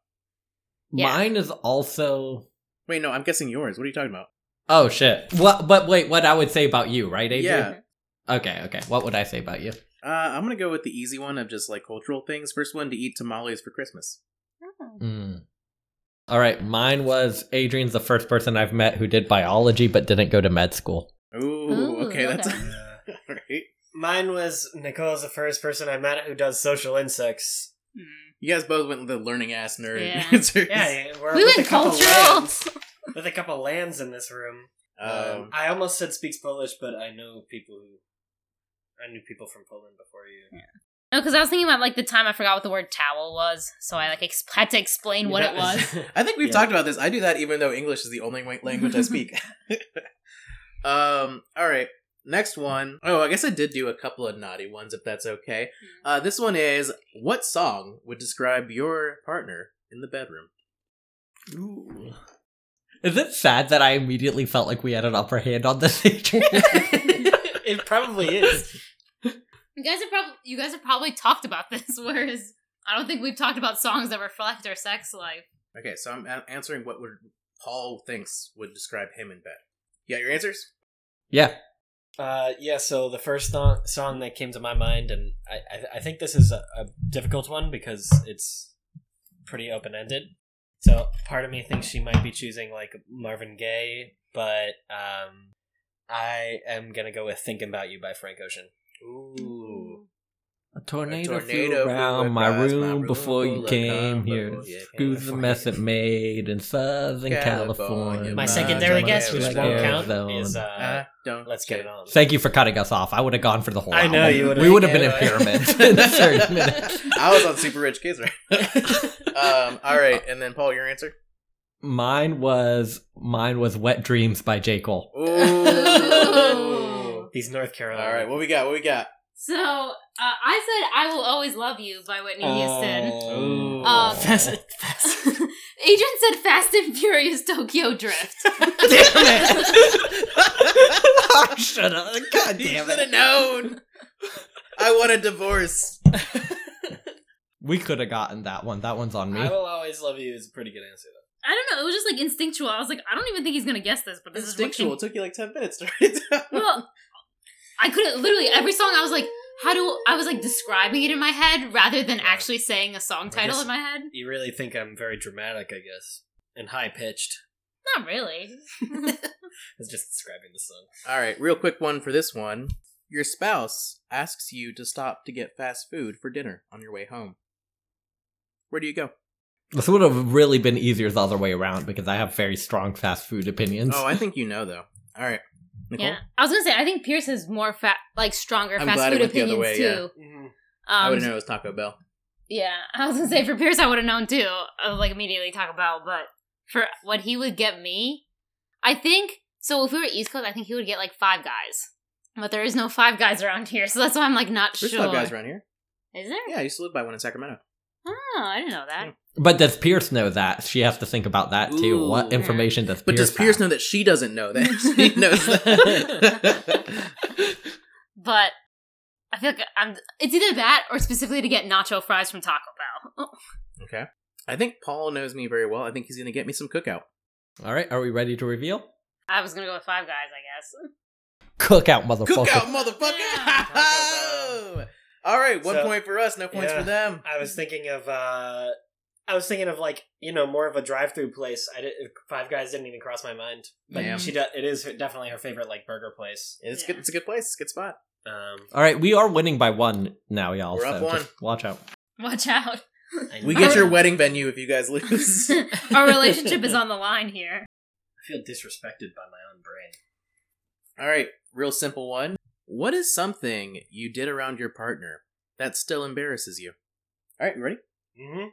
Speaker 3: yeah.
Speaker 1: Mine is also.
Speaker 2: Wait, no, I'm guessing yours. What are you talking about?
Speaker 1: Oh shit! What? But wait, what I would say about you, right,
Speaker 2: Yeah.
Speaker 1: Adrian? Okay, okay. What would I say about you?
Speaker 2: Uh, I'm gonna go with the easy one of just like cultural things. First one to eat tamales for Christmas.
Speaker 1: Mm. All right, mine was Adrian's the first person I've met who did biology but didn't go to med school.
Speaker 2: Ooh,
Speaker 3: Ooh,
Speaker 2: okay, that's
Speaker 3: okay.
Speaker 4: Yeah.
Speaker 2: all right.
Speaker 7: Mine was Nicole's the first person I met who does social insects.
Speaker 3: Mm.
Speaker 2: You guys both went with the learning ass nerd
Speaker 3: Yeah.
Speaker 2: answers.
Speaker 7: Yeah, we're
Speaker 3: We
Speaker 7: with
Speaker 3: went
Speaker 7: a couple
Speaker 3: cultural.
Speaker 7: lands- with a couple lands in this room. Um,
Speaker 2: Um,
Speaker 7: I almost said speaks Polish, but I know people who I knew people from Poland before you.
Speaker 3: No, because I was thinking about like the time I forgot what the word towel was, so I like ex- had to explain what it was.
Speaker 2: I think we've
Speaker 7: Yeah.
Speaker 2: talked about this. I do that even though English is the only wa- language I speak. um. All right. Next one. Oh, I guess I did do a couple of naughty ones, if that's okay.
Speaker 3: Hmm.
Speaker 2: Uh, this one is what song would describe your partner in the bedroom?
Speaker 1: Is it sad that I immediately felt like we had an upper hand on this Adrian?
Speaker 7: it probably is.
Speaker 3: You guys have probably you guys have probably talked about this, whereas I don't think we've talked about songs that reflect our sex life.
Speaker 2: Okay, so I'm a- answering what would Paul thinks would describe him in bed. You got your answers?
Speaker 1: Yeah.
Speaker 4: Uh, yeah, so the first song, song that came to my mind, and I, I, I think this is a, a difficult one because it's pretty open ended. So part of me thinks she might be choosing like Marvin Gaye, but um, I am gonna go with "Thinking About You" by Frank Ocean.
Speaker 2: Ooh.
Speaker 1: A tornado,
Speaker 2: tornado
Speaker 1: flew around
Speaker 2: flew
Speaker 1: my
Speaker 2: across
Speaker 1: room,
Speaker 2: my room
Speaker 1: before you
Speaker 2: full of
Speaker 1: came here.
Speaker 2: convos. Yeah,
Speaker 1: Screws the
Speaker 2: California.
Speaker 1: mess it made in Southern California.
Speaker 2: California.
Speaker 4: My
Speaker 2: Uh,
Speaker 4: secondary
Speaker 2: Jamaicans
Speaker 4: guess, which
Speaker 2: like
Speaker 4: won't count,
Speaker 1: Arizona.
Speaker 4: is uh,
Speaker 2: don't
Speaker 4: "Let's Get It On."
Speaker 1: Thank you for cutting us off. I would have gone for the whole.
Speaker 4: I know,
Speaker 1: album.
Speaker 4: you would've-
Speaker 1: We would have been
Speaker 2: uh,
Speaker 1: in pyramids in thirty minutes.
Speaker 2: I was on Super Rich Kids, right? um, all right, and then Paul, your answer.
Speaker 1: Mine was mine was "Wet Dreams" by J. Cole.
Speaker 2: Ooh.
Speaker 3: Ooh.
Speaker 2: all
Speaker 4: He's North Carolina.
Speaker 2: right, what we got? What we got?
Speaker 3: So uh, I said "I Will Always Love You" by Whitney Houston.
Speaker 2: Ooh.
Speaker 3: Um,
Speaker 4: Oh. Fast- fast-
Speaker 3: Adrian said "Fast and Furious Tokyo Drift."
Speaker 1: Shut up! God damn it!
Speaker 2: known. I want a divorce.
Speaker 1: We could have gotten that one. That one's on me.
Speaker 4: I will always love you is a pretty good answer though.
Speaker 3: I don't know. It was just like instinctual. I was like, I don't even think he's gonna guess this, but this
Speaker 2: Instinctual. It
Speaker 3: is
Speaker 2: took you like ten minutes to write it down.
Speaker 3: what Well, I couldn't literally every song. I was like, how do I was like describing it in my head rather than actually saying a song
Speaker 4: I
Speaker 3: title
Speaker 4: guess-
Speaker 3: in my head.
Speaker 4: You really think I'm very dramatic, I guess, and high pitched.
Speaker 3: Not really.
Speaker 4: It's just describing the song.
Speaker 2: All right, real quick one for this one. Your spouse asks you to stop to get fast food for dinner on your way home. Where do you go?
Speaker 1: This would have really been easier the other way around because I have very strong fast food opinions.
Speaker 2: Oh, I think you know though. All right, Nicole.
Speaker 3: Yeah, I was gonna say I think Pierce has more fat, like stronger
Speaker 2: I'm
Speaker 3: fast
Speaker 2: glad it
Speaker 3: food
Speaker 2: went the other
Speaker 3: opinions
Speaker 2: way, yeah.
Speaker 3: too.
Speaker 4: Mm-hmm.
Speaker 7: Mhm.
Speaker 2: I
Speaker 3: Um,
Speaker 2: would know it was Taco Bell.
Speaker 3: yeah, I was gonna say for Pierce I would have known too, uh, like immediately talk about, but for what he would get me, I think. So if we were East Coast, I think he would get like Five Guys, but there is no Five Guys around here, so that's why I'm like not
Speaker 2: There's
Speaker 3: sure.
Speaker 2: five guys around here.
Speaker 3: Is there?
Speaker 2: Yeah, I used to live by one in Sacramento.
Speaker 3: Oh, I didn't know that.
Speaker 1: But does Pierce know that? She has to think about that too.
Speaker 2: Ooh.
Speaker 1: what information does
Speaker 2: But
Speaker 1: Pierce
Speaker 2: does Pierce
Speaker 1: have?
Speaker 2: know that she doesn't know that she knows that?
Speaker 3: But I feel like I'm. It's either that or specifically to get nacho fries from Taco Bell.
Speaker 2: okay. I think Paul knows me very well. I think he's going to get me some cookout.
Speaker 1: All right, are we ready to reveal?
Speaker 3: I was gonna go with Five Guys, I guess.
Speaker 1: Cookout, motherfucker.
Speaker 2: Cookout, motherfucker!
Speaker 3: Yeah.
Speaker 4: Taco
Speaker 2: All right, one
Speaker 4: So-
Speaker 2: point for us, no points
Speaker 4: Yeah.
Speaker 2: for them.
Speaker 4: I was thinking of uh I was thinking of like you know more of a drive-through place. I did, Five Guys didn't even cross my mind, but
Speaker 2: Yeah.
Speaker 4: she does. It is her- definitely her favorite like burger place.
Speaker 2: It's
Speaker 3: Yeah.
Speaker 2: good. It's a good place. It's a good spot.
Speaker 4: Um,
Speaker 1: All right, we are winning by one now, y'all.
Speaker 2: We're
Speaker 1: so
Speaker 2: up one.
Speaker 1: just watch out.
Speaker 3: Watch out.
Speaker 4: I
Speaker 2: We
Speaker 4: know-
Speaker 2: get your
Speaker 4: I
Speaker 2: wedding venue if you guys lose.
Speaker 3: Our relationship is on the line here.
Speaker 4: feel disrespected by my own brain.
Speaker 2: All right, real simple one. What is something you did around your partner that still embarrasses you? All right, you ready?
Speaker 4: Mm-hmm.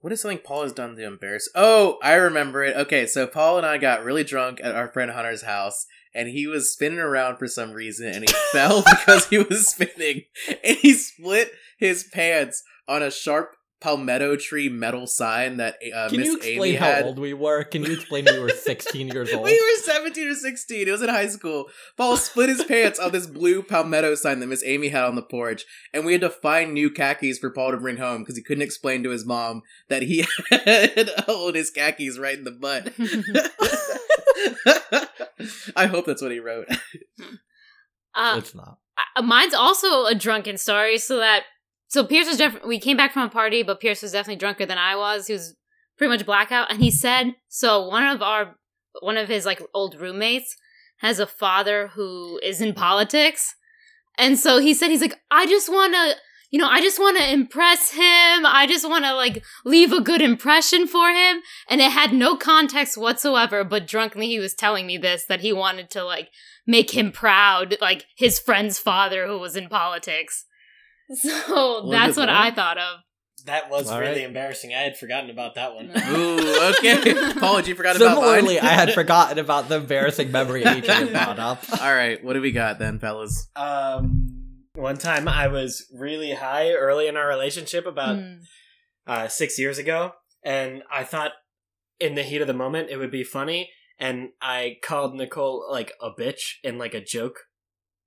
Speaker 2: What is something Paul has done to embarrass? Oh, I remember it. Okay, so Paul and I got really drunk at our friend Hunter's house, and he was spinning around for some reason, and he fell because he was spinning, and he split his pants on a sharp palmetto tree metal sign that uh,
Speaker 1: Can
Speaker 2: Miss
Speaker 1: you
Speaker 2: Amy
Speaker 1: explain how
Speaker 2: had.
Speaker 1: old we were? Can you explain we were 16 years old?
Speaker 2: We were 17 or 16. It was in high school. Paul split his pants on this blue palmetto sign that Miss Amy had on the porch, and we had to find new khakis for Paul to bring home because he couldn't explain to his mom that he had old his khakis right in the butt. I hope that's what he wrote.
Speaker 3: Uh,
Speaker 1: It's not.
Speaker 3: uh, mine's also a drunken story, so that so Pierce was def- we came back from a party, but Pierce was definitely drunker than I was. He was pretty much blackout, and he said so. One of our one of his like old roommates has a father who is in politics, and so he said he's like I just want to. You know, I just want to impress him. I just want to like leave a good impression for him. And it had no context whatsoever, but drunkenly he was telling me this that he wanted to like make him proud, like his friend's father who was in politics. So that's what I thought of.
Speaker 4: That was
Speaker 1: All
Speaker 4: really
Speaker 1: right.
Speaker 4: embarrassing. I had forgotten about that one.
Speaker 2: Ooh, okay. Paul, you forgot about
Speaker 1: Similarly,
Speaker 2: mine?
Speaker 1: I had forgotten about the embarrassing memory Adrian brought up.
Speaker 2: All right, what do we got then, fellas?
Speaker 4: um, one time I was really high early in our relationship, about
Speaker 3: Mm.
Speaker 4: uh, six years ago, and I thought in the heat of the moment it would be funny, and I called Nicole like a bitch in like a joke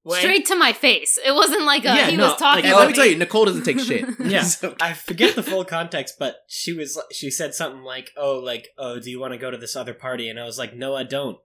Speaker 4: Wait.
Speaker 3: straight to my face. It wasn't like a
Speaker 4: Yeah,
Speaker 3: he
Speaker 4: no,
Speaker 3: was talking.
Speaker 4: like,
Speaker 2: Hey,
Speaker 3: to
Speaker 4: Oh,
Speaker 2: let me tell you, Nicole doesn't take shit.
Speaker 4: Yeah.
Speaker 2: So-
Speaker 4: I forget the full context, but she was she said something like, "Oh, like, oh, do you want to go to this other party?" And I was like, "No, I don't,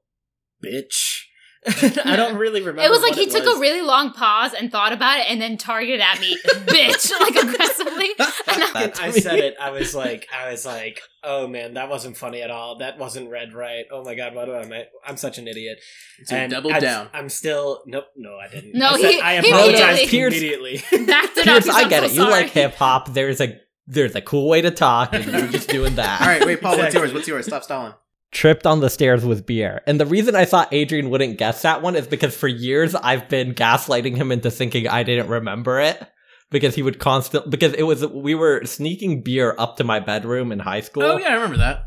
Speaker 4: bitch." I don't really remember.
Speaker 3: It was like
Speaker 4: what
Speaker 3: he took
Speaker 4: was.
Speaker 3: a really long pause and thought about it, and then targeted at me, bitch, like aggressively. And I-
Speaker 1: That's
Speaker 4: I
Speaker 1: me.
Speaker 4: said it. I was like, I was like, oh man, that wasn't funny at all. That wasn't read right. Oh my god, what am I? I'm such an idiot.
Speaker 2: So you doubled
Speaker 4: I'm,
Speaker 2: down.
Speaker 4: I'm still nope. No, I didn't.
Speaker 3: No,
Speaker 4: I, said-
Speaker 3: he-
Speaker 4: I
Speaker 3: he
Speaker 4: apologized
Speaker 1: immediately-
Speaker 4: immediately.
Speaker 3: backed it up.
Speaker 1: Pierce,
Speaker 3: He's
Speaker 1: I
Speaker 3: like,
Speaker 1: get
Speaker 3: "I'm
Speaker 1: it.
Speaker 3: so
Speaker 1: You like
Speaker 3: sorry."
Speaker 1: hip hop. There's a there's a cool way to talk, and you're just doing that.
Speaker 2: All right, wait, Paul. What's
Speaker 4: Exactly.
Speaker 2: yours? What's yours? Stop stalling.
Speaker 1: Tripped on the stairs with beer. And the reason I thought Adrian wouldn't guess that one is because for years I've been gaslighting him into thinking I didn't remember it. Because he would constant because it was we were sneaking beer up to my bedroom in high school.
Speaker 2: Oh yeah, I remember that.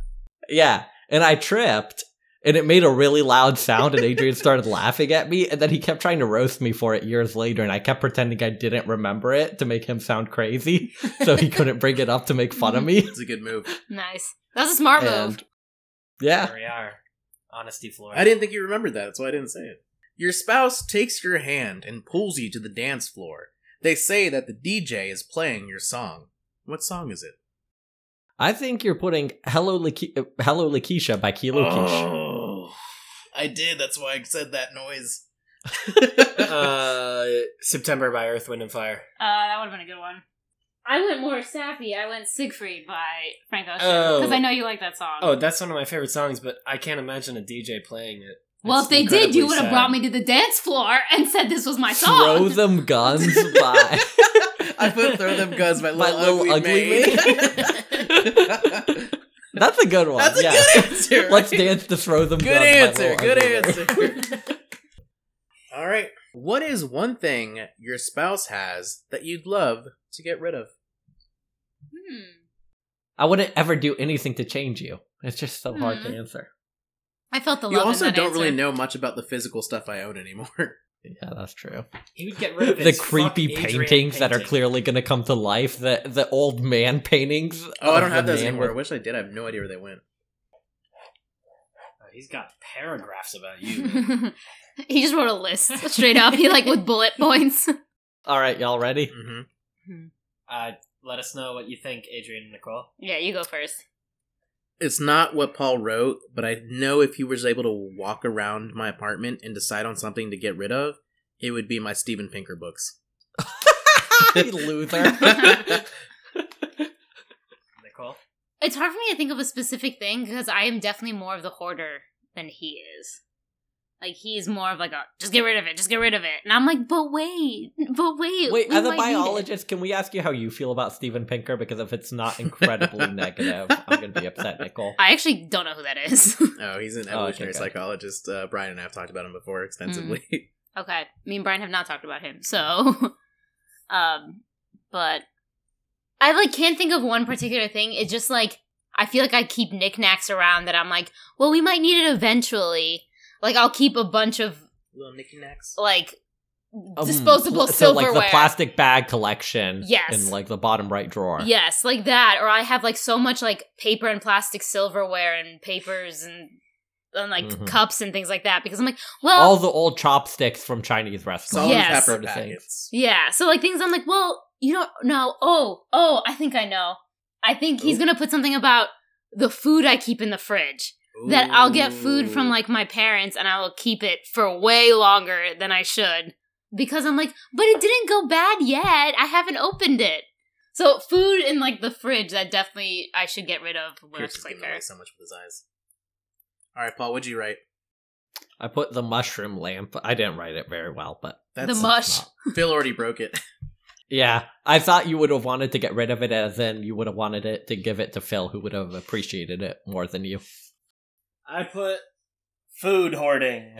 Speaker 1: Yeah. And I tripped and it made a really loud sound and Adrian started laughing at me and then he kept trying to roast me for it years later and I kept pretending I didn't remember it to make him sound crazy so he couldn't bring it up to make fun of me.
Speaker 2: It's a good move.
Speaker 3: Nice. That was a smart move.
Speaker 1: And yeah.
Speaker 4: There we are. Honesty floor.
Speaker 2: I didn't think you remembered that. That's why I didn't say it. Your spouse takes your hand and pulls you to the dance floor. They say that the DJ is playing your song. What song is it?
Speaker 1: I think you're putting Hello Lake- uh, Hello Lakeisha by Kilo Kish.
Speaker 2: Oh, I did. That's why I said that noise.
Speaker 4: Uh, September by Earth, Wind, and Fire.
Speaker 3: Uh, that would have been a good one. I went more sappy. I went Siegfried by Frank Ocean
Speaker 4: Oh.
Speaker 3: because I know you like that song.
Speaker 4: Oh, that's one of my favorite songs, but I can't imagine a DJ playing it.
Speaker 3: well,
Speaker 4: It's
Speaker 3: if they did, you
Speaker 4: incredibly
Speaker 3: would have
Speaker 4: sad.
Speaker 3: brought me to the dance floor and said this was my song.
Speaker 1: Throw them guns by
Speaker 2: I put "Throw Them Guns" by
Speaker 1: By
Speaker 2: Little,
Speaker 1: Lil
Speaker 2: Ugly,
Speaker 1: Ugly
Speaker 2: Maid.
Speaker 1: That's a good one.
Speaker 2: That's a
Speaker 1: Oh, yeah.
Speaker 2: good answer.
Speaker 1: Let's dance to throw them
Speaker 2: Good
Speaker 1: guns. by
Speaker 2: answer.
Speaker 1: Lil
Speaker 2: Good
Speaker 1: Ugly Maid.
Speaker 2: answer. All right. What is one thing your spouse has that you'd love to get rid of?
Speaker 3: Hmm.
Speaker 1: I wouldn't ever do anything to change you. It's just so hard to
Speaker 2: Mm-hmm.
Speaker 3: Mhm.
Speaker 1: answer.
Speaker 3: I felt the
Speaker 2: You
Speaker 3: love. in
Speaker 2: also
Speaker 3: that
Speaker 2: don't
Speaker 3: answer.
Speaker 2: really know much about the physical stuff I own anymore. Oh,
Speaker 1: Yeah, that's true.
Speaker 4: He would get rid of
Speaker 1: The
Speaker 4: his
Speaker 1: creepy
Speaker 4: fuck
Speaker 1: paintings
Speaker 4: Adrian
Speaker 1: that are
Speaker 4: painting.
Speaker 1: clearly going to come to life. The the old man paintings.
Speaker 2: Oh, I
Speaker 1: of
Speaker 2: don't have
Speaker 1: the
Speaker 2: those
Speaker 1: man
Speaker 2: anymore. I
Speaker 1: with-
Speaker 2: wish I did. I have no idea where they went.
Speaker 4: Oh, he's got paragraphs about you.
Speaker 3: he just wrote a list straight up. He like with bullet points.
Speaker 1: All right, y'all ready?
Speaker 2: Mm-hmm.
Speaker 4: uh, let us know what you think, Adrian and Nicole.
Speaker 3: Yeah, you go first.
Speaker 2: It's not what Paul wrote, but I know if he was able to walk around my apartment and decide on something to get rid of, it would be my Steven Pinker books.
Speaker 1: You loser.
Speaker 4: Nicole.
Speaker 3: It's hard for me to think of a specific thing because I am definitely more of the hoarder than he is. Like he's more of like a just get rid of it, just get rid of it, and I'm like, but wait, but wait,
Speaker 1: Wait,
Speaker 3: we
Speaker 1: as a
Speaker 3: might need it."
Speaker 1: biologist, can we ask you how you feel about Steven Pinker? Because if it's not incredibly negative, I'm going to be upset, Nicole.
Speaker 3: I actually don't know who that is.
Speaker 2: Oh, he's an
Speaker 1: Oh, okay,
Speaker 2: evolutionary
Speaker 1: gotcha.
Speaker 2: psychologist. Uh, Brian and I have talked about him before extensively.
Speaker 3: Mm. okay, me and Brian have not talked about him, so, um, but I like can't think of one particular thing. It's just like I feel like I keep knickknacks around that I'm like, well, we might need it eventually. Like I'll keep a bunch of
Speaker 2: Little Nicky Knacks.
Speaker 3: like
Speaker 1: Um,
Speaker 3: disposable
Speaker 1: pl- so
Speaker 3: silverware.
Speaker 1: like the plastic bag collection
Speaker 3: Yes.
Speaker 1: in like the bottom right drawer
Speaker 3: Yes, like that. Or I have like so much like paper and plastic silverware and papers and, and like
Speaker 1: Mhm.
Speaker 3: cups and things like that because I'm like, well,
Speaker 1: all the old chopsticks from chinese
Speaker 2: Salt
Speaker 1: restaurants
Speaker 3: Yes.
Speaker 2: and pepper
Speaker 1: Sort of
Speaker 2: packets.
Speaker 3: yeah. So like things I'm like, well, you don't know. Oh, oh, I think I know. I think he's
Speaker 1: Oh.
Speaker 2: Ooh.
Speaker 3: gonna put something about the food I keep in the fridge. That I'll get food from
Speaker 2: Ooh.
Speaker 3: like my parents and I will keep it for way longer than I should because I'm like, but it didn't go bad yet. I haven't opened it. So food in like the fridge that definitely I should get rid of. when I
Speaker 2: Pierce is giving
Speaker 3: clicker.
Speaker 2: away so much with his eyes. All right, Paul, what'd you write?
Speaker 1: i put the mushroom lamp i didn't write it very well but
Speaker 3: the mush.
Speaker 2: Phil already broke it.
Speaker 1: yeah i thought you would have wanted to get rid of it as in you would have wanted it to give it to phil who would have appreciated it more than you
Speaker 7: I put food hoarding.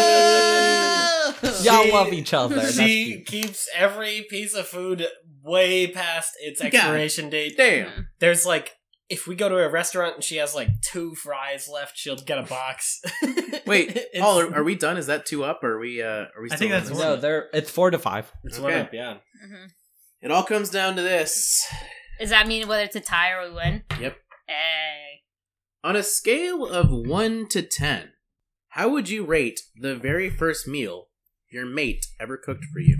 Speaker 1: Damn. y'all
Speaker 4: She-
Speaker 1: love each other That's
Speaker 4: She
Speaker 1: cute.
Speaker 4: keeps every piece of food way past its
Speaker 2: Yeah.
Speaker 4: expiration date.
Speaker 2: Damn.
Speaker 4: There's like, if we go to a restaurant and she has like two fries left, she'll get a box.
Speaker 2: Wait,
Speaker 4: It's-
Speaker 2: Paul, are, are we done? Is that two up? Or are we? Uh, are we? Still
Speaker 4: I think
Speaker 2: on
Speaker 4: that's
Speaker 2: this?
Speaker 1: no they're it's four to five
Speaker 4: It's one
Speaker 2: Okay.
Speaker 4: up, yeah.
Speaker 3: Mhm.
Speaker 2: It all comes down to this.
Speaker 3: Does that mean whether it's a tie or we win?
Speaker 2: Yep.
Speaker 3: Hey.
Speaker 2: On a scale of one to ten, how would you rate the very first meal your mate ever cooked for you.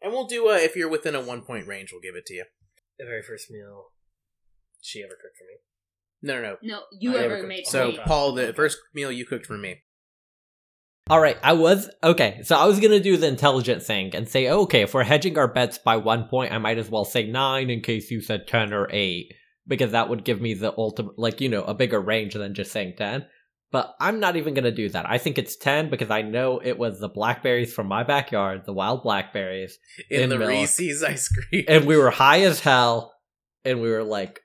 Speaker 2: And we'll do uh, if you're within a one point range, we'll give it to you.
Speaker 4: The very first meal she ever cooked for me.
Speaker 2: No, no, no.
Speaker 3: No, you
Speaker 4: I never
Speaker 3: ever
Speaker 4: cooked.
Speaker 3: made
Speaker 2: So
Speaker 3: me.
Speaker 2: Paul, the first meal you cooked for me.
Speaker 1: All right, I was okay. So I was gonna do the intelligent thing and say, oh, okay, if we're hedging our bets by one point, I might as well say nine in case you said ten or eight, because that would give me the ultimate, like you know, a bigger range than just saying ten. But I'm not even gonna do that. I think it's ten because I know it was the blackberries from my backyard, the wild blackberries,
Speaker 2: in,
Speaker 1: In
Speaker 2: the
Speaker 1: milk.
Speaker 2: Reese's ice cream.
Speaker 1: and we were high as hell, and we were like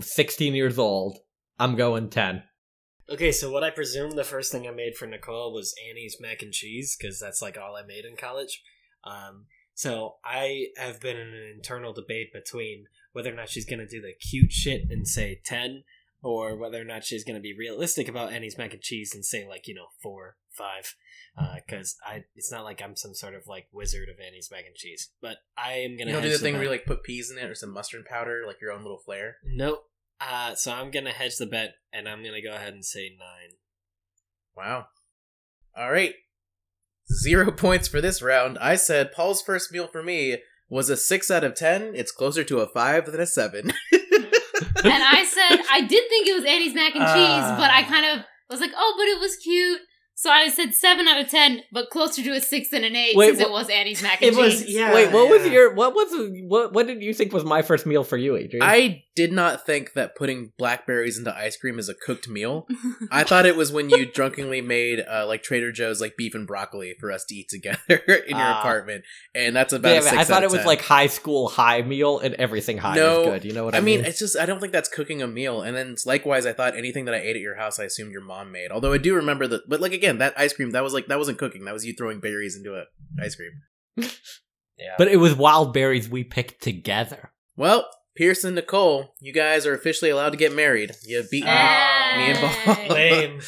Speaker 1: sixteen years old. I'm going ten.
Speaker 4: Okay, so what I presume the first thing I made for Nicole was Annie's mac and cheese because that's like all I made in college. Um, so I have been in an internal debate between whether or not she's going to do the cute shit and say ten, or whether or not she's going to be realistic about Annie's mac and cheese and say like you know four, five, because I it's not like I'm some sort of like wizard of Annie's mac and cheese, but I am
Speaker 2: you
Speaker 4: going to
Speaker 2: know, do the thing where you like put peas in it or some mustard powder, like your own little flair.
Speaker 4: nope. Uh, so I'm gonna hedge the bet, and I'm gonna go ahead and say nine.
Speaker 2: Wow. All right. Zero points for this round. I said Paul's first meal for me was a six out of ten. It's closer to a five than a seven.
Speaker 3: and I said I did think it was Annie's mac and cheese,
Speaker 4: Ah.
Speaker 3: but I kind of was like, oh, but it was cute. So I said seven out of ten, but closer to a six than an eight
Speaker 1: Wait,
Speaker 3: since
Speaker 1: wha-
Speaker 3: it was Annie's mac and
Speaker 4: It
Speaker 3: cheese.
Speaker 4: was yeah.
Speaker 1: Wait, what was
Speaker 4: yeah.
Speaker 1: your what was what what did you think was my first meal for you, Adrian?
Speaker 2: I did not think that putting blackberries into ice cream is a cooked meal. I thought it was when you drunkenly made uh, like Trader Joe's like beef and broccoli for us to eat together in your
Speaker 1: Ah.
Speaker 2: apartment, and that's about.
Speaker 1: Damn
Speaker 2: a
Speaker 1: it,
Speaker 2: six
Speaker 1: I thought
Speaker 2: out
Speaker 1: it
Speaker 2: of
Speaker 1: was
Speaker 2: 10.
Speaker 1: like high school high meal and everything high
Speaker 2: No,
Speaker 1: is good. You know what
Speaker 2: I
Speaker 1: I
Speaker 2: mean, it's just I don't think that's cooking a meal. And then likewise, I thought anything that I ate at your house, I assumed your mom made. Although I do remember that, but like again, that ice cream that was like that wasn't cooking. That was you throwing berries into a ice cream.
Speaker 4: Yeah.
Speaker 1: but it was wild berries we picked together.
Speaker 2: Well, Pierce and Nicole, you guys are officially allowed to get married. You um, beat me.
Speaker 4: Ah.
Speaker 2: Me and Paul.
Speaker 4: lame.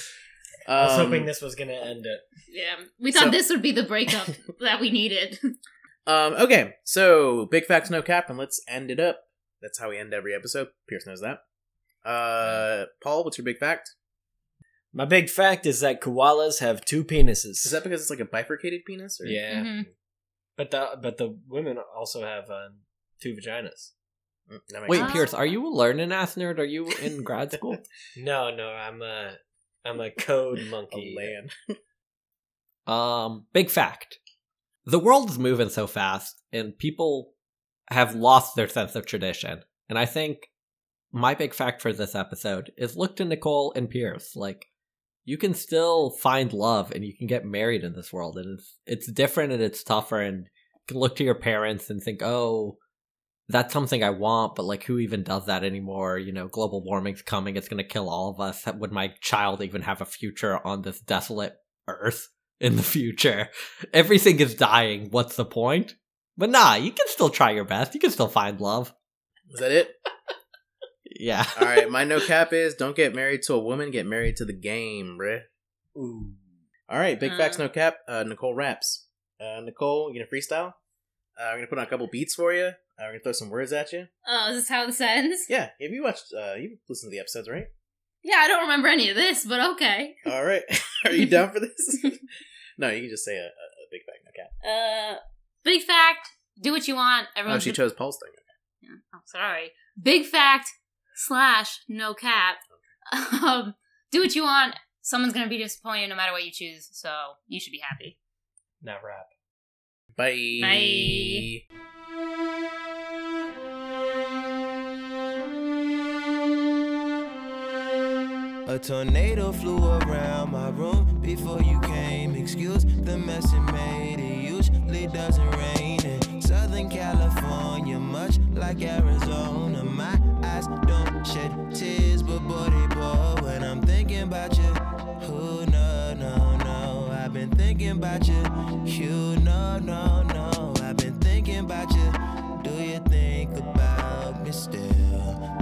Speaker 4: I was
Speaker 2: Um,
Speaker 4: hoping this was gonna end it.
Speaker 3: Yeah, we thought
Speaker 2: So-
Speaker 3: this would be the breakup that we needed.
Speaker 2: Um, okay, so big facts, no cap, and let's end it up. That's how we end every episode. Pierce knows that. Uh, Paul, what's your big fact?
Speaker 4: My big fact is that koalas have two penises.
Speaker 2: Is that because it's like a bifurcated penis? Or?
Speaker 4: yeah?
Speaker 3: Mhm.
Speaker 4: But the but the women also have um, two vaginas.
Speaker 2: Mm, that makes
Speaker 1: Wait,
Speaker 2: sense.
Speaker 1: Pierce, are you a learning ass nerd? Are you in grad school?
Speaker 4: No, no, I'm a I'm a code
Speaker 2: A
Speaker 4: monkey.
Speaker 2: land.
Speaker 1: Um, big fact. The world is moving so fast and people have lost their sense of tradition. And I think my big fact for this episode is look to Nicole and Pierce. Like you can still find love and you can get married in this world and it's it's different and it's tougher and you can look to your parents and think, "Oh, that's something I want, but like who even does that anymore? You know, global warming's coming, it's going to kill all of us. Would my child even have a future on this desolate earth?" in the future. Everything is dying. What's the point? But nah, you can still try your best. You can still find love.
Speaker 2: Is that it?
Speaker 1: Yeah.
Speaker 2: All right, my no cap is don't get married to a woman, get married to the game, bruh.
Speaker 4: Ooh.
Speaker 2: All right, big facts,
Speaker 3: Uh.
Speaker 2: no cap. Uh, Nicole raps. Uh, Nicole, you gonna freestyle? Uh, I'm gonna put on a couple beats for you. Uh, we're gonna throw some words at you.
Speaker 3: Oh, is this how this ends?
Speaker 2: Yeah, have you watched? Uh, you listened to the episodes, right?
Speaker 3: Yeah, I don't remember any of this, but okay.
Speaker 2: All right, are you down for this? no, you can just say a, a, a big fact, no cap.
Speaker 3: Uh, big fact: do what you want.
Speaker 2: Oh,
Speaker 3: Everyone's
Speaker 2: she chose Paul's thing.
Speaker 3: Yeah, I'm sorry. Big fact slash no cap. Um, do what you want. Someone's gonna be disappointed no matter what you choose, so you should be happy.
Speaker 4: Not rap.
Speaker 2: Bye.
Speaker 3: Bye.
Speaker 8: A tornado flew around my room before you came. Excuse the mess it made. It usually doesn't rain in Southern California, much like Arizona. My eyes don't shed tears, but boy, they pour when I'm thinking about you. Who no, no, no. I've been thinking about you. You no, no, no. I've been thinking about you. Do you think about me still?